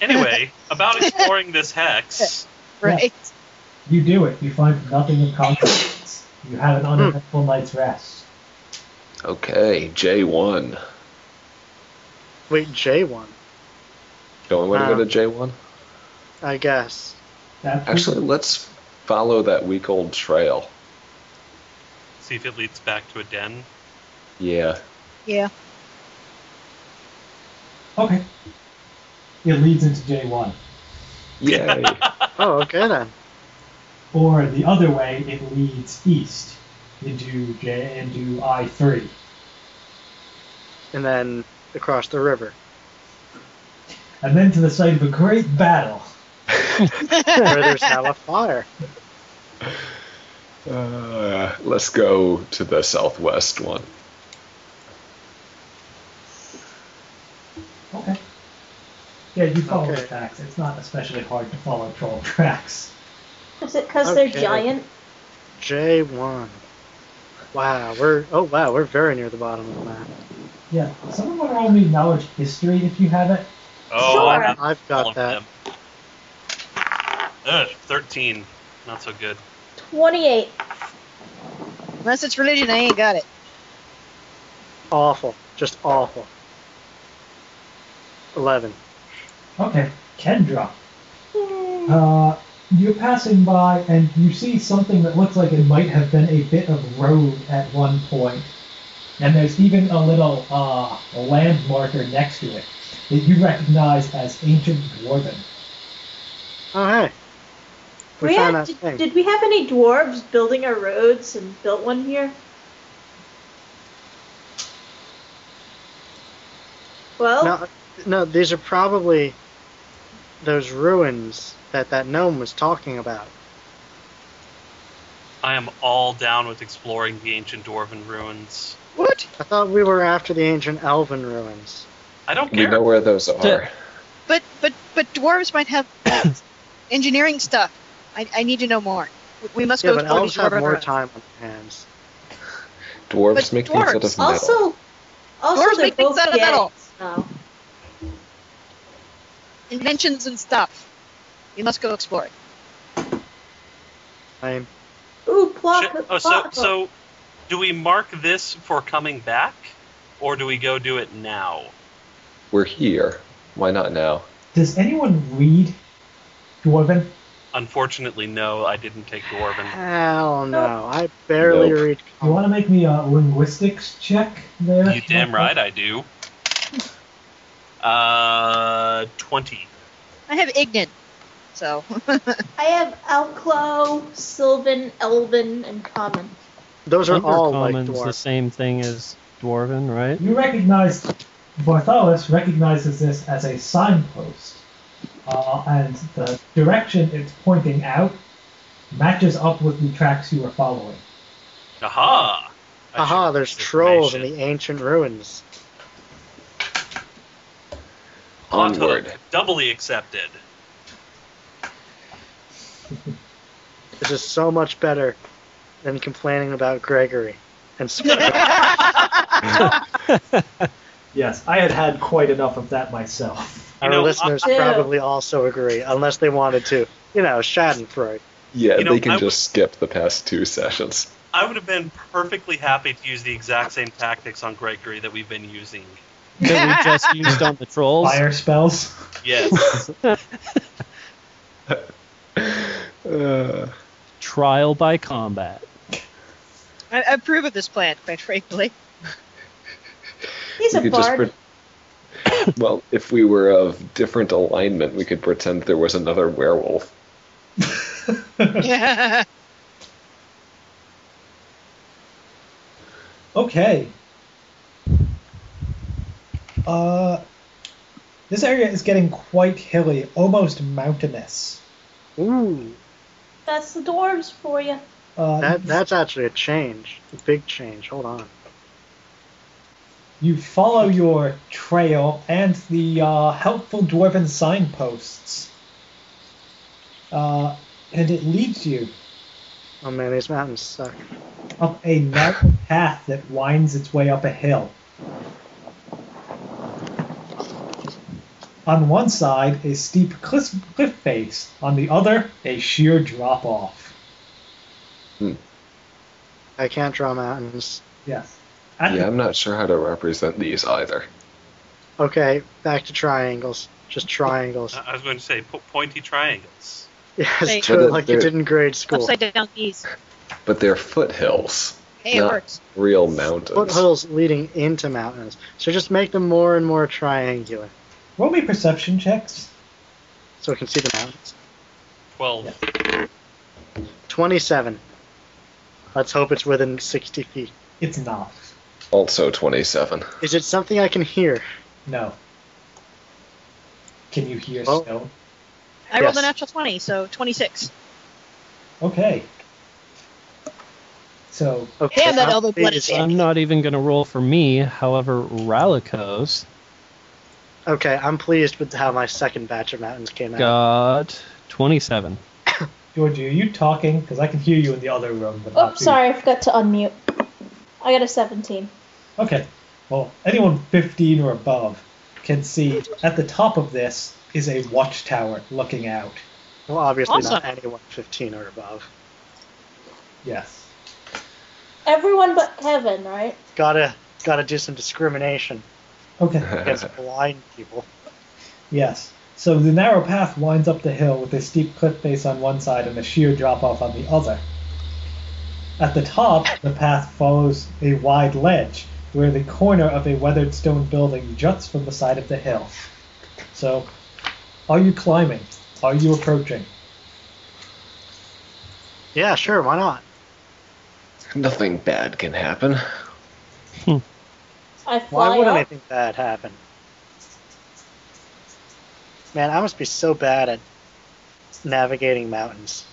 Anyway,
(laughs)
about exploring this hex.
Right.
You do it. You find nothing of consequence. You have
Hmm.
an uneventful night's rest.
Okay, J1.
Wait, J1,
Don't want to
Wow.
go to J1?
I guess.
That
Actually, let's follow that week old trail.
See if it leads back to a den. (laughs)
Yeah.
(laughs)
Yeah.
okay. It leads into J one,
Yay.
Oh,
(laughs)
okay then.
or the other way, it leads east into J into I three.
And then across the river.
(laughs)
and then to the site of a great battle.
Where there's now a fire.
(laughs) uh, let's go to the southwest one.
Okay. Yeah, you follow the
Okay.
tracks. It's not especially hard to follow troll tracks.
Is it because
Okay.
they're giant?
J1. Wow, we're oh wow, we're very near the bottom of the map.
Yeah. Someone want to roll me knowledge history if you have it.
Oh, I
Sure.
have
I've
all
got
of
that.
them. Ugh, 13. Not so good.
28.
(laughs) Unless it's religion, I ain't got it.
Awful, just awful. Eleven.
Okay. Kendra. Uh, you're passing by and you see something that looks like it might have been a bit of road at one point, and there's even a little uh, landmarker next to it that you recognize as ancient dwarven.
Oh hey. We
We
found
had-
that thing.
did, did we have any dwarves building our roads and built one here? Well,
No, no, these are probably those ruins that that gnome was talking about.
I am all down with exploring the ancient dwarven ruins.
What?
I thought we were after the ancient elven ruins.
I don't
We
care.
know where those are.
But but but dwarves might have (coughs) engineering stuff. I, I need to know more. We- We must
yeah,
go
but
explore
elves
these
have
urban
more
ruins.
time on their hands.
Dwarves
But
make things out of
dwarves
metal.
also, also
Dwarves
they're
make things
both
out of metal.
giants now.
Inventions and stuff. We must go explore. it.
Time.
Ooh, plot.
Shit. Oh, so,
plot hook.
so, do we mark this for coming back, or do we go do it now?
We're here. Why not now?
Does anyone read dwarven?
Unfortunately, no, I didn't take Dwarven.
Hell no, I barely
Nope.
read.
You want to make me a linguistics check there?
Oh. You damn right I do. Uh, 20.
I have Ignan. So
(laughs)
I have Alclo, Sylvan, Elven, and Common.
Those are
Thunder
all like
Common's the
dwarves.
same thing as Dwarven,
(laughs)
right?
You recognize, Bartholus recognizes this as a signpost, uh, and the direction it's pointing out matches up with the tracks you were following.
Aha! I
Aha,
should-
there's
this
trolls in
information.
the ancient ruins.
Hot hook,
Onward.
Doubly accepted.
This is so much better than complaining about Gregory. And
Yes, I had had quite enough of that myself.
our
know,
listeners
I-
probably also agree, unless they wanted to. You know, Schadenfreude.
Yeah,
You know,
they can
I w-
just skip the past two sessions.
I would have been perfectly happy to use the exact same tactics on Gregory that we've been using.
That we just used on the trolls.
(laughs) Fire spells.
(laughs)
Yes.
Uh,
Trial by combat.
(laughs) I, I approve of this plan, quite frankly. (laughs)
He's
we
a
could just
bard.
pre- well, if we were of different alignment, we could pretend there was another werewolf.
Where
Okay.
Uh,
This area is getting quite hilly, almost mountainous.
Ooh,
That's the dwarves for you.
Uh,
that that's actually a change, a big change. Hold on.
You follow your trail and the uh, helpful dwarven signposts, uh, and it leads you
Oh man, these mountains suck.
up a narrow path that winds its way up a hill. On one side, a steep cliff, cliff face. On the other, a sheer drop off.
I can't draw mountains.
Yes. Ah, At the
Yeah, I'm not sure how to represent these either.
Okay, back to triangles. Just triangles.
I I was going to say po- pointy triangles.
Yes,
Wait.
do it like you
They're-
did in grade school.
Upside down knees.
But they're foothills,
Hey, it
Nah.
works.
real mountains.
Foothills leading into mountains. So just make them more and more triangular,
Roll me perception checks.
so we can see the mountains.
Twelve.
Twenty-seven. Let's hope it's within sixty feet.
It's not.
Also 27.
Is it something I can hear?
No. Can you hear
Well-
stone?
I rolled a
Yes.
natural 20, so 26.
Okay. So
Okay,
Damn, that
how
elbow
big
blood
is-
is in.
I'm not even going to roll for me. However, Ralikos
Okay, I'm pleased with how my second batch of mountains came out.
got 27.
Georgie, are you talking? Because I can hear you in the other room. But
Oh,
not you.
sorry, I forgot to unmute. I got a 17.
Okay. Well, anyone 15 or above can see at the top of this is a watchtower looking out.
Well, obviously not
Awesome.
anyone 15 or above.
Yes.
Everyone but Kevin, right?
Gotta gotta do some discrimination
Okay.
against blind people.
Yes. So the narrow path winds up the hill with a steep cliff face on one side and a sheer drop off on the other. At the top, the path follows a wide ledge where the corner of a weathered stone building juts from the side of the hill. So, are you climbing? Are you approaching?
Yeah, sure, why not?
(laughs) Nothing bad can happen.
I
Why
fly
wouldn't
up.
anything bad happen? Man, I must be so bad at navigating mountains.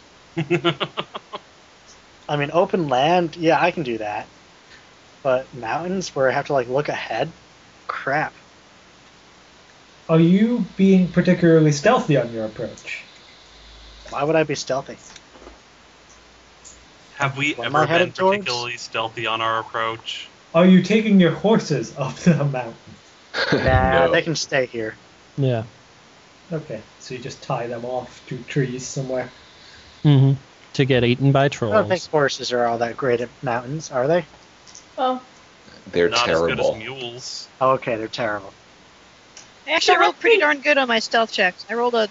I mean, open land, yeah, I can do that. But mountains where I have to like look ahead, crap.
Are you being particularly stealthy on your approach?
Why would I
(laughs)
be stealthy?
(laughs) Have we
What am I
ever been
headed towards?
particularly stealthy on our approach?
Are you taking your horses up the mountain?
(laughs)
Nah,
No.
they can stay here.
Yeah.
Okay, so you just tie them off to trees somewhere.
hmm To get eaten
I
by
Oh,
don't think
trolls.
horses are all that great at mountains, are they?
Oh,
They're
Not as good as
terrible.
mules.
Oh, okay, they're terrible.
Actually, I rolled pretty darn good on my stealth checks. I rolled a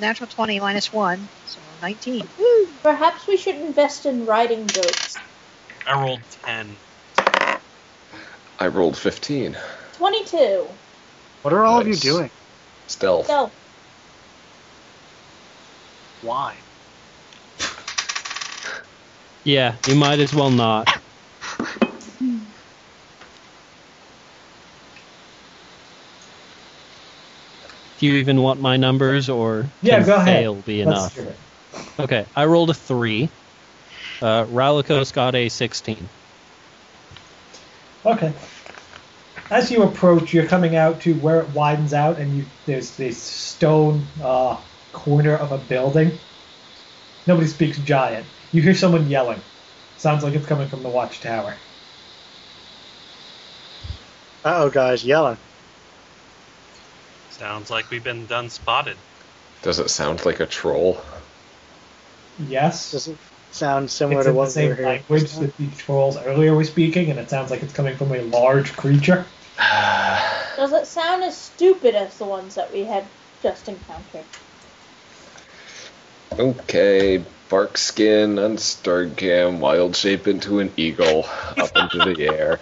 natural 20 minus 1, so 19. Woo!
perhaps we should invest in riding goats.
I rolled ten.
I rolled 15.
22.
What are all
Nice.
of you doing?
Stealth.
So,
Why?
Yeah, you might as well not. Do you even want my numbers or
Yeah,
can
go ahead.
fail be
Let's
enough?
do it.
Okay, I rolled a three. Uh, Ralikos got a 16.
Okay. As you approach, you're coming out to where it widens out, and you there's this stone uh, corner of a building. Nobody speaks giant. You hear someone yelling. Sounds like it's coming from the watchtower.
Uh oh, guys, yelling.
Sounds like we've been done spotted.
Does it sound like a troll? (sighs)
Yes.
Does it sound similar
it's
to
in the
what we
same
were hearing?
language that the trolls earlier were speaking, and it sounds like it's coming from a large creature.
does it sound as stupid as the ones that we had just encountered?
Okay, bark skin, unstarred cam, wild shape into an eagle, up into the air.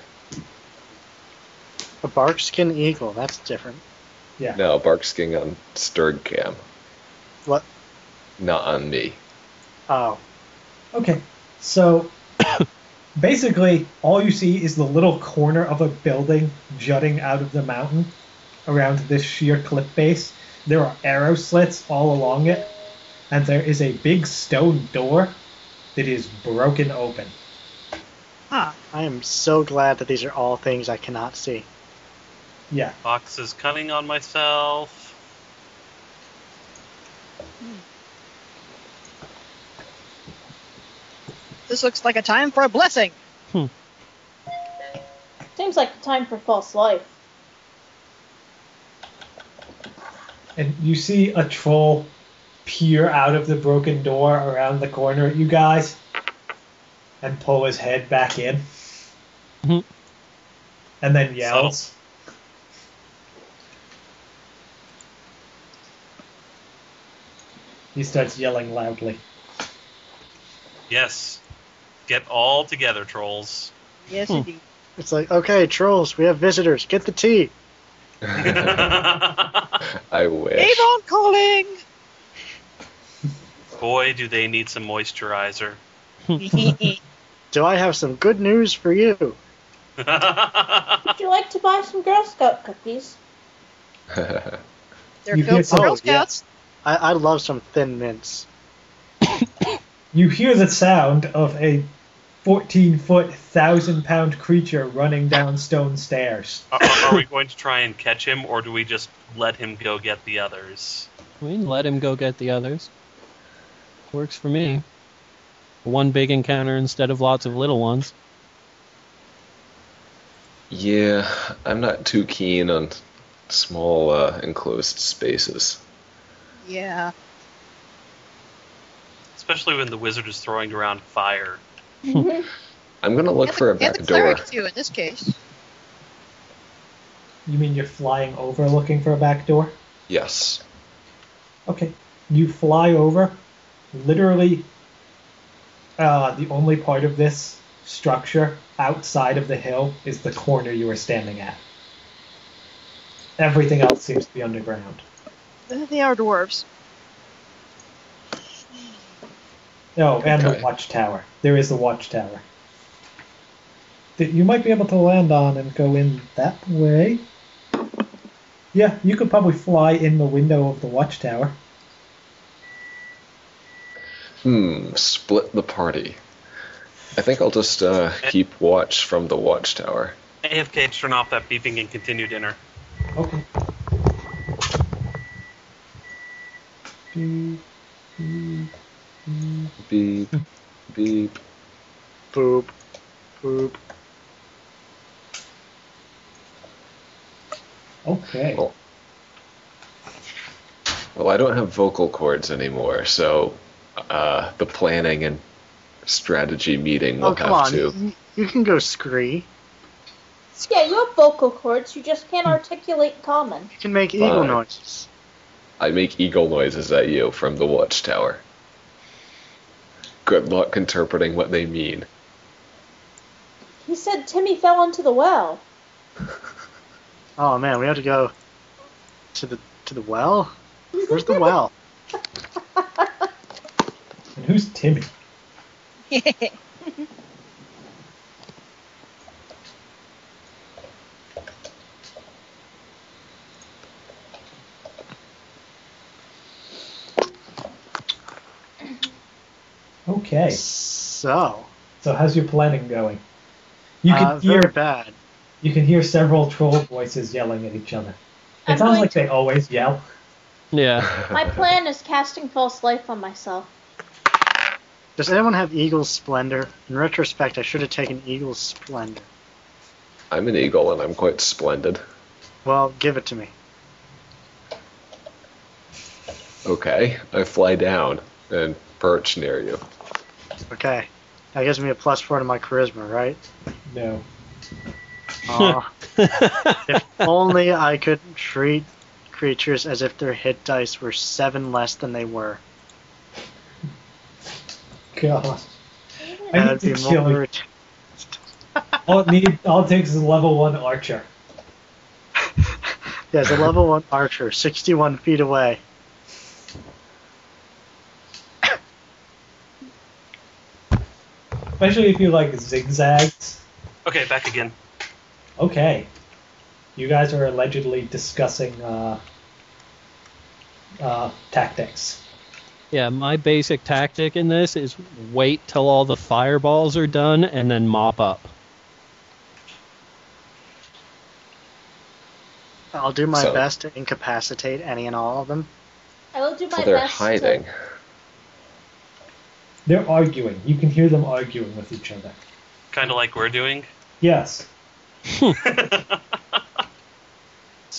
A barkskin eagle. That's different.
Yeah.
No, bark skin on stirred cam,
What?
not on me. (laughs)
Oh,
Okay, so (coughs) basically all you see is the little corner of a building jutting out of the mountain around this sheer cliff base. There are arrow slits all along it, and there is a big stone door that is broken open.
Huh.
I am so glad that these are all things I cannot see.
Yeah.
Fox is cunning on myself.
This looks like a time for a blessing.
Seems like the time for false life.
And you see a troll peer out of the broken door around the corner at you guys and pull his head back in.
Mhm.
And then yells. He starts yelling loudly.
Yes. Get all together, trolls. (laughs)
Yes,
Hmm.
indeed.
It's like, okay, trolls, we have visitors. Get the tea.
I wish.
Avon calling. (laughs)
Boy, do they need some moisturizer. (laughs)
Do I have some good news for you?
Would you like to buy some Girl
(laughs)
Scout cookies?
They're
You
Go-
get some-
Girl
oh,
Scouts.
I, I love some thin mints.
You hear the sound of a 14 foot, thousand pound creature running down stone stairs.
are, are we going to try and catch him, or do we just let him go get the others?
We can let him go get the others. Works for me. One big encounter instead of lots of little ones.
(laughs) yeah, I'm not too keen on small uh, enclosed spaces.
Yeah.
Especially when the wizard is throwing around fire.
I'm gonna look
and
for
the,
a
and
back
the
door.
cleric too. In this case, (laughs)
You mean you're flying over looking for a back door?
Yes.
Okay. You fly over. Literally, uh, the only part of this structure outside of the hill is the corner you were standing at. Everything else seems to be underground.
they are dwarves. (laughs)
Oh, and
Okay.
the watchtower. There is the watchtower. That you might be able to land on and go in that way. Yeah, you could probably fly in the window of the watchtower.
Hmm. Split the party. I think I'll just uh, keep watch from the watchtower.
AFK, turn off that beeping and continue dinner.
Okay. Do, do, do.
(laughs)
Beep, beep.
Boop. Boop.
Okay.
Cool. Well, I don't have vocal cords anymore, so uh, the planning and strategy meeting will
oh, come
have
on.
to.
You, you can go scree.
Yeah, you have vocal cords, you just can't articulate common.
You can make eagle
Fine.
noises.
I make eagle noises at you from the watchtower. Good luck interpreting what they mean.
He said Timmy fell into the well.
Oh man, we have to go to the to the well. Where's
(laughs)
the
(laughs)
well?
And who's Timmy? Okay.
So
So how's your planning going? You can
uh,
hear
very bad.
you can hear several troll voices yelling at each other. It
I'm
sounds
going
like
to-
they always yell.
Yeah.
My plan is casting false life on myself.
Does anyone have eagle splendor? In retrospect, I should have taken eagle splendor.
(laughs) I'm an eagle and I'm quite splendid.
Well, give it to me.
Okay, I fly down and perch near you.
Okay. That gives me a plus four to my charisma,
(laughs)
right?
No.
Aw.
(laughs)
if only I could treat creatures as if their hit dice were seven less than they were.
God. I need
That'd
to
be
kill
more.
you.
ret- (laughs)
All it need all it takes is a level one archer.
Yeah, it's a level one archer, sixty-one feet away.
especially if you like zigzags.
Okay, back again.
Okay. You guys are allegedly discussing uh, uh, tactics.
Yeah, my basic tactic in this is wait till all the fireballs are done and then mop up.
(laughs)
I'll do my
So-
best to incapacitate any and all of them.
I will do my
So they're
best. to-
hiding.
They're arguing. You can hear them arguing with each other.
Kind of like we're doing. (laughs)
Yes.
It's a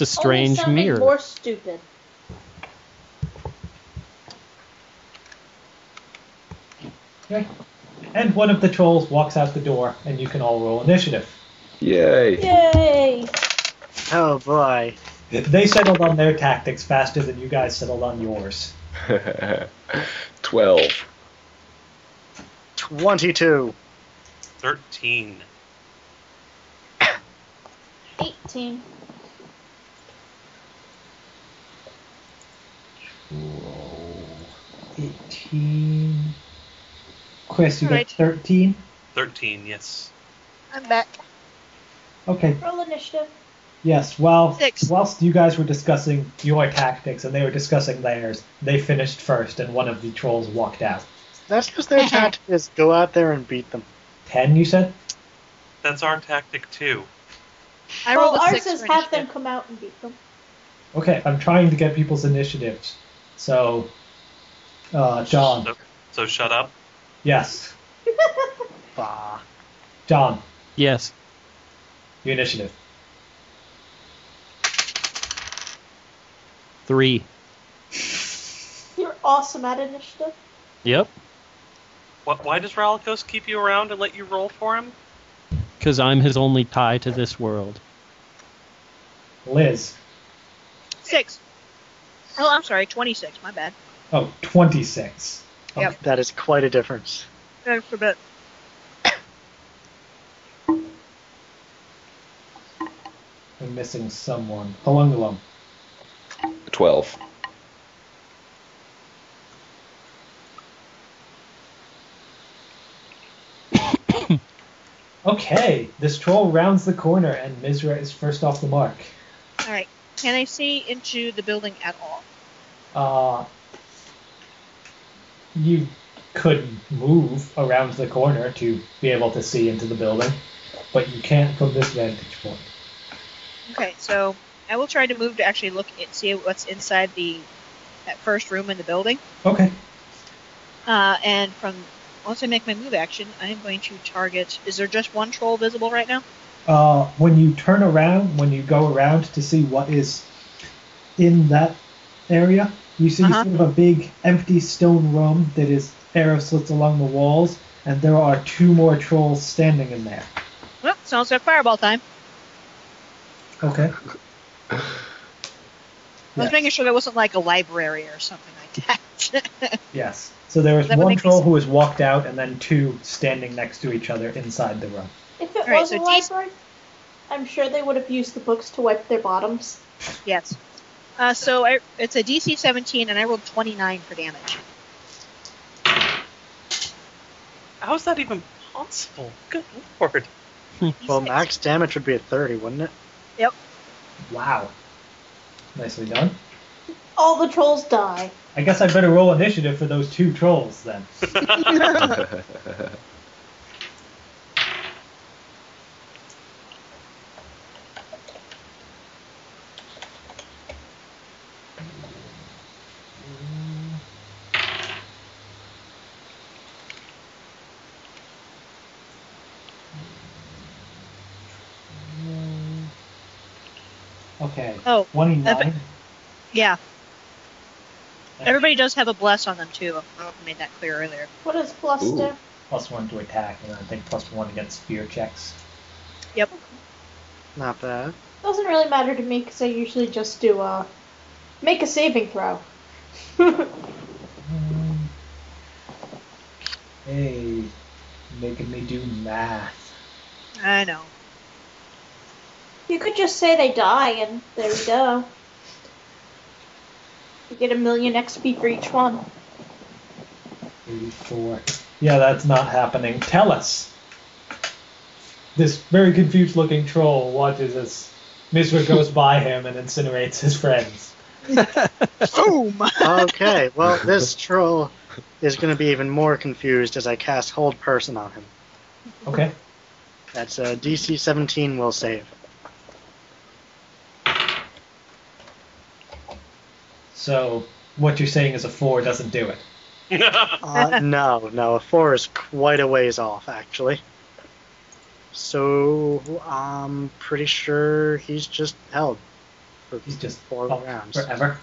Only
strange
something
mirror.
More stupid.
Okay. And one of the trolls walks out the door, and you can all roll initiative.
Yay! (laughs)
Yay!
Oh boy.
They settled on their tactics faster than you guys settled on yours.
Twelve.
22.
13.
Eighteen.
Roll.
18. Chris, you
Alright.
got 13?
13, yes.
I'm back.
Okay,
Roll initiative.
Yes, well,
Six.
whilst you guys were discussing your tactics and they were discussing theirs, they finished first and one of the trolls walked out.
That's
(laughs)
because their tactic is go out there and beat them.
Ten, you said?
That's our tactic, too.
I
well,
rolled a
ours
six.
is
for
have them
initiative.
come out and beat them. (laughs)
Okay, I'm trying to get people's initiatives. So, uh, John.
So, so shut up.
Yes,
Bah.
John,
Yes.
your initiative.
Three.
You're awesome at initiative.
Yep.
What, why does Ralikos keep you around and let you roll for him?
Because I'm his only tie to this world.
Liz.
Six. Oh, I'm sorry. 26. My bad.
Oh, 26.
Yep.
That is quite a difference.
I forgot.
I'm missing someone. Halungalum.
(laughs)
Twelve. (laughs)
Okay, this troll rounds the corner and Mizra is first off the mark.
All right. Can I see into the building at all?
Uh, you could move around the corner to be able to see into the building, but you can't from this vantage point.
Okay, so I will try to move to actually look and see what's inside the that first room in the building.
Okay.
Uh, and from once I make my move action, I am going to target. Is there just one troll visible right now?
Uh, when you turn around, when you go around to see what is in that area, you see
Uh-huh.
sort of a big empty stone room that is arrow slits along the walls, and there are two more trolls standing in there.
Well, sounds like fireball time.
Okay.
I was making sure there wasn't like a library or something like that. (laughs)
Yes. So there was
That would
one
make me
troll
sick.
who was walked out, and then two standing next to each other inside the room.
If it
Alright,
was
so
a
D-
library, I'm sure they would have used the books to wipe their bottoms.
yes. Uh, so I, it's a DC 17, and I rolled 29 for damage.
How is that even possible? Good (laughs) lord.
Well,
D6.
max damage would be at 30, wouldn't it?
Wow. Nicely done.
All the trolls die.
I guess I better roll initiative for those two trolls then.
(laughs) Oh,
Okay.
Oh,
29.
yeah. Everybody does have a bless on them too. I don't know if I made that clear earlier.
What does plus
Ooh.
do?
Plus one to attack, and I think plus one against spear checks.
Not bad.
Doesn't really matter to me because I usually just do uh, make a saving throw. (laughs)
Um, Hey, making me do math.
I know.
You could just say they die, and there we go. You get a million XP for each one.
84. Yeah, that's not happening. Tell us. This very confused looking troll watches as
(laughs)
Mizra goes by him and incinerates his friends.
Boom!
Okay, well, this troll is going to be even more confused as I cast Hold Person on him.
Okay.
That's uh, a DC 17 will save.
So what you're saying is a four doesn't do it.
Uh, no, no, a 4 is quite a ways off, actually. So I'm pretty sure he's just held for
He's just
four
up
rounds.
forever.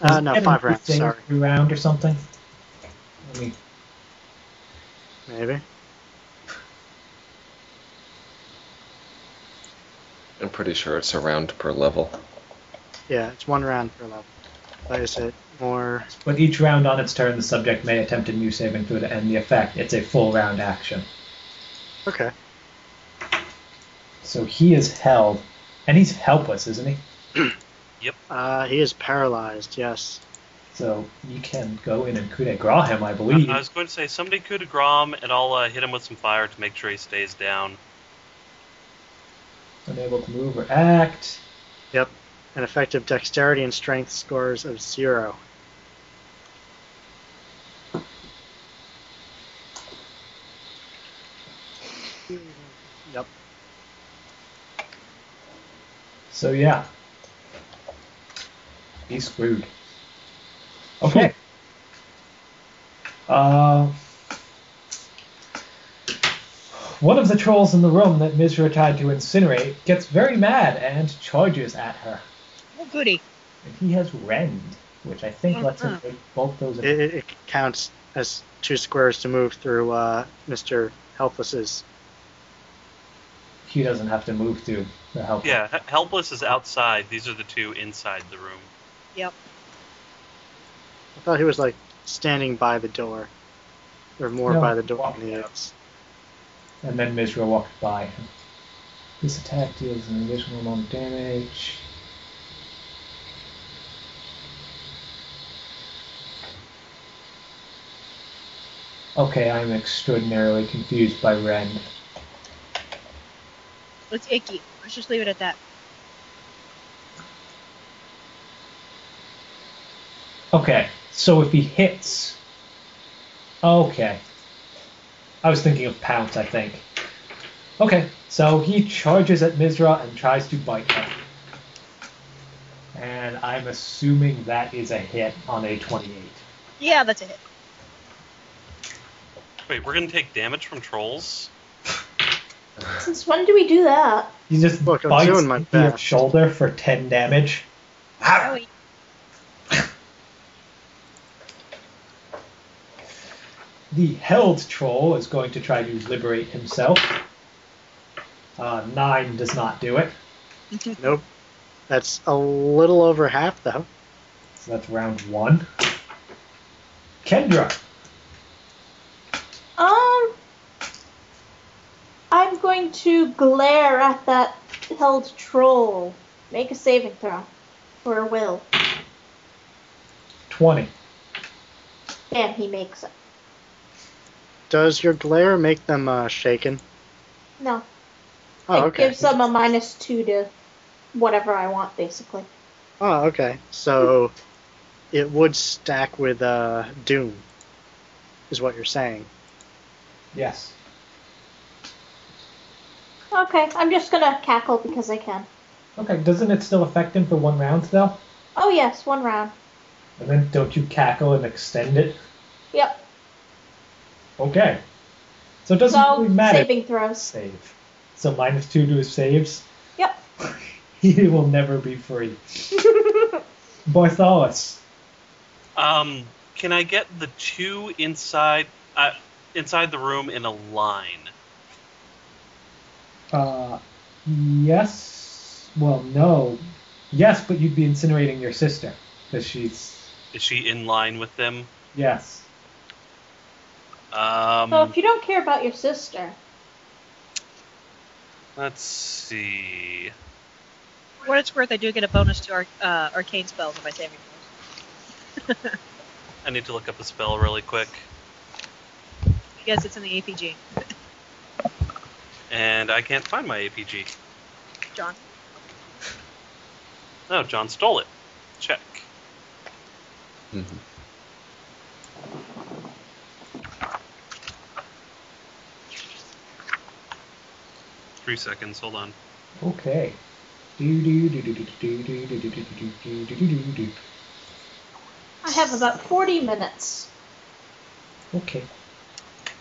Uh, no, five rounds,
Thing
sorry.
through round or something. Let me
Maybe.
I'm pretty sure it's a round per level.
Yeah, it's one round per level. Like I said, more.
But each round on its turn, the subject may attempt a new saving throw to end the effect. It's a full round action.
Okay.
So he is held, and he's helpless, isn't he?
Uh, he is paralyzed, yes.
So you can go in and coup de grace him, I
I
believe.
was going to say somebody could Grom, and I'll uh, hit him with some fire to make sure he stays down.
Unable to move or act.
Yep. An effective dexterity and strength scores of zero. Yep.
So yeah, he's screwed. Okay. uh, one of the trolls in the room that Mizra tried to incinerate gets very mad and charges at her.
(laughs) Oh, goody.
And he has rend, which I think lets him
Mhm.
take both those.
It, it, it counts as two squares to move through uh, Mr. Helpless's.
He doesn't have to move through the help.
Yeah, H- helpless is outside. These are the two inside the room.
Yep.
I thought he was like standing by the door, or more
No,
by the door
walking
than he
out.
is.
And then Mizra walked by him. This attack deals an additional amount of damage. Okay, I'm extraordinarily confused by Rend.
It's icky. Let's just leave it at that.
Okay, so if he hits. Okay. I was thinking of Pounce, I think. Okay, so he charges at Mizra and tries to bite her. And I'm assuming that is a hit on a 28.
Yeah, that's a hit.
Wait, we're gonna take damage from trolls?
Since when do we do that?
He just
Look, I'm
bites
doing my
into your
best.
shoulder for 10 damage.
Oh, he-
The held troll is going to try to liberate himself. Uh, 9 does not do it,
Nope. That's a little over half, though.
so that's round 1. Kendra!
Um, I'm going to glare at that held troll. Make a saving throw, or will.
20.
Damn, he makes it.
Does your glare make them uh, shaken?
No,
Oh,
it
okay.
gives them a minus two to whatever I want, basically.
Oh, okay. So it would stack with uh, Doom, is what you're saying.
Yes.
Okay, I'm just gonna cackle because I can.
Okay, doesn't it still affect him for one round, though?
Oh yes, one round.
And then don't you cackle and extend it?
Yep.
Okay. So it doesn't
So
really matter.
saving throws.
Save. So minus 2 to his saves. (laughs)
Yep. (laughs)
He will never be free. Bartholus.
Um, can I get the two inside uh, inside the room in a line?
Uh, yes. Well, no. Yes, but you'd be incinerating your sister because she's
Is she in line with them?
yes.
Um,
So if you don't care about your sister,
let's see.
For what it's worth, I do get a bonus to our uh, arcane spells on my saving throws.
I need to look up a spell really quick.
guess it's in the APG.
and I can't find my APG.
John.
No, Oh, John stole it. Check.
Mhm.
Three seconds. Hold on.
Okay. Do do do do do do do do do do do do do do do.
I have about 40 minutes.
Okay.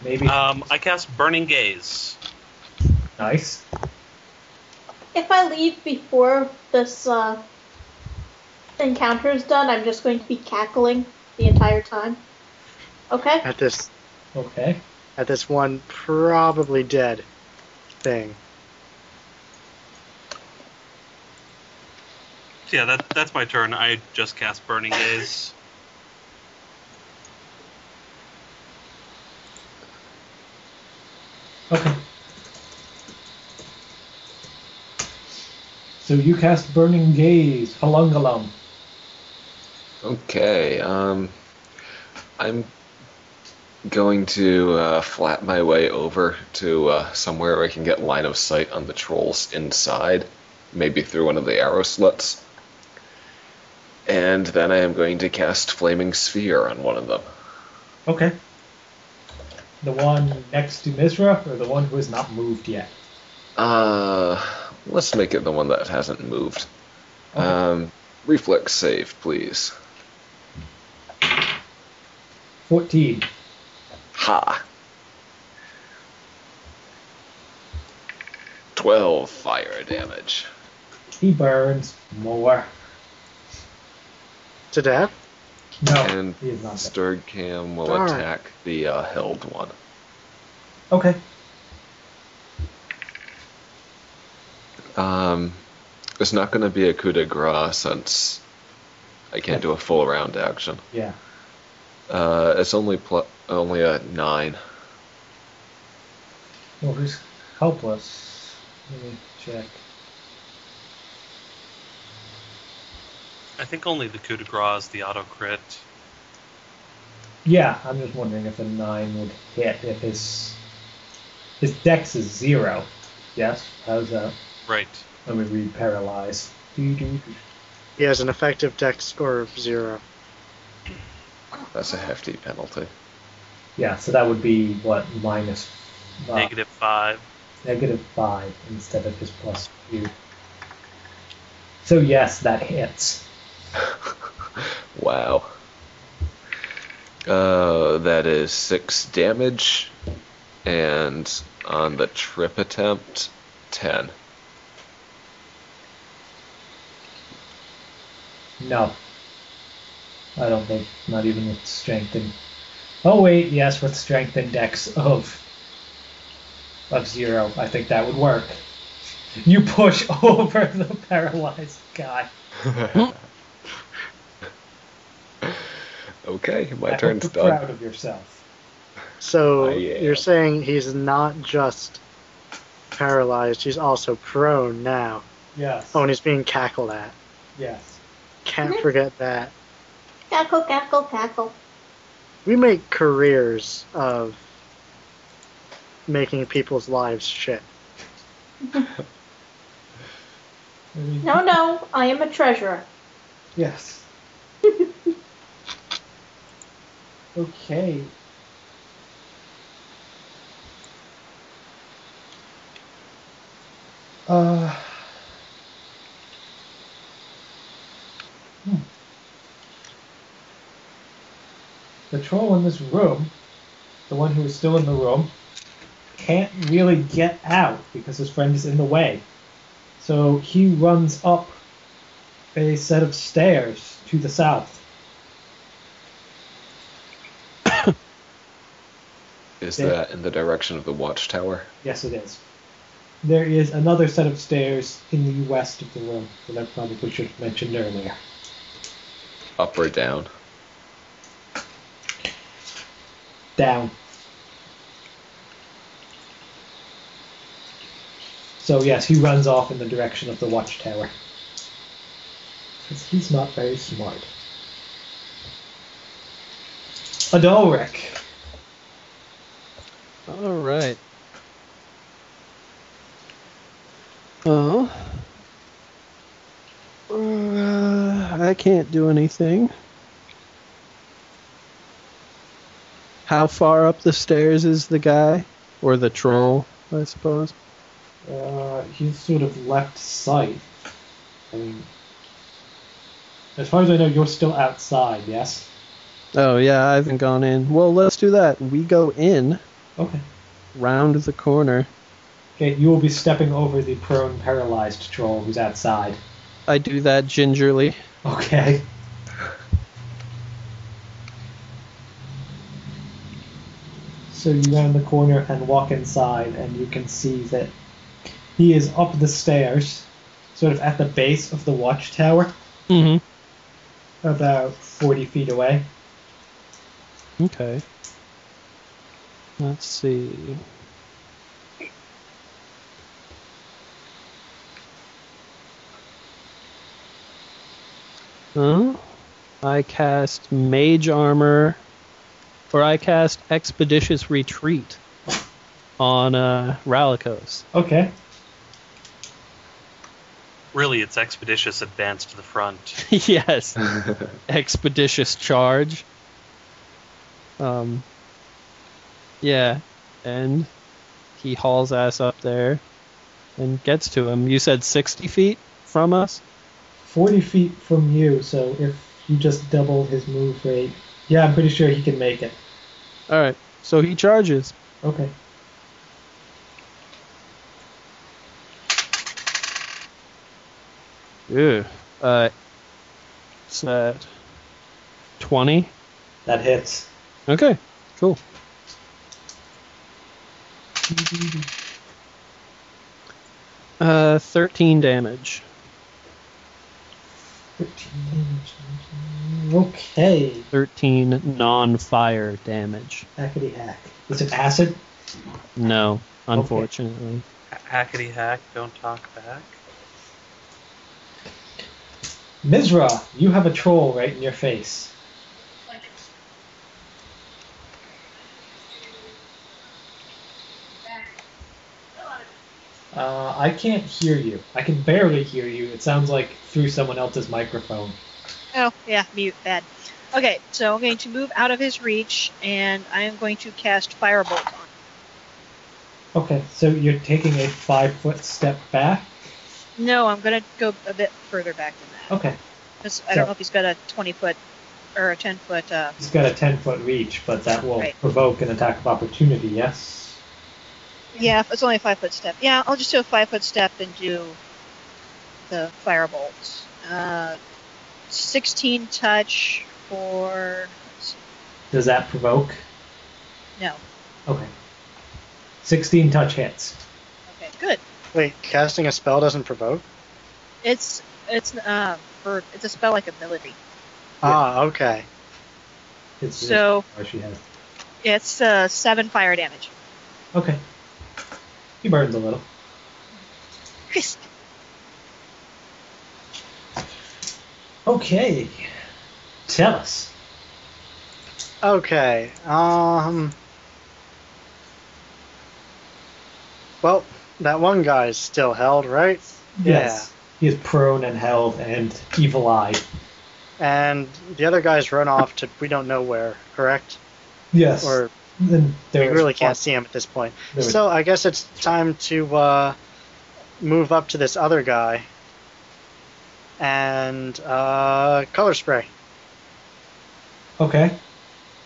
Maybe
Um, I cast Burning Gaze.
nice.
If I leave before this uh, encounter is done, I'm just going to be cackling the entire time. Okay?
At this
Okay.
at this one probably dead thing.
Yeah, that, that's my turn. I just cast Burning Gaze.
Okay. So you cast Burning Gaze, Halungalum.
Okay. Um, I'm going to uh, flat my way over to uh, somewhere where I can get line of sight on the trolls inside, maybe through one of the arrow slits. And then I am going to cast Flaming Sphere on one of them.
Okay. The one next to Misra, or the one who has not moved yet?
Uh, let's make it the one that hasn't moved.
Okay.
Um, reflex save, please.
14.
Ha. Twelve fire damage.
He burns more.
To death?
No,
And
he is not dead.
Sturgcam will
Darn.
attack the uh, held one.
Okay.
Um, it's not going to be a coup de grace since I can't do a full round action.
Yeah.
Uh, it's only pl- only a nine.
Well, he's helpless. Let me check.
(laughs) I think only the coup de grace, the auto crit.
Yeah, I'm just wondering if a 9 would hit if his. His dex is 0. Yes? How's that?
Right.
Let me read paralyze.
He has an effective dex score of zero.
That's a hefty penalty.
Yeah, so that would be, what, minus. uh,
Negative five.
negative five instead of his plus two. So yes, that hits.
(laughs) Wow. Uh, that is six damage, and on the trip attempt, ten. (laughs)
No, I don't think. Not even with strength and. Oh wait, yes, with strength index of of zero, I think that would work. You push (laughs) over the paralyzed guy.
Okay,
I
my
hope
turn's
you're
done.
Proud of yourself.
So
I am.
you're saying he's not just paralyzed, he's also prone now.
Yes.
Oh, and he's being cackled at.
Yes.
Can't
Mhm.
forget that.
Cackle, cackle, cackle.
We make careers of making people's lives shit.
I mean,
No, no, I am a treasurer. (laughs)
Yes. okay. Uh. hmm. The troll in this room, the one who is still in the room, can't really get out because his friend is in the way. So he runs up a set of stairs to the south.
Is
Yeah.
that in the direction of the watchtower?
Yes, it is. There is another set of stairs in the west of the room that I probably should have mentioned earlier.
Up or down?
Down. So, yes, he runs off in the direction of the watchtower. Because he's not very smart. Adolric.
All right. Oh. Uh, I can't do anything. How far up the stairs is the guy? Or the troll, I suppose?
Uh, he's sort of left sight. I mean, as far as I know, you're still outside. Yes.
Oh, yeah, I haven't gone in. Well, let's do that. We go in,
Okay.
round the corner.
Okay. You will be stepping over the prone, paralyzed troll who's outside.
I do that gingerly.
Okay. So you round the corner and walk inside, and you can see that he is up the stairs, sort of at the base of the watchtower,
Mm
about 40 feet away.
hmm. Okay. Let's see. Huh? I cast Mage Armor, or I cast Expeditious Retreat on uh, Ralikos.
Okay.
Really, it's expeditious advance to the front.
yes. Expeditious charge. Um. Yeah, and he hauls ass up there and gets to him. You said 60 feet from us?
40 feet from you, so if you just double his move rate, yeah, I'm pretty sure he can make it.
All right. So he charges.
Okay.
Yeah. Uh. It's at 20.
That hits.
Okay. Cool. Uh, 13 damage.
13 damage. Okay.
13 non-fire damage.
Hackety hack. Is it acid?
No, unfortunately. (laughs)
Hackety hack, don't talk back.
Mizra, you have a troll right in your face. Uh, I can't hear you. I can barely hear you. It sounds like through someone else's microphone.
Oh, yeah, mute, bad. Okay, so I'm going to move out of his reach, and I am going to cast Firebolt on. him.
Okay, so you're taking a five foot step back?
No, I'm going to go a bit further back than that.
Okay.
'cause I don't
so-
know if he's got a 20 foot or a 10 foot. Uh,
He's got a 10 foot reach, but that will
Right.
provoke an attack of opportunity, yes?
yeah, it's only a 5 foot step. Yeah, I'll just do a 5 foot step and do the Firebolt. Uh, 16 touch for. let's see,
Does that provoke?
No.
Okay. 16 touch hits.
Okay, good.
Wait, casting a spell doesn't provoke?
It's it's uh for it's a spell like ability.
Ah, okay.
It's
So
Oh, she has.
it's uh, seven fire damage.
Okay. He burns a little.
Crisp.
Okay. Tell us.
Okay. Um. Well, that one guy is still held, right?
Yes. He is prone and held and evil eyed.
And the other guy's run off to we don't know where, correct?
Yes.
Or
then
we
there is
really can't
one-
see him at this point.
there is-
So I guess it's time to uh, move up to this other guy and uh, color spray.
okay.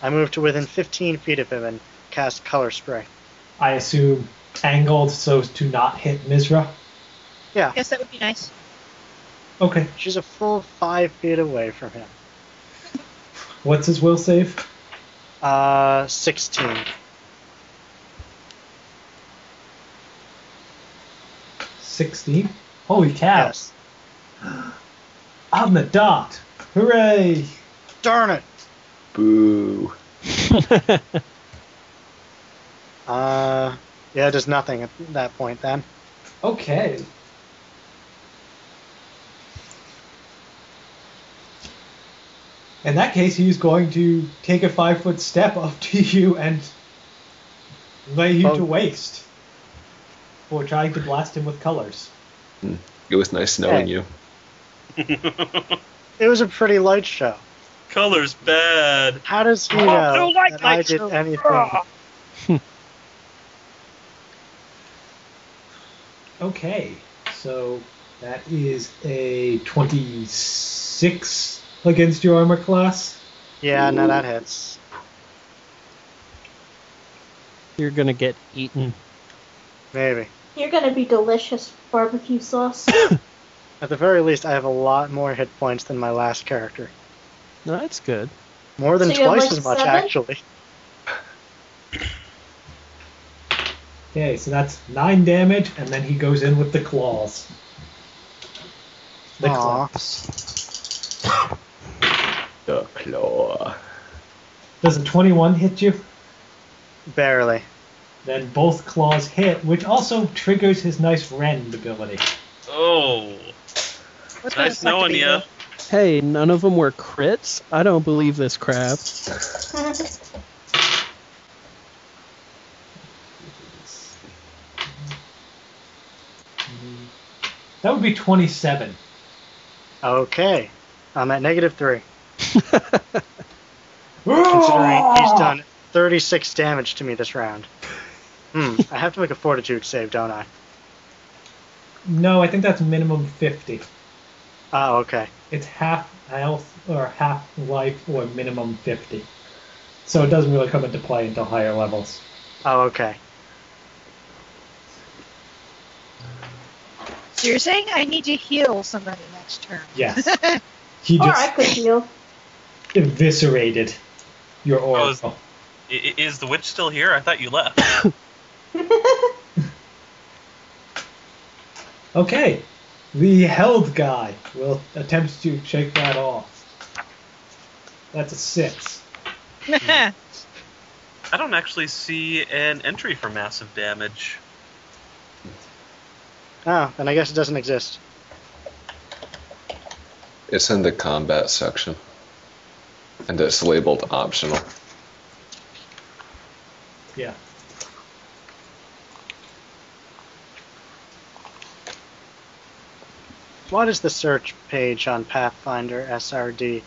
I move to within 15 feet of him and cast color spray.
I assume angled so as to not hit Mizra.
Yeah,
Guess that would be nice.
Okay.
she's a full five feet away from him.
What's his will save?
Uh, 16.
Sixteen. Holy cow! (gasps)
Yes.
On the dot. Hooray!
Darn it!
Boo.
Uh, yeah, it does nothing at that point then.
Okay. (laughs) In that case, he's going to take a five foot step up to you and lay you
Oh.
to waste for trying to blast him with colors.
It was nice knowing you.
It was a pretty light show.
(laughs) Color's bad.
How does he
Oh, I
know
don't like
that I
light
did
shows. Ah.
anything?
Okay, so that is a 26 against your armor class.
Yeah, no, that hits.
You're gonna get eaten.
Maybe.
You're gonna be delicious barbecue sauce.
At the very least, I have a lot more hit points than my last character.
No, that's good.
More than
So you have,
twice
like,
as much,
seven?
actually.
Okay, so that's 9 damage, and then he goes in with the claws. The
Aw.
claws.
The claw.
Does a 21 hit you?
Barely.
Then both claws hit, which also triggers his nice rend ability.
Oh,
What's that
nice
like to
knowing
be
you.
a-
Hey, none of them were crits. I don't believe this crap. (laughs)
That would be 27.
Okay. I'm at negative three.
Ah.
Considering
Considering
he's done 36 damage to me this round. Hmm, I have to make a fortitude save, don't I?
No, I think that's minimum 50.
Oh, okay.
It's half health or half life or minimum 50. So it doesn't really come into play until higher levels.
Oh, okay.
So you're saying I need to heal somebody next turn?
Yes.
(laughs)
He
or
just
I could heal. (laughs)
eviscerated your
Oh, is-
oracle.
I- I- is the witch still here? I thought you left.
Okay. The held guy will attempt to shake that off. That's a 6.
I don't actually see an entry for massive damage.
Oh, then I guess it doesn't exist.
It's in the combat section. And it's labeled optional.
Yeah.
What is the search page on Pathfinder SRD?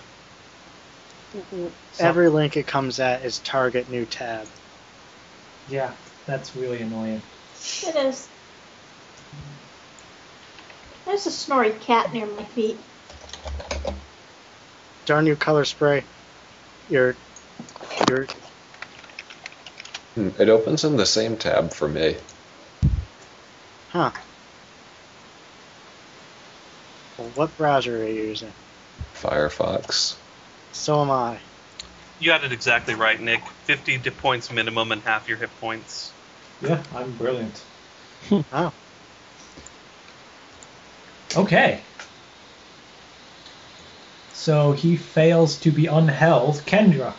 Mm-hmm.
So-
Every link it comes at is target new tab.
Yeah, that's really annoying.
It is. There's a snory cat near my feet.
Darn you, color spray. Your, your.
Hmm, It opens in the same tab for me.
Huh. Well, what browser are you using?
Firefox. (laughs)
So am I.
You got it exactly right, Nick. 50 di- points minimum and half your hit points.
Yeah, I'm brilliant.
Oh.
Okay. So he fails to be unheld. Kendra.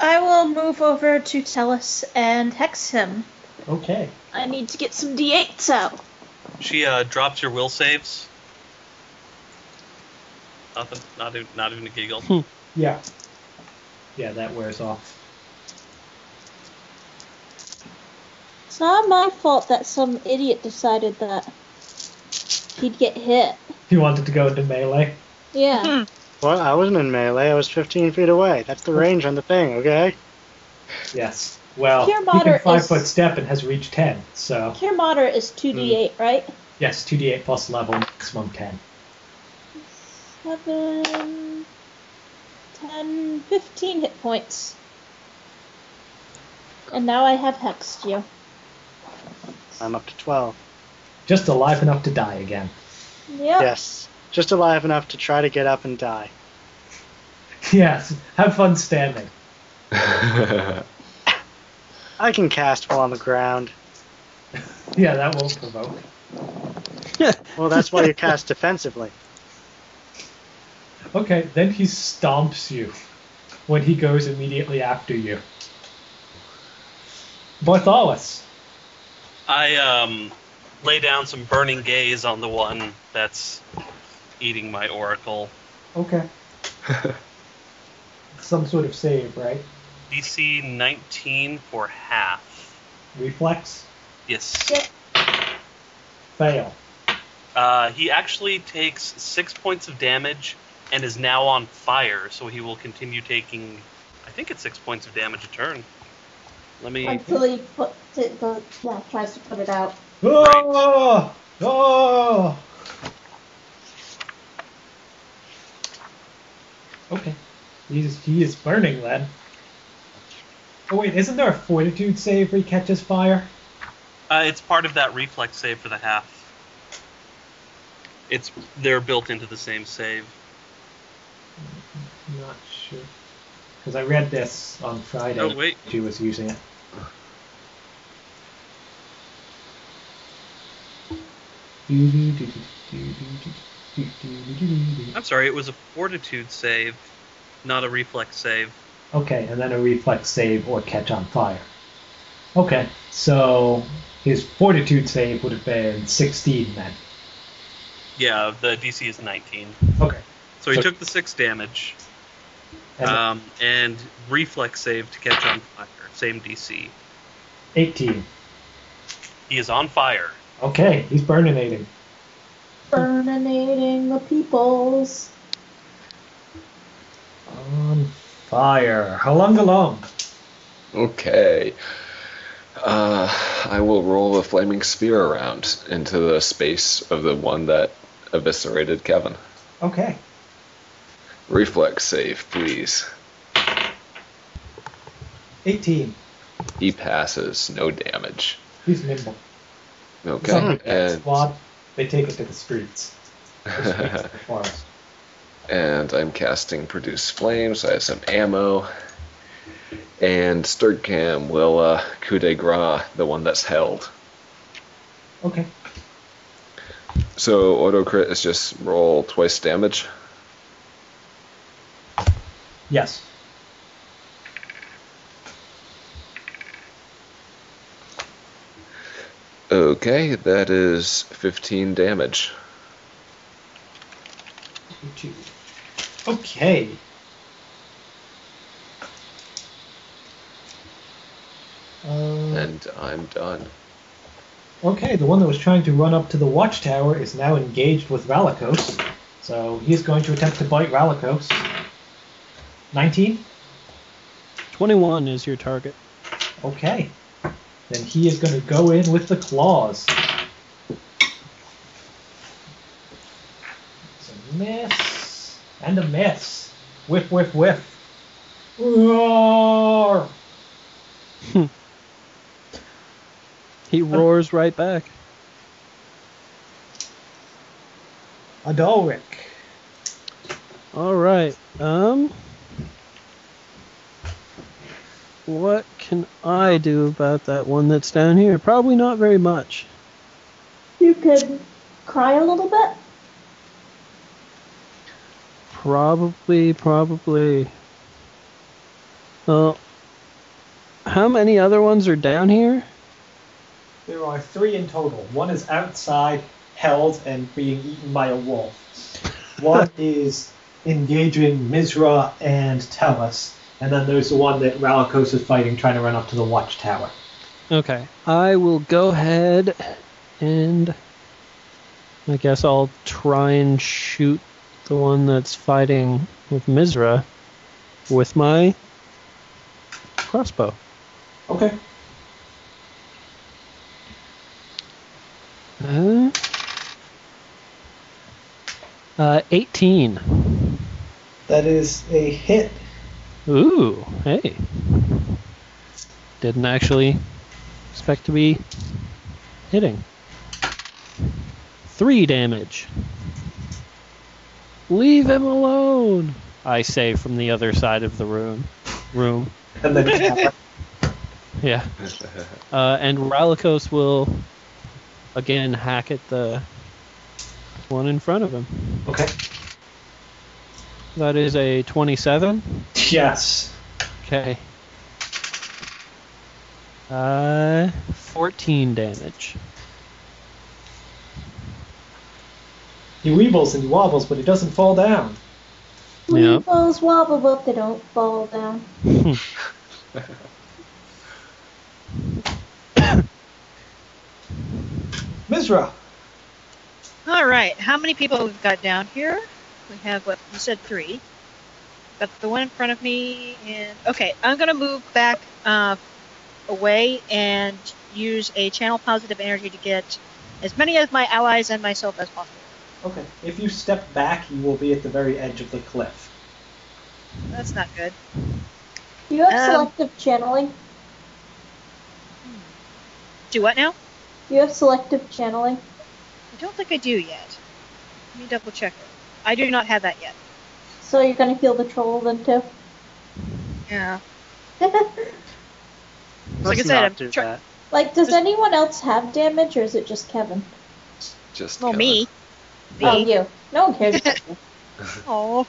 I will move over to Tellus and hex him.
Okay.
I need to get some d8s out.
She uh, drops your will saves. Nothing. Not even, not even a giggle.
Yeah. Yeah, that wears off.
It's not my fault that some idiot decided that he'd get hit.
He wanted to go into melee.
Hmm.
Yeah.
Well, I wasn't in melee. I was 15 feet away. That's the range on the thing, okay?
Yes. Well,
Pure
he can
moderate
five
is-
foot step and has reached ten. So
Care moderate is 2d8, right?
yes, two d eight plus level, maximum ten.
7, 10, 15 hit points. And now I have hexed you.
I'm up to 12.
Just alive enough to die again. (laughs)
Oh.
Yep.
Yes. Just alive enough to try to get up and die.
Yes. Have fun standing.
I can cast while on the ground.
Yeah, that will provoke.
Well, that's
(laughs)
why you cast defensively.
Okay, then he stomps you when he goes immediately after you. Bartholus.
I um, lay down some burning gaze on the one that's eating my oracle.
Okay. Some sort of save, right?
DC 19 for half.
Reflex?
Yes.
Yeah.
Fail.
Uh, he actually takes six points of damage and is now on fire, so he will continue taking, I think it's six points of damage a turn. Let me.
Until he put it, the, yeah, tries to put it out.
Oh! Oh! Okay. He's, he is burning then. Oh, wait, isn't there a fortitude save where he catches fire?
Uh, it's part of that reflex save for the half. It's they're built into the same save.
I'm not sure. Because I read this on Friday.
Oh, wait.
She was using it.
I'm sorry, it was a fortitude save, not a reflex save.
Okay, and then a reflex save or catch on fire. Okay, so his fortitude save would have been 16 then.
Yeah, the DC is 19.
Okay.
So he
So-
took the six damage,
And
um, and reflex save to catch on fire. Same DC.
18.
He is on fire.
Okay, he's burninating.
Burninating the peoples.
On fire. Halungalung.
Okay. Uh, I will roll a flaming spear around into the space of the one that eviscerated Kevin.
Okay.
Reflex save, please.
18.
He passes, no damage.
He's nimble.
Okay.
That's
And,
Squad, they take it to the streets. The streets of the forest.
(laughs) and I'm casting Produce Flames. I have some ammo. And Sturgcam will uh, coup de grace the one that's held.
Okay.
So auto crit is just roll twice damage.
Yes.
Okay, that is 15 damage.
Two. Okay. Uh,
And I'm done. (laughs)
okay, the one that was trying to run up to the watchtower is now engaged with Ralikos, so he's going to attempt to bite Ralikos. 19?
21 is your target. (laughs)
Okay. Then he is going to go in with the claws. It's a miss and a miss. Whiff, whiff, whiff. Roar!
He roars right back.
Adolric.
All right. Um. What can I do about that one that's down here? Probably not very much.
You could cry a little bit.
Probably, probably. Well, how many other ones are down here?
There are three in total. One is outside, held, and being eaten by a wolf. (laughs) One is engaging Mizra and Tellus. And then there's the one that Ralikos is fighting, trying to run up to the watchtower.
Okay, I will go ahead and I guess I'll try and shoot the one that's fighting with Mizra with my crossbow.
Okay.
Uh, uh, 18.
That is a hit.
Ooh, hey. Didn't actually expect to be hitting. Three damage. Leave him alone, I say from the other side of the room. Room,
And then
(laughs) yeah. Uh, and Ralikos will again hack at the one in front of him.
okay.
That is a 27.
Yes.
Okay. Uh, 14 damage. (laughs)
He weebles and he wobbles, but he doesn't fall down.
Yep.
Weevils wobble up, they don't fall down.
Mizra,
All right. How many people we've got down here? We have what you said three. Got the one in front of me, and okay, I'm gonna move back uh, away and use a channel positive energy to get as many of my allies and myself as possible.
okay. If you step back, you will be at the very edge of the cliff.
That's not good.
Do you have
Um,
selective channeling?
Do what now?
Do you have selective channeling?
I don't think I do yet. Let me double check. I do not have that yet.
So you're gonna heal the troll then too? (laughs)
Yeah.
Let's
I said,
not
I'm
do
try-
that.
like, does
Just-
anyone else have damage, or is it just Kevin?
Just
Well,
kinda-
me.
Oh,
Me.
you. No one
(laughs)
cares. (laughs) about you.
Oh.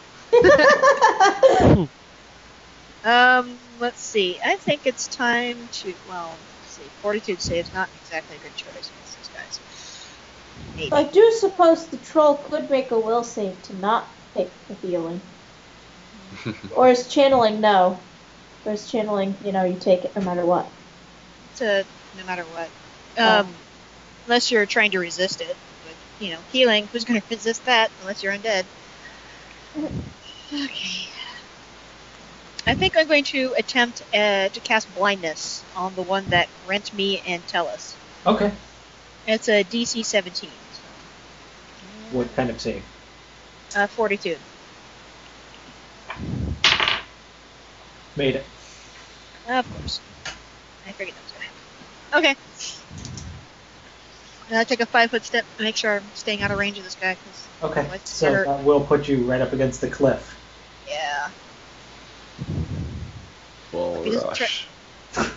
Um, let's see. I think it's time to. Well, let's see. Fortitude save's not exactly a good choice against these guys. Maybe.
I do suppose the troll could make a will save to not take the healing. or is channeling no? Or is channeling, you know, you take it no matter what?
It's a, no matter what.
Oh.
Um, unless you're trying to resist it. But, you know, healing, who's going to resist that unless you're undead? Okay. I think I'm going to attempt uh, to cast blindness on the one that rent me and tell us.
Okay.
It's a DC 17. So.
What kind of save?
Uh, fortitude.
Made it.
Of course. I figured that was gonna happen. Okay. Now I take a five foot step to make sure I'm staying out of range of this guy. 'cause-
Okay.
What's
so
your-
that will put you right up against the cliff.
yeah.
Well,
It is a
rush.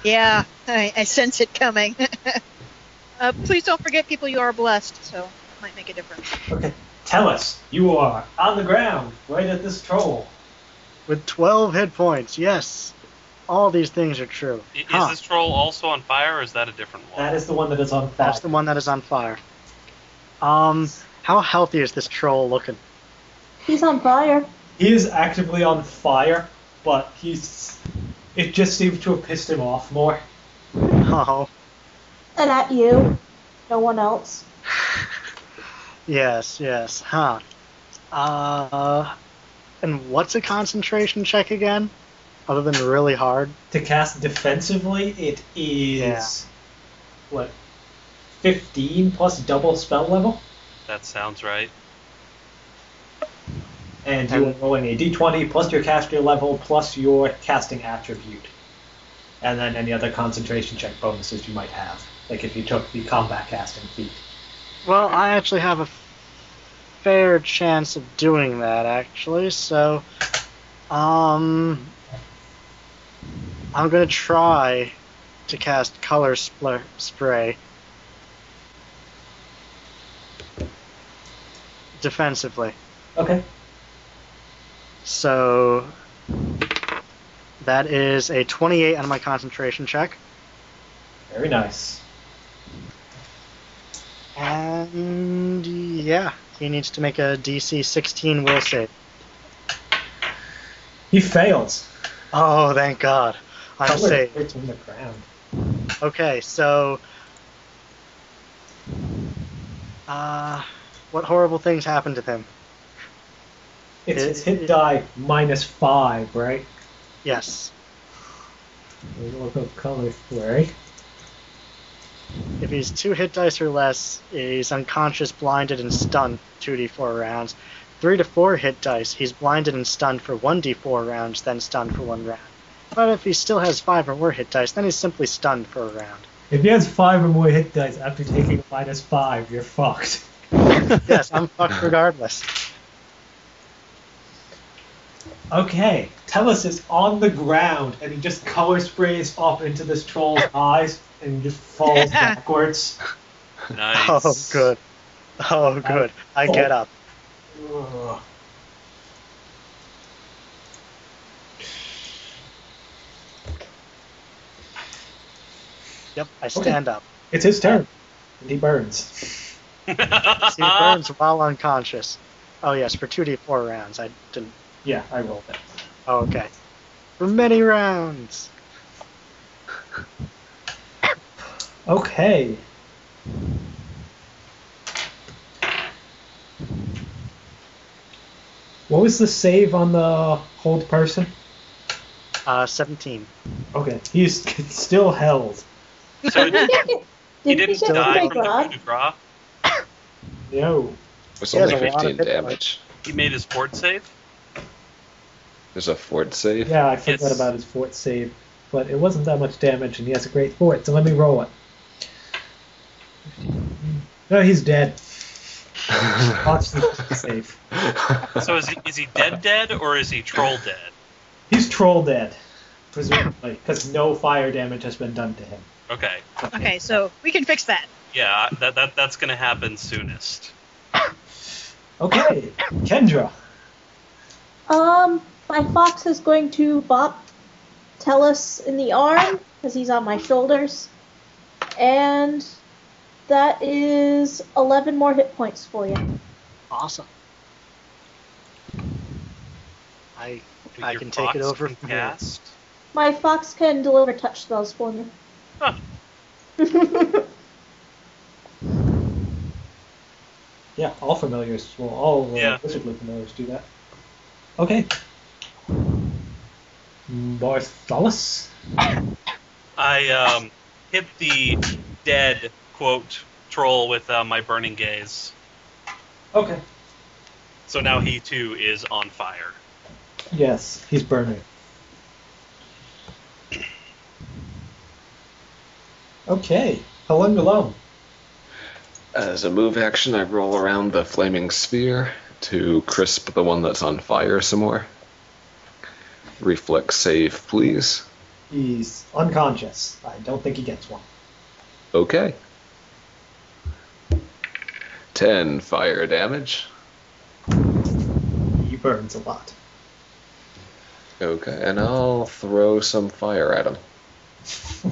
Yeah. I, I sense it coming. (laughs) uh, please don't forget, people, you are blessed, so it might make a difference.
Okay. Tell us, you are on the ground, right at this troll.
With 12 hit points, yes. All these things are true.
I- Is
Huh.
this troll also on fire, or is that a different one?
That is the one that is on fire.
That's the one that is on fire. Um, how healthy is this troll looking? (laughs)
He's on fire.
He is actively on fire, but he's. It just seems to have pissed him off more.
Oh,
And at you. No
(laughs)
one else.
yes, yes, huh. Uh, and what's a concentration check again? Other than really hard?
To cast defensively, it is.
Yeah.
What? 15 plus double spell level?
That sounds right.
And you are rolling a d20 plus your caster level plus your casting attribute. And then any other concentration check bonuses you might have. Like if you took the combat casting feat.
Well, I actually have a fair chance of doing that, actually. So, um, I'm gonna try to cast color spl- spray defensively.
Okay.
So that is a 28 on my concentration check,
Very nice.
and yeah, he needs to make a DC 16 will save.
He fails.
Oh, thank God. I'm
Color
safe.
It's on the ground.
Okay, so. Uh, what horrible things happened to him?
It's
It-
his hit
it-
die minus five, right?
Yes.
Let me Look up color spray.
If he's two hit dice or less, he's unconscious, blinded, and stunned 2d4 rounds. Three to four hit dice, he's blinded and stunned for 1d4 rounds, then stunned for one round. But if he still has five or more hit dice, then he's simply stunned for a round.
If he has five or more hit dice after taking minus five, you're fucked.
Yes, I'm fucked regardless.
Okay, Tellus is on the ground and he just color sprays up into this troll's eyes and just falls backwards.
Nice.
Oh, good. Oh, good. I get up.
Ugh.
Yep, I stand up.
It's his turn. And he burns.
(laughs)
See, it burns while unconscious. Oh yes, for two d four rounds. I didn't.
Yeah, I rolled it.
Oh okay. For many rounds.
Okay. What was the save on the hold person?
Uh, 17.
Okay, he's (laughs) still held.
So he,
(laughs)
he
Didn't
didn't
get
die
killed
from the
by Oh God?
coup de grace.
No.
It's
He has
only
a lot of
15
hit
damage.
He made his fort save.
There's a fort save.
Yeah, I forgot
Yes.
about his fort save, but it wasn't that much damage, and he has a great fort, so let me roll it. No, he's dead.
(laughs)
Watch the (laughs) save.
So is he, is he dead dead or is he troll dead?
He's troll dead, presumably, because no fire damage has been done to him.
Okay.
(laughs) Okay, so we can fix that.
Yeah, that, that that's gonna happen soonest.
Okay, Kendra.
Um, my fox is going to bop Tellus in the arm because he's on my shoulders, and that is eleven more hit points for you.
Awesome. I
With
I
your
can take it
box
over from here.
cast.
My fox can deliver touch spells for me.
Huh.
Yeah, all familiars, well, all uh,
Yeah.
wizardly familiars do that. Okay. Bartholus?
I um, hit the dead quote troll with uh, my burning gaze.
Okay.
So now he too is on fire.
Yes, he's burning. Okay, Helen Malone.
As a move action, I roll around the flaming sphere to crisp the one that's on fire some more. Reflex save, please.
He's unconscious. I don't think he gets one.
Okay. 10 fire damage.
He burns a lot. (laughs)
Okay, and I'll throw some fire at him.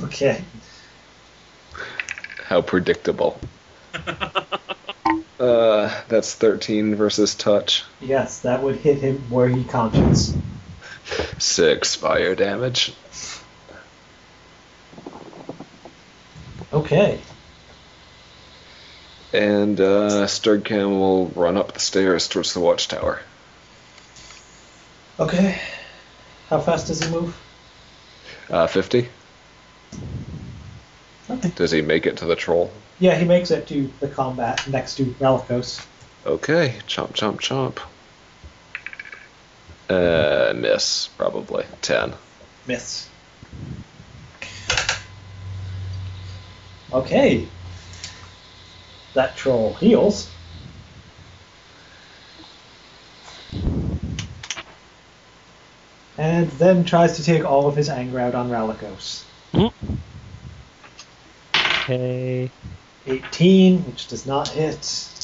Okay.
How
(laughs)
predictable. uh, that's 13 versus touch.
Yes, that would hit him were he conscious.
6 fire damage.
Okay.
And uh, Sturgcam will run up the stairs towards the watchtower.
Okay. How fast does he move?
Uh, 50.
Okay.
Does he make it to the troll?
Yeah, he makes it to the combat next to Malikos.
Okay, chomp, chomp, chomp. Uh, miss, probably. 10.
Miss. Okay. That troll heals. And then tries to take all of his anger out on Ralikos.
Okay.
18, which does not hit.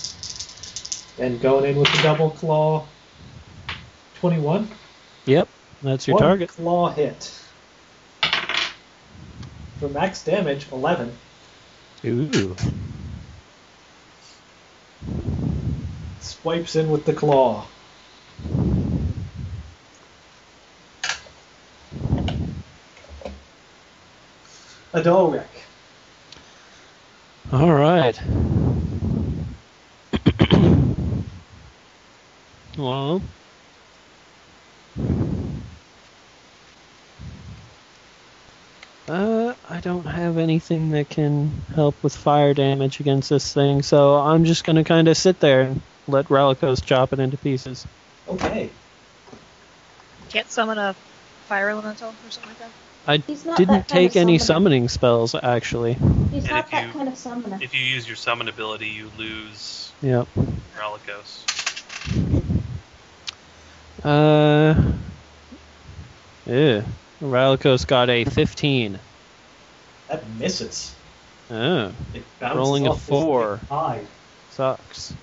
And going in with the double claw. 21.
Yep. That's your
One
target.
claw hit. For max damage, 11.
Ooh.
Swipes in with the claw. Adolric.
All right. well, uh, I don't have anything that can help with fire damage against this thing, so I'm just gonna kind of sit there and let Ralikos chop it into pieces.
Okay.
Can't summon a fire elemental or something like that.
I
(laughs) He's not
didn't
that kind of
take
summoner.
any summoning spells actually.
He's
And
not
if
that
you-
kind of summoner.
If you use your summon ability, you lose
Yep.
Relicos. (laughs)
Uh. Yeah. Ralikos got a 15.
That misses.
Oh.
It bounces
Rolling a
off his
four.
hide.
Sucks.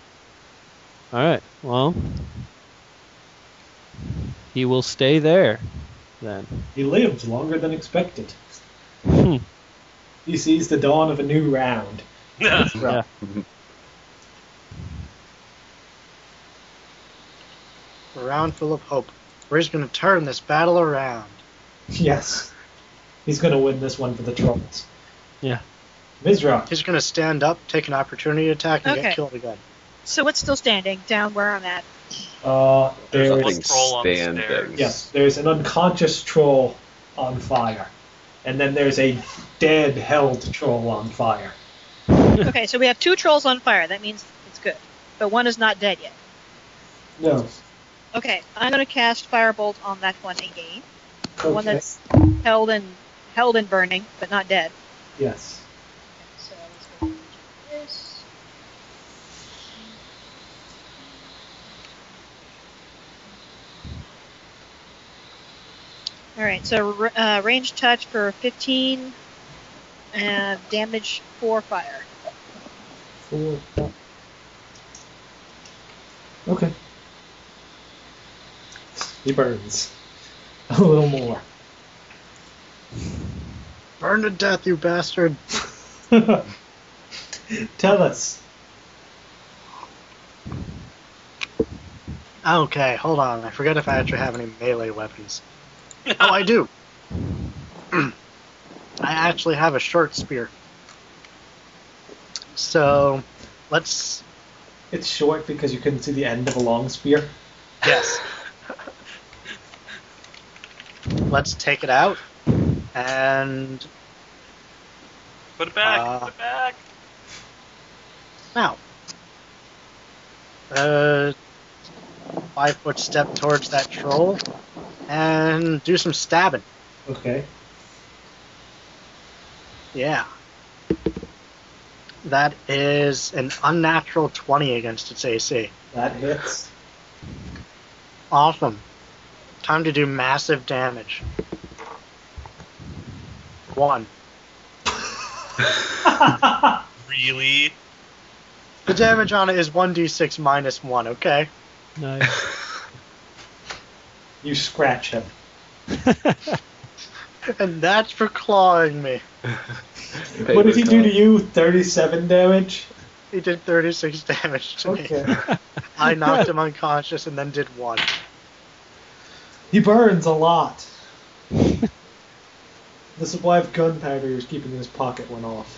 Alright, well. He will stay there then. (laughs)
He lived longer than expected.
Hmm.
He sees the dawn of a new round. (laughs)
Yeah.
A round full of hope. We're just going to turn this battle around.
Yes. He's going to win this one for the trolls.
Yeah.
Mizra.
He's going to stand up, take an opportunity attack, and
Okay.
get killed again.
So it's still standing down where I'm at.
Uh,
There's
there
a
Something
is,
little troll on the
standing.
stairs.
yes, there's an unconscious troll on fire. And then there's a dead held troll on fire.
Okay, so we have two trolls on fire. That means it's good. But one is not dead yet.
No.
Okay, I'm going to cast Firebolt on that one again. The one
Okay.
that's held and held and burning, but not dead.
Yes.
So let's go ahead and do this. All right, so r- uh, range touch for 15, uh, damage for fire.
Four, five. Okay. He burns. (laughs) A little more. (laughs)
Burn to death, you bastard!
Tell us.
Okay, hold on. I forget if I actually have any melee weapons. oh, I do. (clears throat) I actually have a short spear. So, let's.
It's short because you couldn't see the end of a long spear.
Yes. let's take it out. And.
Put it back.
Uh,
put it back.
Now. Uh. Five foot step towards that troll. And do some stabbing.
Okay.
Yeah. That is an unnatural 20 against its AC.
That (laughs) hits.
Awesome. Time to do massive damage. One.
Really?
The damage on it is 1d6 minus 1, okay?
(laughs) Nice.
you scratch him.
And that's for clawing me.
what did he do to you? 37 damage?
He did 36 (laughs) damage to me.
Okay.
I knocked
(laughs)
him unconscious and then did one.
he burns a lot.
(laughs)
the supply of gunpowder he was keeping in his pocket went off.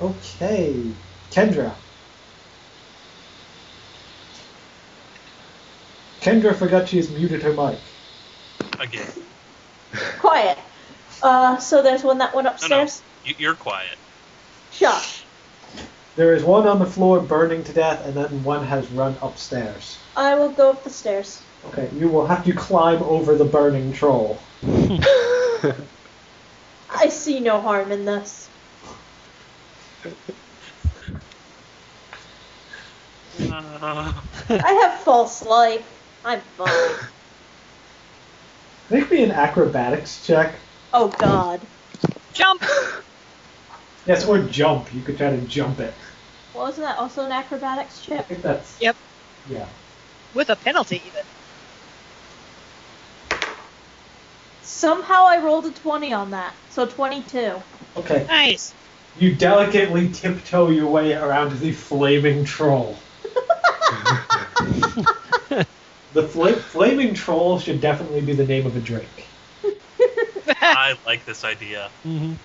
okay. Kendra. Kendra forgot she's muted her mic.
Again.
Quiet. Uh, so there's one that went
No, no.
upstairs.
You, you're quiet.
Shut.
There is one on the floor burning to death, and then one has run upstairs.
I will go up the stairs.
Okay, you will have to climb over the burning troll.
I see no harm in this.
Uh,
I have false life. I'm fine.
Make me an acrobatics check.
Oh god.
Jump!
Yes, or jump. You could try to jump it.
Wasn't that also an acrobatics
I
check?
think that's.
Yep.
Yeah.
With a penalty, even.
Somehow I rolled a 20 on that. So 22.
Okay.
Nice.
You delicately tiptoe your way around the flaming troll. the fla- flaming troll should definitely be the name of a drink.
I like this idea.
Mhm.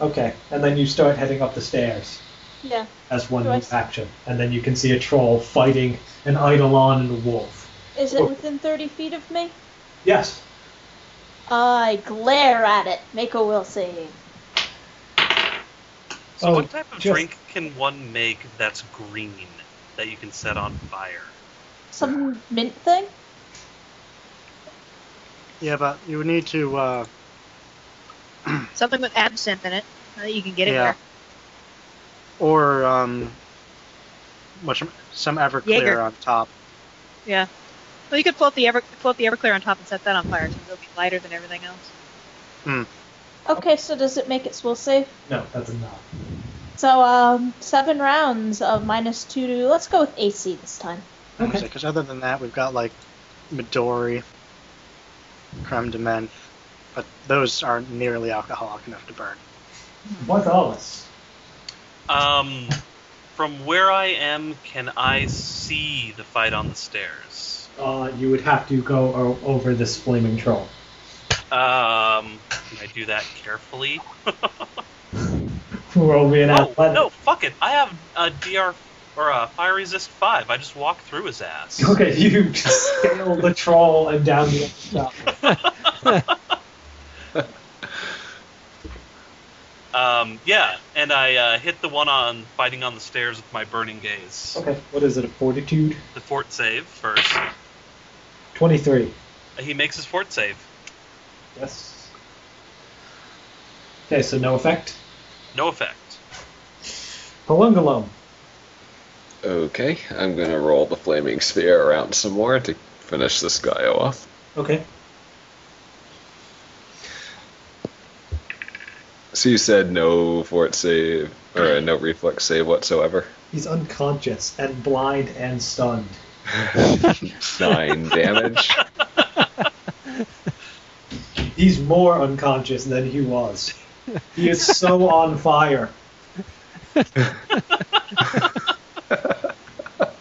Okay, and then you start heading up the stairs
Yeah.
as one
Do I
move
s-
action, and then you can see a troll fighting an eidolon and a wolf.
Is it
Oh.
within 30 feet of me?
Yes.
I glare at it. Make a will save.
So
Oh,
what type of
just-
drink can one make that's green that you can set on fire?
Some mint thing?
Yeah, but you need to, uh.
Something with absinthe in it. Uh, you can get it
yeah.
there.
Or, um. Much, some Everclear
Jaeger.
on top.
Yeah. Well, you could float the ever float the Everclear on top and set that on fire since it'll be lighter than everything else.
Okay, so does it make its will save?
No, that's enough.
So, um, seven rounds of minus two to. Let's go with AC this time.
Okay.
Because other than that, we've got like Midori, Creme de Men, but those aren't nearly alcoholic enough to burn.
What else?
Um, from where I am, can I see the fight on the stairs?
uh, you would have to go o- over this flaming troll.
Um, can I do that carefully?
Roll me an
(laughs) Oh
athletic.
no, fuck it! I have a DR or a fire resist five. I just walk through his ass.
Okay, (laughs) you scale the troll and down the top.
(laughs) Um, yeah, and I uh, hit the one on fighting on the stairs with my burning gaze.
Okay, what is it? A fortitude?
The fort save first.
Twenty-three.
He makes his fort save.
Yes. Okay, so no effect.
No effect.
Palungalum.
Okay, I'm gonna roll the flaming sphere around some more to finish this guy off.
Okay.
So you said no fort save or no reflex save whatsoever. (laughs)
He's unconscious and blind and stunned.
Nine damage.
He's more unconscious than he was. He is so on fire.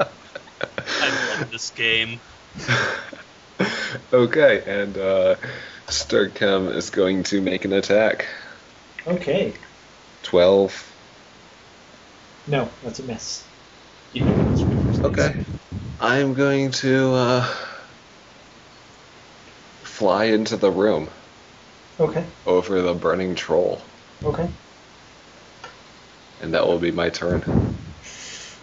I love this game.
Okay, and uh, Sturgcam is going to make an attack.
Okay.
Twelve.
No, that's a miss.
Okay. I'm going to uh, fly into the room
Okay.
over the burning troll,
Okay.
and that will be my turn.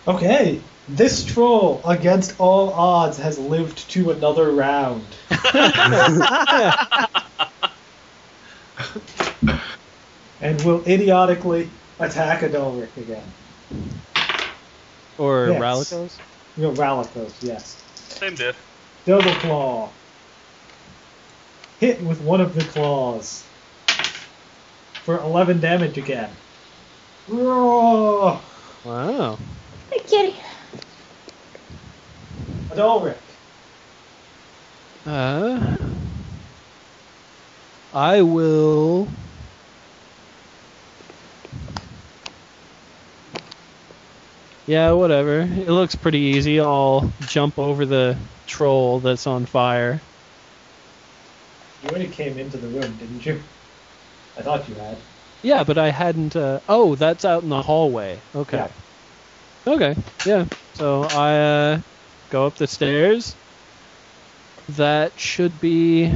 Okay. This troll, against all odds, has lived to another round. and will idiotically attack Adolric again.
(laughs) Or
Yes.
Ralikos?
You know, Ralikos, yes.
(laughs) Same diff.
Double claw. Hit with one of the claws. For 11 damage again. Roar!
Wow.
Hey, kitty.
Adolric.
Uh, I will. Yeah, whatever. It looks pretty easy. I'll jump over the troll that's on fire.
You already came into the room, didn't you? I thought you had.
Yeah, but I hadn't. Uh, oh, that's out in the hallway. Okay. Okay. Yeah. So I uh, go up the stairs. That should be.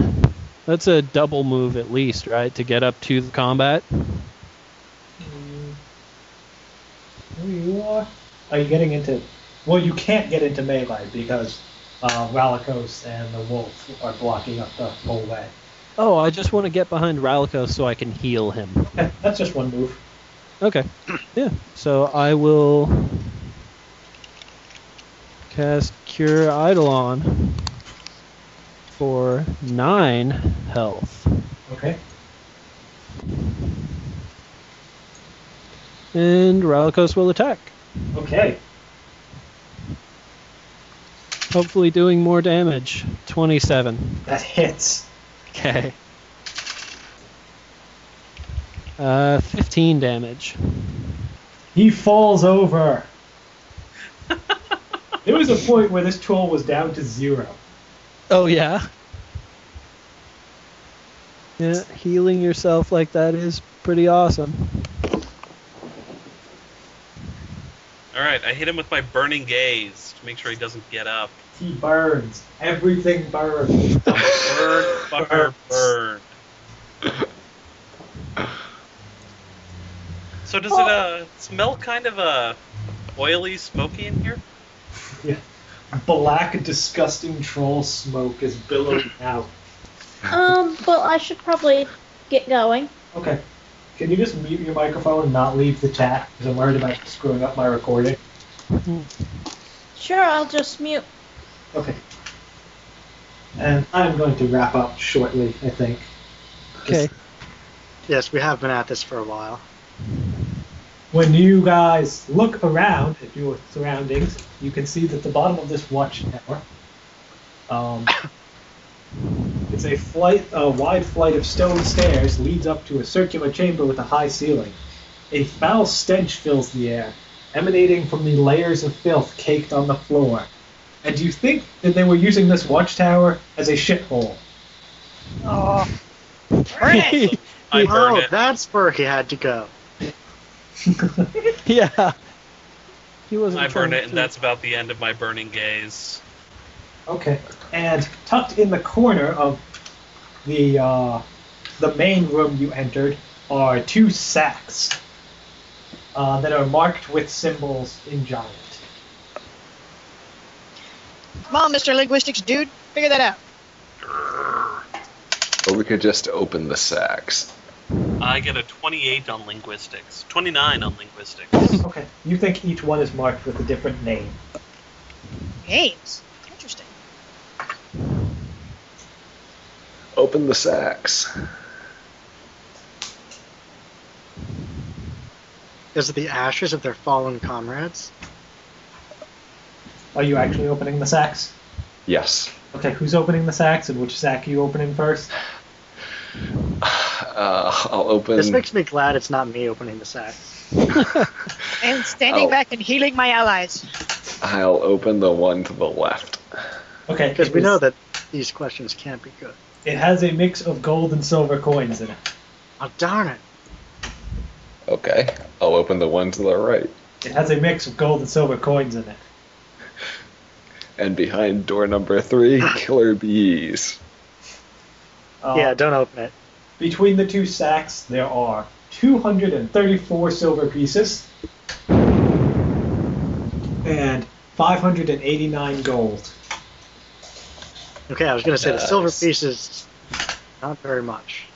That's a double move at least, right? To get up to the combat.
Who you are? Are you getting into? Well, you can't get into melee because uh, Ralikos and the wolf are blocking up the whole way. (laughs)
Oh, I just want to get behind Ralikos so I can heal him.
Okay, that's just one move.
Okay. Yeah. So I will cast Cure Eidolon for nine health.
Okay.
And Ralikos will attack.
Okay.
Hopefully doing more damage. Twenty seven.
That hits.
Okay. Uh fifteen damage.
He falls over. there was a point where this troll was down to zero.
Oh yeah. Yeah, healing yourself like that is pretty awesome.
All right, I hit him with my burning gaze to make sure he doesn't get up.
He burns. Everything burns.
Burn, fucker, burn. So does it uh, smell kind of uh, oily, smoky in here?
Yeah. Black, disgusting troll smoke is billowing out.
Um, well, I should probably get going.
Okay. Can you just mute your microphone and not leave the chat? Because I'm worried about screwing up my recording.
Sure, I'll just mute.
Okay. And I'm going to wrap up shortly, I think.
Okay.
Yes, we have been at this for a while.
When you guys look around at your surroundings, you can see that the bottom of this watchtower, um, (coughs) it's a flight, a wide flight of stone stairs leads up to a circular chamber with a high ceiling. A foul stench fills the air, emanating from the layers of filth caked on the floor. And do you think that they were using this watchtower as a shithole?
(laughs) Oh. Burn it!
I burn
oh,
it.
that's where he had to go.
(laughs) yeah. He wasn't.
I burn
trying
it, and
to-
that's about the end of my burning gaze.
Okay. And tucked in the corner of the uh, the main room you entered are two sacks uh, that are marked with symbols in giant.
Come on, Mr. Linguistics dude, figure that out.
Or we could just open the sacks.
I get a 28 on linguistics, 29 on linguistics.
Okay. You think each one is marked with a different name.
Games. Interesting.
Open the sacks.
Is it the ashes of their fallen comrades?
Are you actually opening the sacks?
Yes.
Okay, who's opening the sacks and which sack are you opening first?
Uh, I'll open.
This makes me glad it's not me opening the sack.
And standing
Ow.
back and healing my allies.
(laughs) I'll open the one to the left.
Okay,
Because
it
we
is-
know that these questions can't be good.
it has a mix of gold and silver coins in it.
Oh, darn it.
Okay. I'll open the one to the right.
It has a mix of gold and silver coins in it.
And behind door number three,
Ah.
killer bees.
Uh,
yeah, don't open it.
Between the two sacks, there are 234 silver pieces and 589 gold.
Okay, I was going to say the silver
Nice.
pieces, not very much.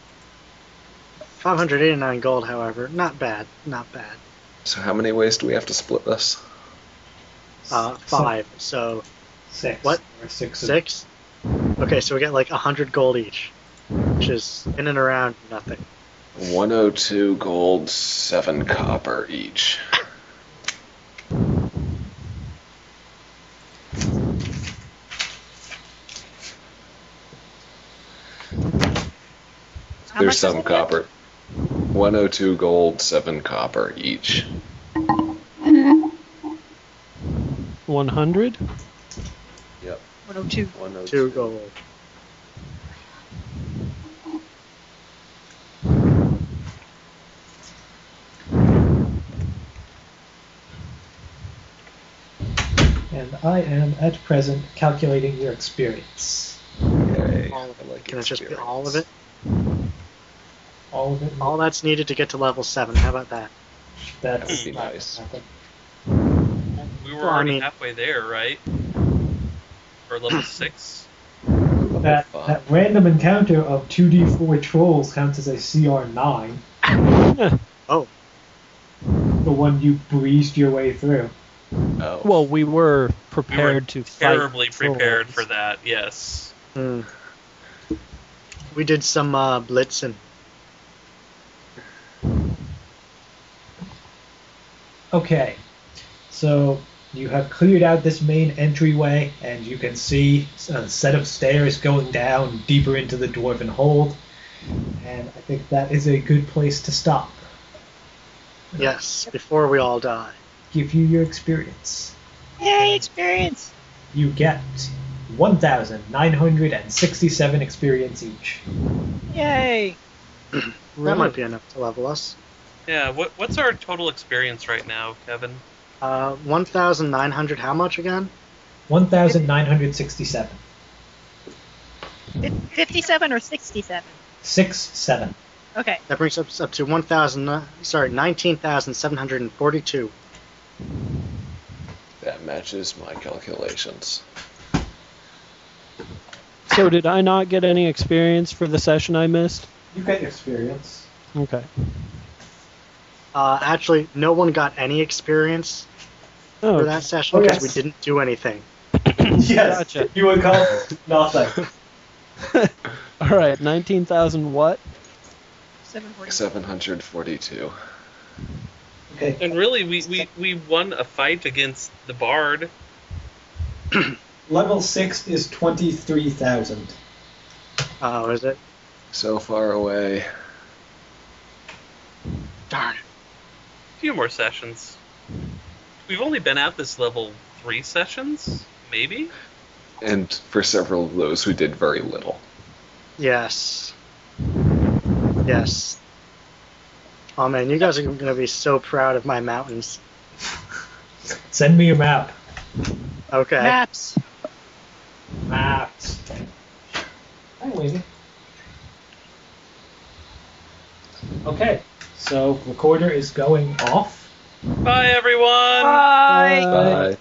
589 gold, however, not bad, not bad.
So how many ways do we have to split this?
Uh, five, so
Six.
What?
Or six. and-
six. Okay, so we get like 100 gold each, which is in and around nothing.
102 gold, 7 copper each.
How much
There's
is
some
it?
copper. 102 gold, 7 copper each.
100.
102.
102.
Two gold.
And I am at present calculating your experience.
Yay,
All of
I like
Can it just be
experience.
all of it?
All of it.
All that's needed to get to level seven. How about that?
That's
That'd be
not
nice.
gonna happen.
We were
Well, I
already
mean-
halfway there, right? Or
(clears throat)
level six.
That,
Fun.
that random encounter of 2d4 trolls counts as a CR9.
Oh.
The one you breezed your way through.
Oh.
Well, we were prepared to fight.
Terribly prepared for
trolls.
that. Yes.
Hmm. We did some uh, blitzing.
Okay, so you have cleared out this main entryway, and you can see a set of stairs going down deeper into the dwarven hold. And I think that is a good place to stop.
Yes, before we all die.
Give you your experience.
Yay, experience!
You get 1,967 experience each.
Yay!
That might be enough to level us.
Yeah. What What's our total experience right now, Kevin?
Uh, 1,900. How much again?
1,967.
Fif- 57 or 67?
6 7.
Okay.
That brings us up to 1,000. uh, Sorry, 19,742.
That matches my calculations.
So did I not get any experience for the session I missed?
You get experience.
Okay.
Uh, actually, no one got any experience
Oh,
for that session
Oh,
because
yes.
we didn't do anything.
yes.
Gotcha.
You would call it (laughs) nothing.
all right. 19,000 what?
740.
742.
Okay.
And really, we we, we won a fight against the bard.
Level six is 23,000.
Oh, is it?
So far away.
Darn it.
A few more sessions. We've only been at this level three sessions. Maybe?
and for several of those who did very little.
Yes. Yes. Oh man, you guys are gonna be so proud of my mountains.
Send me your map.
Okay.
Maps.
Maps. Hi, Wavy. Okay, so recorder is going off.
Bye, everyone!
Bye.
Bye.